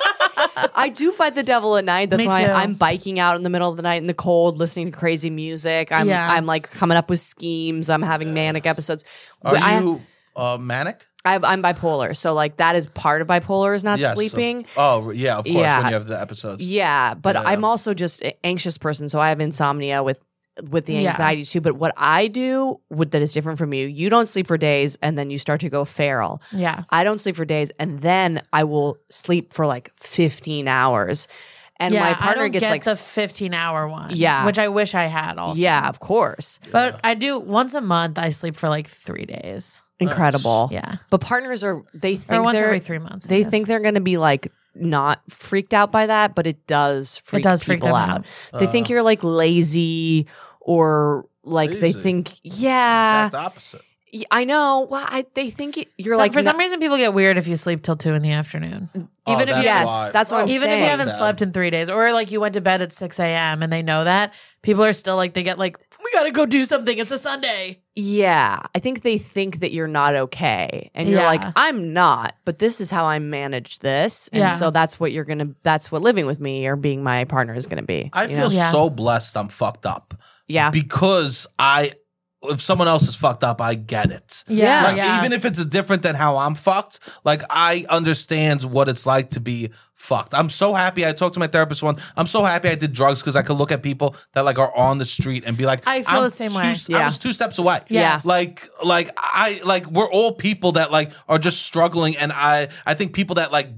Speaker 1: I do fight the devil at night. That's
Speaker 2: Me
Speaker 1: why
Speaker 2: too.
Speaker 1: I'm biking out in the middle of the night in the cold, listening to crazy music. I'm
Speaker 2: Yeah.
Speaker 1: I'm like coming up with schemes. I'm having manic episodes.
Speaker 3: Are
Speaker 1: I, have-
Speaker 3: you uh, manic?
Speaker 1: I have, I'm bipolar, so like that is part of bipolar is not
Speaker 3: Yes, of-
Speaker 1: sleeping.
Speaker 3: oh, yeah, of course.
Speaker 1: Yeah.
Speaker 3: When you have the episodes.
Speaker 1: yeah, but
Speaker 3: Yeah.
Speaker 1: I'm also just an anxious person, so I have insomnia with with the
Speaker 2: Yeah.
Speaker 1: anxiety too. But what I do with, that is different from you, you don't sleep for days and then you start to go feral.
Speaker 2: yeah,
Speaker 1: I don't sleep for days, and then I will sleep for like 15 hours, and
Speaker 2: yeah.
Speaker 1: my partner
Speaker 2: I don't
Speaker 1: gets
Speaker 2: get
Speaker 1: like
Speaker 2: the
Speaker 1: s-
Speaker 2: fifteen hour one.
Speaker 1: Yeah.
Speaker 2: which I wish I had also.
Speaker 1: Yeah, of course.
Speaker 2: but I do once a month. I sleep for like three days.
Speaker 1: Incredible.
Speaker 2: Yeah,
Speaker 1: But partners are they
Speaker 2: or
Speaker 1: Oh. think
Speaker 2: once
Speaker 1: they're
Speaker 2: every three months. I
Speaker 1: they
Speaker 2: guess.
Speaker 1: think they're going to be like not freaked out by that, but it does freak
Speaker 2: does freak
Speaker 1: people
Speaker 2: them
Speaker 1: out. They
Speaker 3: Uh.
Speaker 1: think you're like lazy or like they
Speaker 3: Lazy.
Speaker 1: think yeah,
Speaker 3: Uh, Exact opposite.
Speaker 1: y- I know. Well, I they think it, you're
Speaker 2: Some-
Speaker 1: like
Speaker 2: for some
Speaker 1: not-
Speaker 2: reason people get weird if you sleep till two in the afternoon. Even
Speaker 3: Oh,
Speaker 2: if you Oh,
Speaker 3: that's
Speaker 1: Yes,
Speaker 3: why.
Speaker 1: that's what I'm
Speaker 2: even if you
Speaker 1: saying.
Speaker 2: haven't slept in three days or like you went to bed at 6 a.m and they know that people are still like they get like we gotta go do something it's a sunday
Speaker 1: yeah, I think they think that you're not okay, and you're
Speaker 2: Yeah.
Speaker 1: like I'm not, but this is how I manage this, and
Speaker 2: Yeah.
Speaker 1: so that's what you're gonna that's what living with me or being my partner is gonna be.
Speaker 3: I
Speaker 1: you
Speaker 3: feel
Speaker 1: know?
Speaker 2: Yeah.
Speaker 3: so blessed I'm fucked up.
Speaker 1: yeah,
Speaker 3: Because I, if someone else is fucked up, I get it.
Speaker 1: Yeah.
Speaker 3: Like,
Speaker 2: yeah
Speaker 3: Even if it's different than how I'm fucked, like I understand what it's like to be fucked. I'm so happy. I talked to my therapist one. I'm so happy I did drugs because I could look at people that like are on the street and be like,
Speaker 2: I feel
Speaker 3: I'm
Speaker 2: the same
Speaker 3: two,
Speaker 2: way.
Speaker 1: Yeah.
Speaker 3: I was two steps away.
Speaker 2: Yes.
Speaker 3: Like, like I like we're all people that like are just struggling, and I I think people that like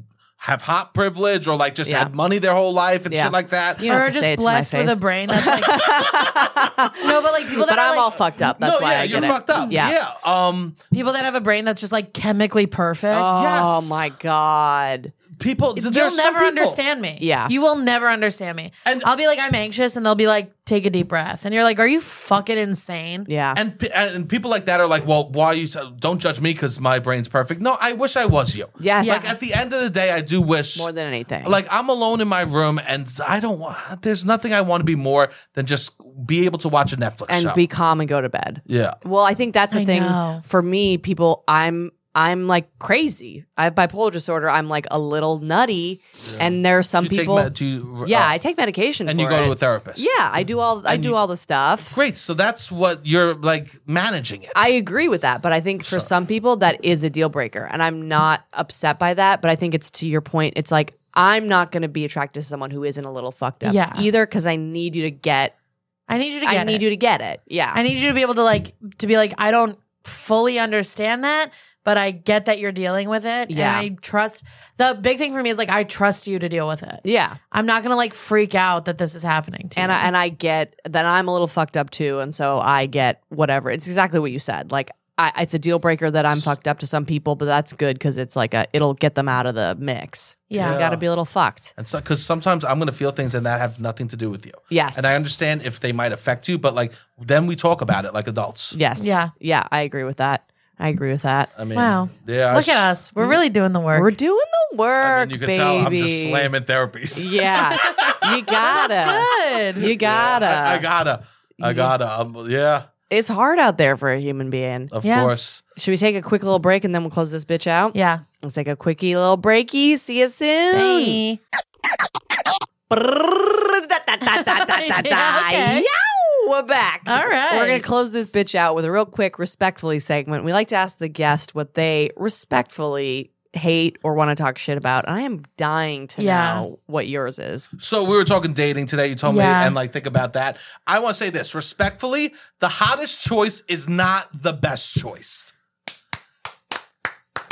Speaker 3: have hot privilege or like just
Speaker 1: Yeah.
Speaker 3: had money their whole life and
Speaker 1: Yeah.
Speaker 3: shit like that.
Speaker 1: You don't
Speaker 2: or
Speaker 1: have to say it
Speaker 2: just
Speaker 1: to my
Speaker 2: blessed with a
Speaker 1: face.
Speaker 2: brain that's like no but like people that
Speaker 1: but I'm
Speaker 2: are, like-
Speaker 1: all fucked up. That's
Speaker 3: no,
Speaker 1: why
Speaker 3: yeah,
Speaker 1: I
Speaker 3: you're
Speaker 1: get it.
Speaker 3: fucked up.
Speaker 1: Yeah.
Speaker 3: Yeah. Um
Speaker 2: people that have a brain that's just like chemically perfect
Speaker 1: Oh
Speaker 3: Yes.
Speaker 1: my god.
Speaker 3: people
Speaker 2: You'll
Speaker 3: there's some
Speaker 2: never
Speaker 3: people-
Speaker 2: understand me.
Speaker 1: Yeah.
Speaker 2: You will never understand me.
Speaker 3: And-
Speaker 2: I'll be like, I'm anxious, and they'll be like, take a deep breath. And you're like, are you fucking insane?
Speaker 1: Yeah.
Speaker 3: And pe- and people like that are like, well, why you so- don't judge me because my brain's perfect. No, I wish I was you.
Speaker 1: yes.
Speaker 2: Yeah.
Speaker 3: Like at the end of the day, I do wish
Speaker 1: more than anything.
Speaker 3: Like I'm alone in my room, and I don't want. There's nothing I want to be more than just be able to watch a Netflix
Speaker 1: and
Speaker 3: show.
Speaker 1: be calm and go to bed.
Speaker 3: yeah,
Speaker 1: Well, I think that's the
Speaker 2: I
Speaker 1: thing
Speaker 2: know.
Speaker 1: for me. People, I'm I'm like crazy. I have bipolar disorder. I'm like a little nutty, and there are some
Speaker 3: do you
Speaker 1: people.
Speaker 3: Take, med- do you,
Speaker 1: yeah,
Speaker 3: uh,
Speaker 1: I take medication.
Speaker 3: and you
Speaker 1: for
Speaker 3: go to
Speaker 1: it.
Speaker 3: a therapist.
Speaker 1: Yeah, I do all I do all the stuff.
Speaker 3: great. So that's what you're like managing it.
Speaker 1: I agree with that, but I think for some people that is a deal breaker, and I'm not upset by that. But I think it's to your point. It's like I'm not going to be attracted to someone who isn't a little fucked up
Speaker 2: Yeah.
Speaker 1: either because I need you to get,
Speaker 2: I need you to
Speaker 1: I
Speaker 2: get
Speaker 1: need
Speaker 2: it.
Speaker 1: you to get it. Yeah.
Speaker 2: I need you to be able to like to be like I don't fully understand that, but I get that you're dealing with it
Speaker 1: Yeah.
Speaker 2: and I trust. The big thing for me is like I trust you to deal with it.
Speaker 1: yeah.
Speaker 2: I'm not going to like freak out that this is happening to
Speaker 1: And
Speaker 2: you.
Speaker 1: I, and I get that I'm a little fucked up too. And so I get whatever. It's exactly what you said. Like, I, it's a deal breaker that I'm fucked up to some people, but that's good because it's like a, it'll get them out of the mix. 'Cause
Speaker 2: Yeah.
Speaker 1: You got to be a little fucked.
Speaker 3: And so, because sometimes I'm going to feel things and that have nothing to do with you.
Speaker 1: Yes.
Speaker 3: And I understand if they might affect you, but like then we talk about it like adults.
Speaker 1: Yes.
Speaker 2: Yeah.
Speaker 1: Yeah. I agree with that. I agree with that.
Speaker 3: I mean,
Speaker 2: Wow.
Speaker 3: Yeah. I
Speaker 2: Look
Speaker 3: s-
Speaker 2: at us. We're really doing the work.
Speaker 1: We're doing the work.
Speaker 3: I mean, you can
Speaker 1: baby.
Speaker 3: tell I'm just slamming therapies.
Speaker 1: Yeah. you gotta. You gotta.
Speaker 3: I, I gotta. I gotta. Um, yeah.
Speaker 1: it's hard out there for a human being.
Speaker 3: Of
Speaker 2: Yeah.
Speaker 3: course.
Speaker 1: Should we take a quick little break and then we'll close this bitch out?
Speaker 2: yeah.
Speaker 1: Let's take a quickie little breaky. See you soon.
Speaker 2: Hey.
Speaker 1: Brrrr, da, da, da, da, da, da, da.
Speaker 2: Yeah, okay.
Speaker 1: Yow, We're back.
Speaker 2: All right.
Speaker 1: We're going to close this bitch out with a real quick, respectfully segment. We like to ask the guest what they respectfully hate or want to talk shit about. And I am dying to
Speaker 2: Yeah.
Speaker 1: know what yours is.
Speaker 3: So we were talking dating today. You told
Speaker 2: Yeah.
Speaker 3: me, and like think about that. I want to say this respectfully: the hottest choice is not the best choice.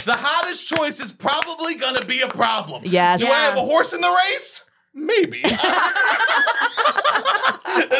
Speaker 3: The hottest choice is probably going to be a problem.
Speaker 1: Yes.
Speaker 3: Do I have a horse in the race? Maybe. is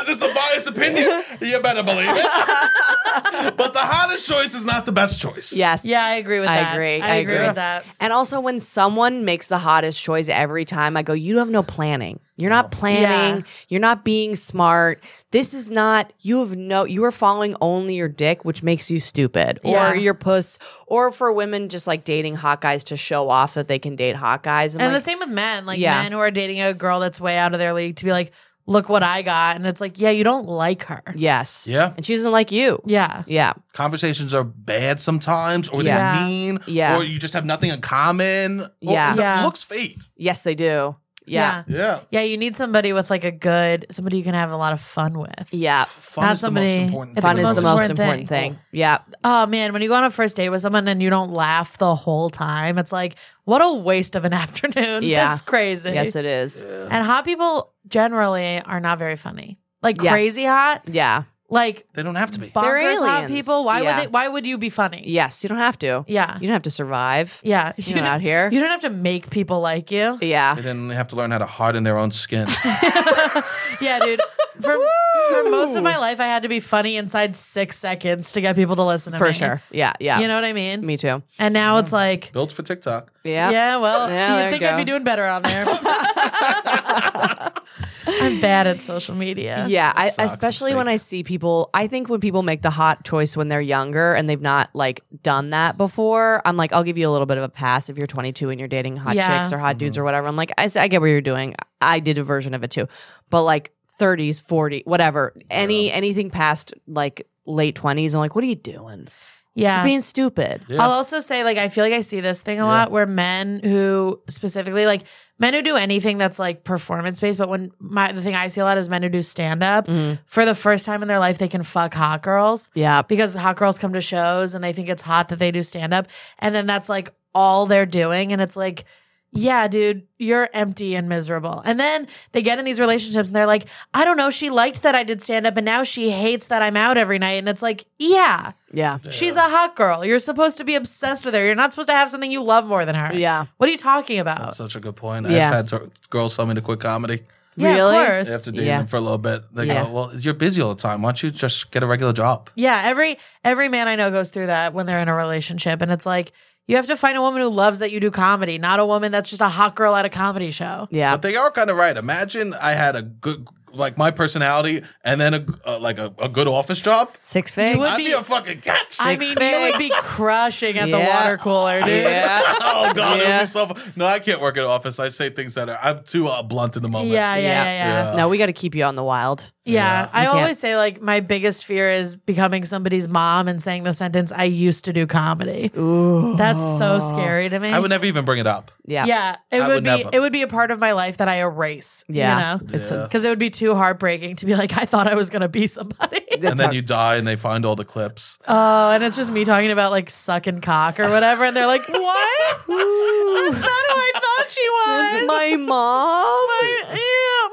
Speaker 3: this a biased opinion? You better believe it. but the hottest choice is not the best choice.
Speaker 1: Yes.
Speaker 2: Yeah, I agree with
Speaker 1: I
Speaker 2: that.
Speaker 1: agree.
Speaker 2: I
Speaker 1: I
Speaker 2: agree
Speaker 1: agree.
Speaker 2: with that.
Speaker 1: And also, when someone makes the hottest choice every time, I go, You have no planning. You're not planning. You're not being smart. This is not, you have no, you are following only your dick, which makes you stupid
Speaker 2: Yeah.
Speaker 1: or your puss, or for women just like dating hot guys to show off that they can date hot guys. I'm
Speaker 2: And
Speaker 1: like,
Speaker 2: the same with men, like
Speaker 1: Yeah.
Speaker 2: men who are dating a girl that's way out of their league to be like, look what I got. And it's like, yeah, you don't like her.
Speaker 1: yes.
Speaker 3: Yeah.
Speaker 1: And she doesn't like you.
Speaker 2: Yeah.
Speaker 1: Yeah.
Speaker 3: Conversations are bad sometimes, or
Speaker 2: Yeah.
Speaker 3: they're mean,
Speaker 1: Yeah.
Speaker 3: or you just have nothing in common. or
Speaker 1: Yeah.
Speaker 3: the
Speaker 2: Yeah.
Speaker 3: Looks fake.
Speaker 1: Yes, they do. Yeah.
Speaker 3: Yeah.
Speaker 2: Yeah, you need somebody with like a good, somebody you can have a lot of fun with.
Speaker 1: Yeah.
Speaker 3: Fun
Speaker 2: Not
Speaker 3: is the
Speaker 2: somebody-
Speaker 3: most important
Speaker 2: it's
Speaker 3: thing.
Speaker 1: Fun is the most important thing.
Speaker 2: thing.
Speaker 1: Yeah.
Speaker 2: Oh man, when you go on a first date with someone and you don't laugh the whole time, it's like, what a waste of an afternoon.
Speaker 1: Yeah.
Speaker 2: That's crazy.
Speaker 1: Yes, it is.
Speaker 2: and hot people generally are not very funny. Like
Speaker 1: Yes.
Speaker 2: crazy hot,
Speaker 1: Yeah.
Speaker 2: like
Speaker 3: They don't have to be.
Speaker 1: They're
Speaker 2: bonkers hot
Speaker 1: aliens.
Speaker 2: people. Why
Speaker 1: Yeah.
Speaker 2: would they, why would you be funny?
Speaker 1: Yes. You don't have to.
Speaker 2: Yeah.
Speaker 1: You don't have to survive.
Speaker 2: Yeah.
Speaker 1: You're not out here.
Speaker 2: You don't have to make people like you.
Speaker 1: yeah.
Speaker 3: They didn't have to learn how to harden their own skin.
Speaker 2: Yeah, dude. For, for most of my life, I had to be funny inside six seconds to get people to listen to
Speaker 1: For
Speaker 2: me.
Speaker 1: sure. Yeah. Yeah.
Speaker 2: You know what I mean?
Speaker 1: Me too.
Speaker 2: And now it's like,
Speaker 3: Built for TikTok.
Speaker 1: Yeah.
Speaker 2: yeah, well,
Speaker 1: Yeah, there
Speaker 2: you'd think
Speaker 1: you
Speaker 2: I'd
Speaker 1: go.
Speaker 2: be doing better on there. I'm bad at social media.
Speaker 1: Yeah, I,
Speaker 3: sucks. It's
Speaker 1: especially when
Speaker 3: fake.
Speaker 1: I see people. I think when people make the hot choice when they're younger and they've not like done that before, I'm like, I'll give you a little bit of a pass if you're 22 and you're dating hot
Speaker 2: Yeah.
Speaker 1: chicks or hot
Speaker 3: Mm-hmm.
Speaker 1: dudes or whatever. I'm like, I, s- I get what you're doing. I did a version of it too, but like 30s, 40, whatever, any anything past like late 20s, I'm like, what are you doing?
Speaker 2: Yeah.
Speaker 1: You're being stupid.
Speaker 3: Yeah.
Speaker 2: I'll also say, like, I feel like I see this thing a lot where men who specifically, like, men who do anything that's like performance based, but when my, the thing I see a lot is men who do stand up for the first time in their life, they can fuck hot girls
Speaker 1: Yeah,
Speaker 2: because hot girls come to shows and they think it's hot that they do stand up. And then that's like all they're doing. And it's like, yeah, dude, you're empty and miserable. And then they get in these relationships and they're like, I don't know. She liked that I did stand up and now she hates that I'm out every night. And it's like, yeah.
Speaker 1: yeah,
Speaker 2: She's a hot girl. You're supposed to be obsessed with her. You're not supposed to have something you love more than her.
Speaker 1: Yeah.
Speaker 2: What are you talking about?
Speaker 3: That's such a good point.
Speaker 1: Yeah.
Speaker 3: I've had to, girls tell me to quit comedy.
Speaker 2: yeah,
Speaker 1: Really?
Speaker 2: of course.
Speaker 3: They have to date
Speaker 1: Yeah.
Speaker 3: them for a little bit. They
Speaker 1: Yeah.
Speaker 3: go, well, you're busy all the time. Why don't you just get a regular job?
Speaker 2: yeah, every every man I know goes through that when they're in a relationship and it's like you have to find a woman who loves that you do comedy, not a woman that's just a hot girl at a comedy show.
Speaker 1: yeah.
Speaker 3: But they are kind of right. Imagine I had a good, like my personality, and then a uh, like a, a good office job.
Speaker 1: Six figs.
Speaker 2: would
Speaker 3: I'd
Speaker 2: be-
Speaker 3: be a fucking cat.
Speaker 2: I mean, you would be crushing at the
Speaker 1: Yeah.
Speaker 2: water cooler, dude.
Speaker 1: yeah.
Speaker 3: oh god, it would
Speaker 1: Yeah.
Speaker 3: be so. fu- No, I can't work in an office. I say things that are I'm too uh, blunt in the moment.
Speaker 2: Yeah, yeah,
Speaker 1: Yeah.
Speaker 2: yeah, yeah.
Speaker 3: Yeah.
Speaker 1: No, we got to keep you on the wild.
Speaker 2: Yeah. I
Speaker 1: You can't-
Speaker 2: always say like my biggest fear is becoming somebody's mom and saying the sentence, I used to do comedy. That's so scary to me.
Speaker 3: I would never even bring it up.
Speaker 1: Yeah.
Speaker 2: Yeah, it
Speaker 3: I
Speaker 2: would,
Speaker 3: would
Speaker 2: be
Speaker 3: never.
Speaker 2: it would be a part of my life that I erase.
Speaker 1: Yeah.
Speaker 2: you know,
Speaker 1: It's a-
Speaker 2: because it would be too heartbreaking to be like, I thought I was gonna be somebody.
Speaker 3: and then you die, and they find all the clips.
Speaker 2: oh, and it's just me talking about like sucking cock or whatever, and they're like, what? That's not who I thought what she was.
Speaker 1: my mom.
Speaker 2: Ew,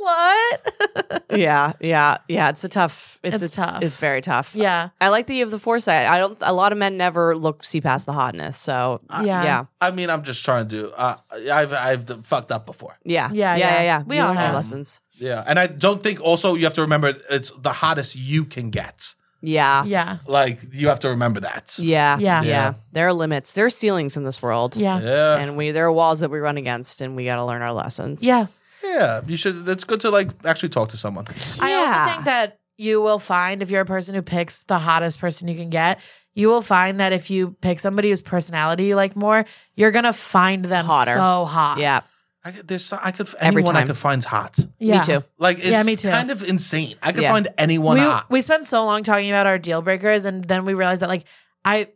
Speaker 2: my mom's a slut.
Speaker 1: yeah, yeah, yeah. It's a tough. It's,
Speaker 2: It's
Speaker 1: a-
Speaker 2: tough.
Speaker 1: It's very tough.
Speaker 2: Yeah.
Speaker 1: I like that you have the foresight. I don't. A lot of men never look see past the hotness. So uh,
Speaker 2: Yeah.
Speaker 1: yeah,
Speaker 3: I mean, I'm just trying to. Uh, I've I've fucked up before.
Speaker 1: yeah,
Speaker 2: Yeah,
Speaker 1: yeah, yeah.
Speaker 2: yeah.
Speaker 1: yeah.
Speaker 2: We
Speaker 1: You
Speaker 2: all
Speaker 1: learn your
Speaker 2: have.
Speaker 1: lessons.
Speaker 3: Yeah, and I don't think. Also, you have to remember it's the hottest you can get.
Speaker 1: Yeah. yeah.
Speaker 2: Yeah.
Speaker 3: Like you have to remember that.
Speaker 1: Yeah,
Speaker 2: Yeah.
Speaker 1: There are limits. There are ceilings in this world.
Speaker 2: Yeah.
Speaker 3: Yeah.
Speaker 1: and we there are walls that we run against, and we got to learn our lessons.
Speaker 2: Yeah.
Speaker 3: Yeah. You should. It's good to like actually talk to someone.
Speaker 2: I
Speaker 1: Yeah.
Speaker 2: also think that you will find if you're a person who picks the hottest person you can get, you will find that if you pick somebody whose personality you like more, you're gonna find them
Speaker 1: Hotter.
Speaker 2: so hot.
Speaker 1: yeah.
Speaker 3: I could, there's so- I could
Speaker 1: Every
Speaker 3: anyone I
Speaker 1: time.
Speaker 3: could find's hot.
Speaker 2: Yeah.
Speaker 1: Me too.
Speaker 3: Like it's
Speaker 2: Yeah, me too.
Speaker 3: kind of insane. I could
Speaker 1: Yeah.
Speaker 3: find anyone
Speaker 2: we,
Speaker 3: hot.
Speaker 2: we spent so long talking about our deal breakers and then we realized that like I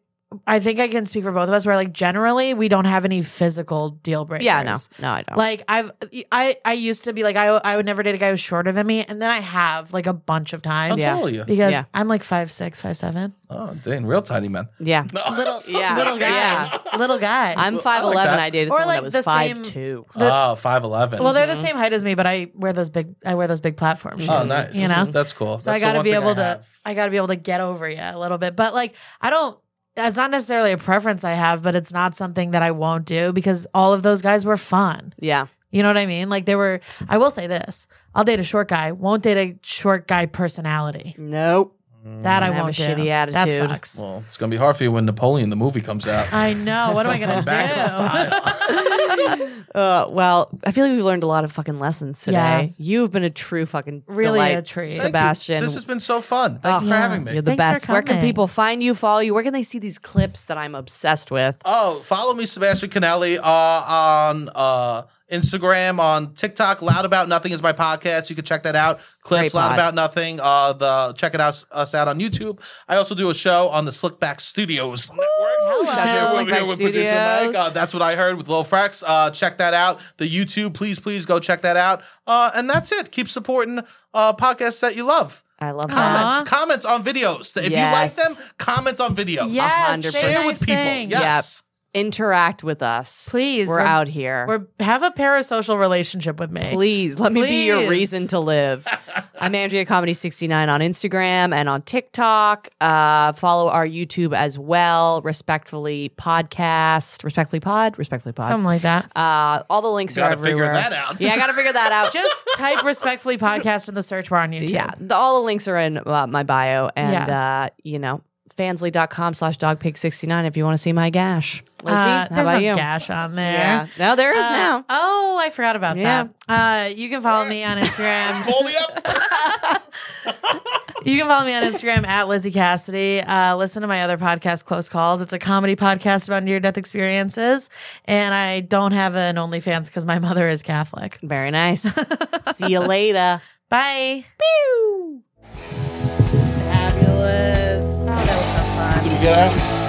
Speaker 2: I think I can speak for both of us where like generally we don't have any physical deal breakers.
Speaker 1: Yeah. No. No, I don't.
Speaker 2: Like I've I I used to be like I I would never date a guy who's shorter than me and then I have like a bunch of
Speaker 3: How
Speaker 2: times
Speaker 1: Yeah.
Speaker 3: tall are you?
Speaker 2: because
Speaker 1: Yeah.
Speaker 2: I'm like five six five seven
Speaker 3: Oh, dang, real tiny man.
Speaker 1: yeah.
Speaker 3: No,
Speaker 2: little
Speaker 1: Yeah.
Speaker 2: little guys little guys
Speaker 1: I'm
Speaker 3: I like
Speaker 1: five eleven.
Speaker 3: that.
Speaker 1: I dated
Speaker 2: Or,
Speaker 1: someone that
Speaker 2: like,
Speaker 1: was
Speaker 2: the
Speaker 1: five
Speaker 2: same-
Speaker 1: two.
Speaker 3: oh, 5'11".
Speaker 2: well
Speaker 1: Mm-hmm.
Speaker 2: they're the same height as me but I wear those big I wear those big platform shoes
Speaker 3: Oh, nice.
Speaker 1: Mm-hmm.
Speaker 2: you know
Speaker 3: that's cool.
Speaker 2: so I
Speaker 3: That's the
Speaker 2: gotta
Speaker 3: one
Speaker 2: be
Speaker 3: thing
Speaker 2: able
Speaker 3: I
Speaker 2: to
Speaker 3: have.
Speaker 2: I gotta be able to get over you a little bit but like I don't that's not necessarily a preference I have but it's not something that I won't do because all of those guys were fun
Speaker 1: Yeah.
Speaker 2: You know what I mean? Like they were. I will say this: I'll date a short guy. Won't date a short guy personality.
Speaker 1: Nope.
Speaker 3: Mm.
Speaker 2: That I
Speaker 1: Have a
Speaker 2: won't do.
Speaker 1: shitty attitude.
Speaker 2: That sucks.
Speaker 3: Well, it's gonna be hard for you when Napoleon the movie comes out.
Speaker 2: I know. What am I gonna
Speaker 3: Back in
Speaker 2: do?
Speaker 1: Uh, well, I feel like we've learned a lot of fucking lessons today.
Speaker 2: Yeah.
Speaker 1: You've been a true fucking
Speaker 2: Really
Speaker 1: delight,
Speaker 2: a treat. Thank you.
Speaker 1: Sebastian.
Speaker 3: This has been so fun. Thank you for having me.
Speaker 1: You're the
Speaker 2: Thanks for
Speaker 1: best. Where can
Speaker 2: coming.
Speaker 1: people find you, follow you? Where can they see these clips that I'm obsessed with?
Speaker 3: Oh, follow me, Sebastian Canelli, uh, on uh, Instagram, on TikTok. Loud About Nothing is my podcast. You can check that out. Clips,
Speaker 1: Great
Speaker 3: Loud
Speaker 1: pod.
Speaker 3: About Nothing. Uh, the Check it out, us out on YouTube. I also do a show on the Slickback Studios Network.
Speaker 1: shout out to
Speaker 3: Yeah, we're
Speaker 1: Slickback
Speaker 3: here with producer Mike.
Speaker 1: Studios.
Speaker 3: Uh, that's what I heard with Lil Frex. Uh, check that out. The YouTube, please, please go check that out. Uh, and that's it. Keep supporting uh, podcasts that you love.
Speaker 1: I love that.
Speaker 3: Comments, comments on videos. If
Speaker 1: Yes.
Speaker 3: you like them, comment on videos.
Speaker 2: yes.
Speaker 1: 100%.
Speaker 2: Say
Speaker 3: Share
Speaker 2: nice
Speaker 3: with people.
Speaker 2: things.
Speaker 3: Yes.
Speaker 1: Interact with us.
Speaker 2: Please,
Speaker 1: We're,
Speaker 2: we're-
Speaker 1: out here.
Speaker 2: We're have a parasocial relationship with me.
Speaker 1: Please let me be your
Speaker 2: Please.
Speaker 1: reason to live. I'm Andrea Comedy 69 on Instagram and on TikTok. Uh, follow our YouTube as well. Respectfully podcast, respectfully pod, respectfully pod.
Speaker 2: Something like that.
Speaker 1: uh, all the links are
Speaker 3: Gotta figure
Speaker 1: everywhere.
Speaker 3: that out.
Speaker 1: Yeah, I gotta figure that out.
Speaker 2: Just type respectfully podcast in the search bar on YouTube.
Speaker 1: yeah the, all the links are in uh, my bio and
Speaker 2: Yeah.
Speaker 1: uh you know fansly.com slash dogpig69 if you want to see my gash
Speaker 2: Uh,
Speaker 1: lizzie how
Speaker 2: there's
Speaker 1: about
Speaker 2: no
Speaker 1: you
Speaker 2: gash on there.
Speaker 1: yeah no there is
Speaker 2: Uh,
Speaker 1: now
Speaker 2: Oh, I forgot about
Speaker 1: Yeah.
Speaker 2: that. Uh, you can follow me on Instagram.
Speaker 3: Call me up.
Speaker 2: You can follow me on Instagram at Lizzie Cassidy. Uh, listen to my other podcast, Close Calls. It's a comedy podcast about near death experiences. And I don't have an OnlyFans because my mother is Catholic.
Speaker 1: very nice see you later
Speaker 2: Bye.
Speaker 1: fabulous
Speaker 3: Did we get out?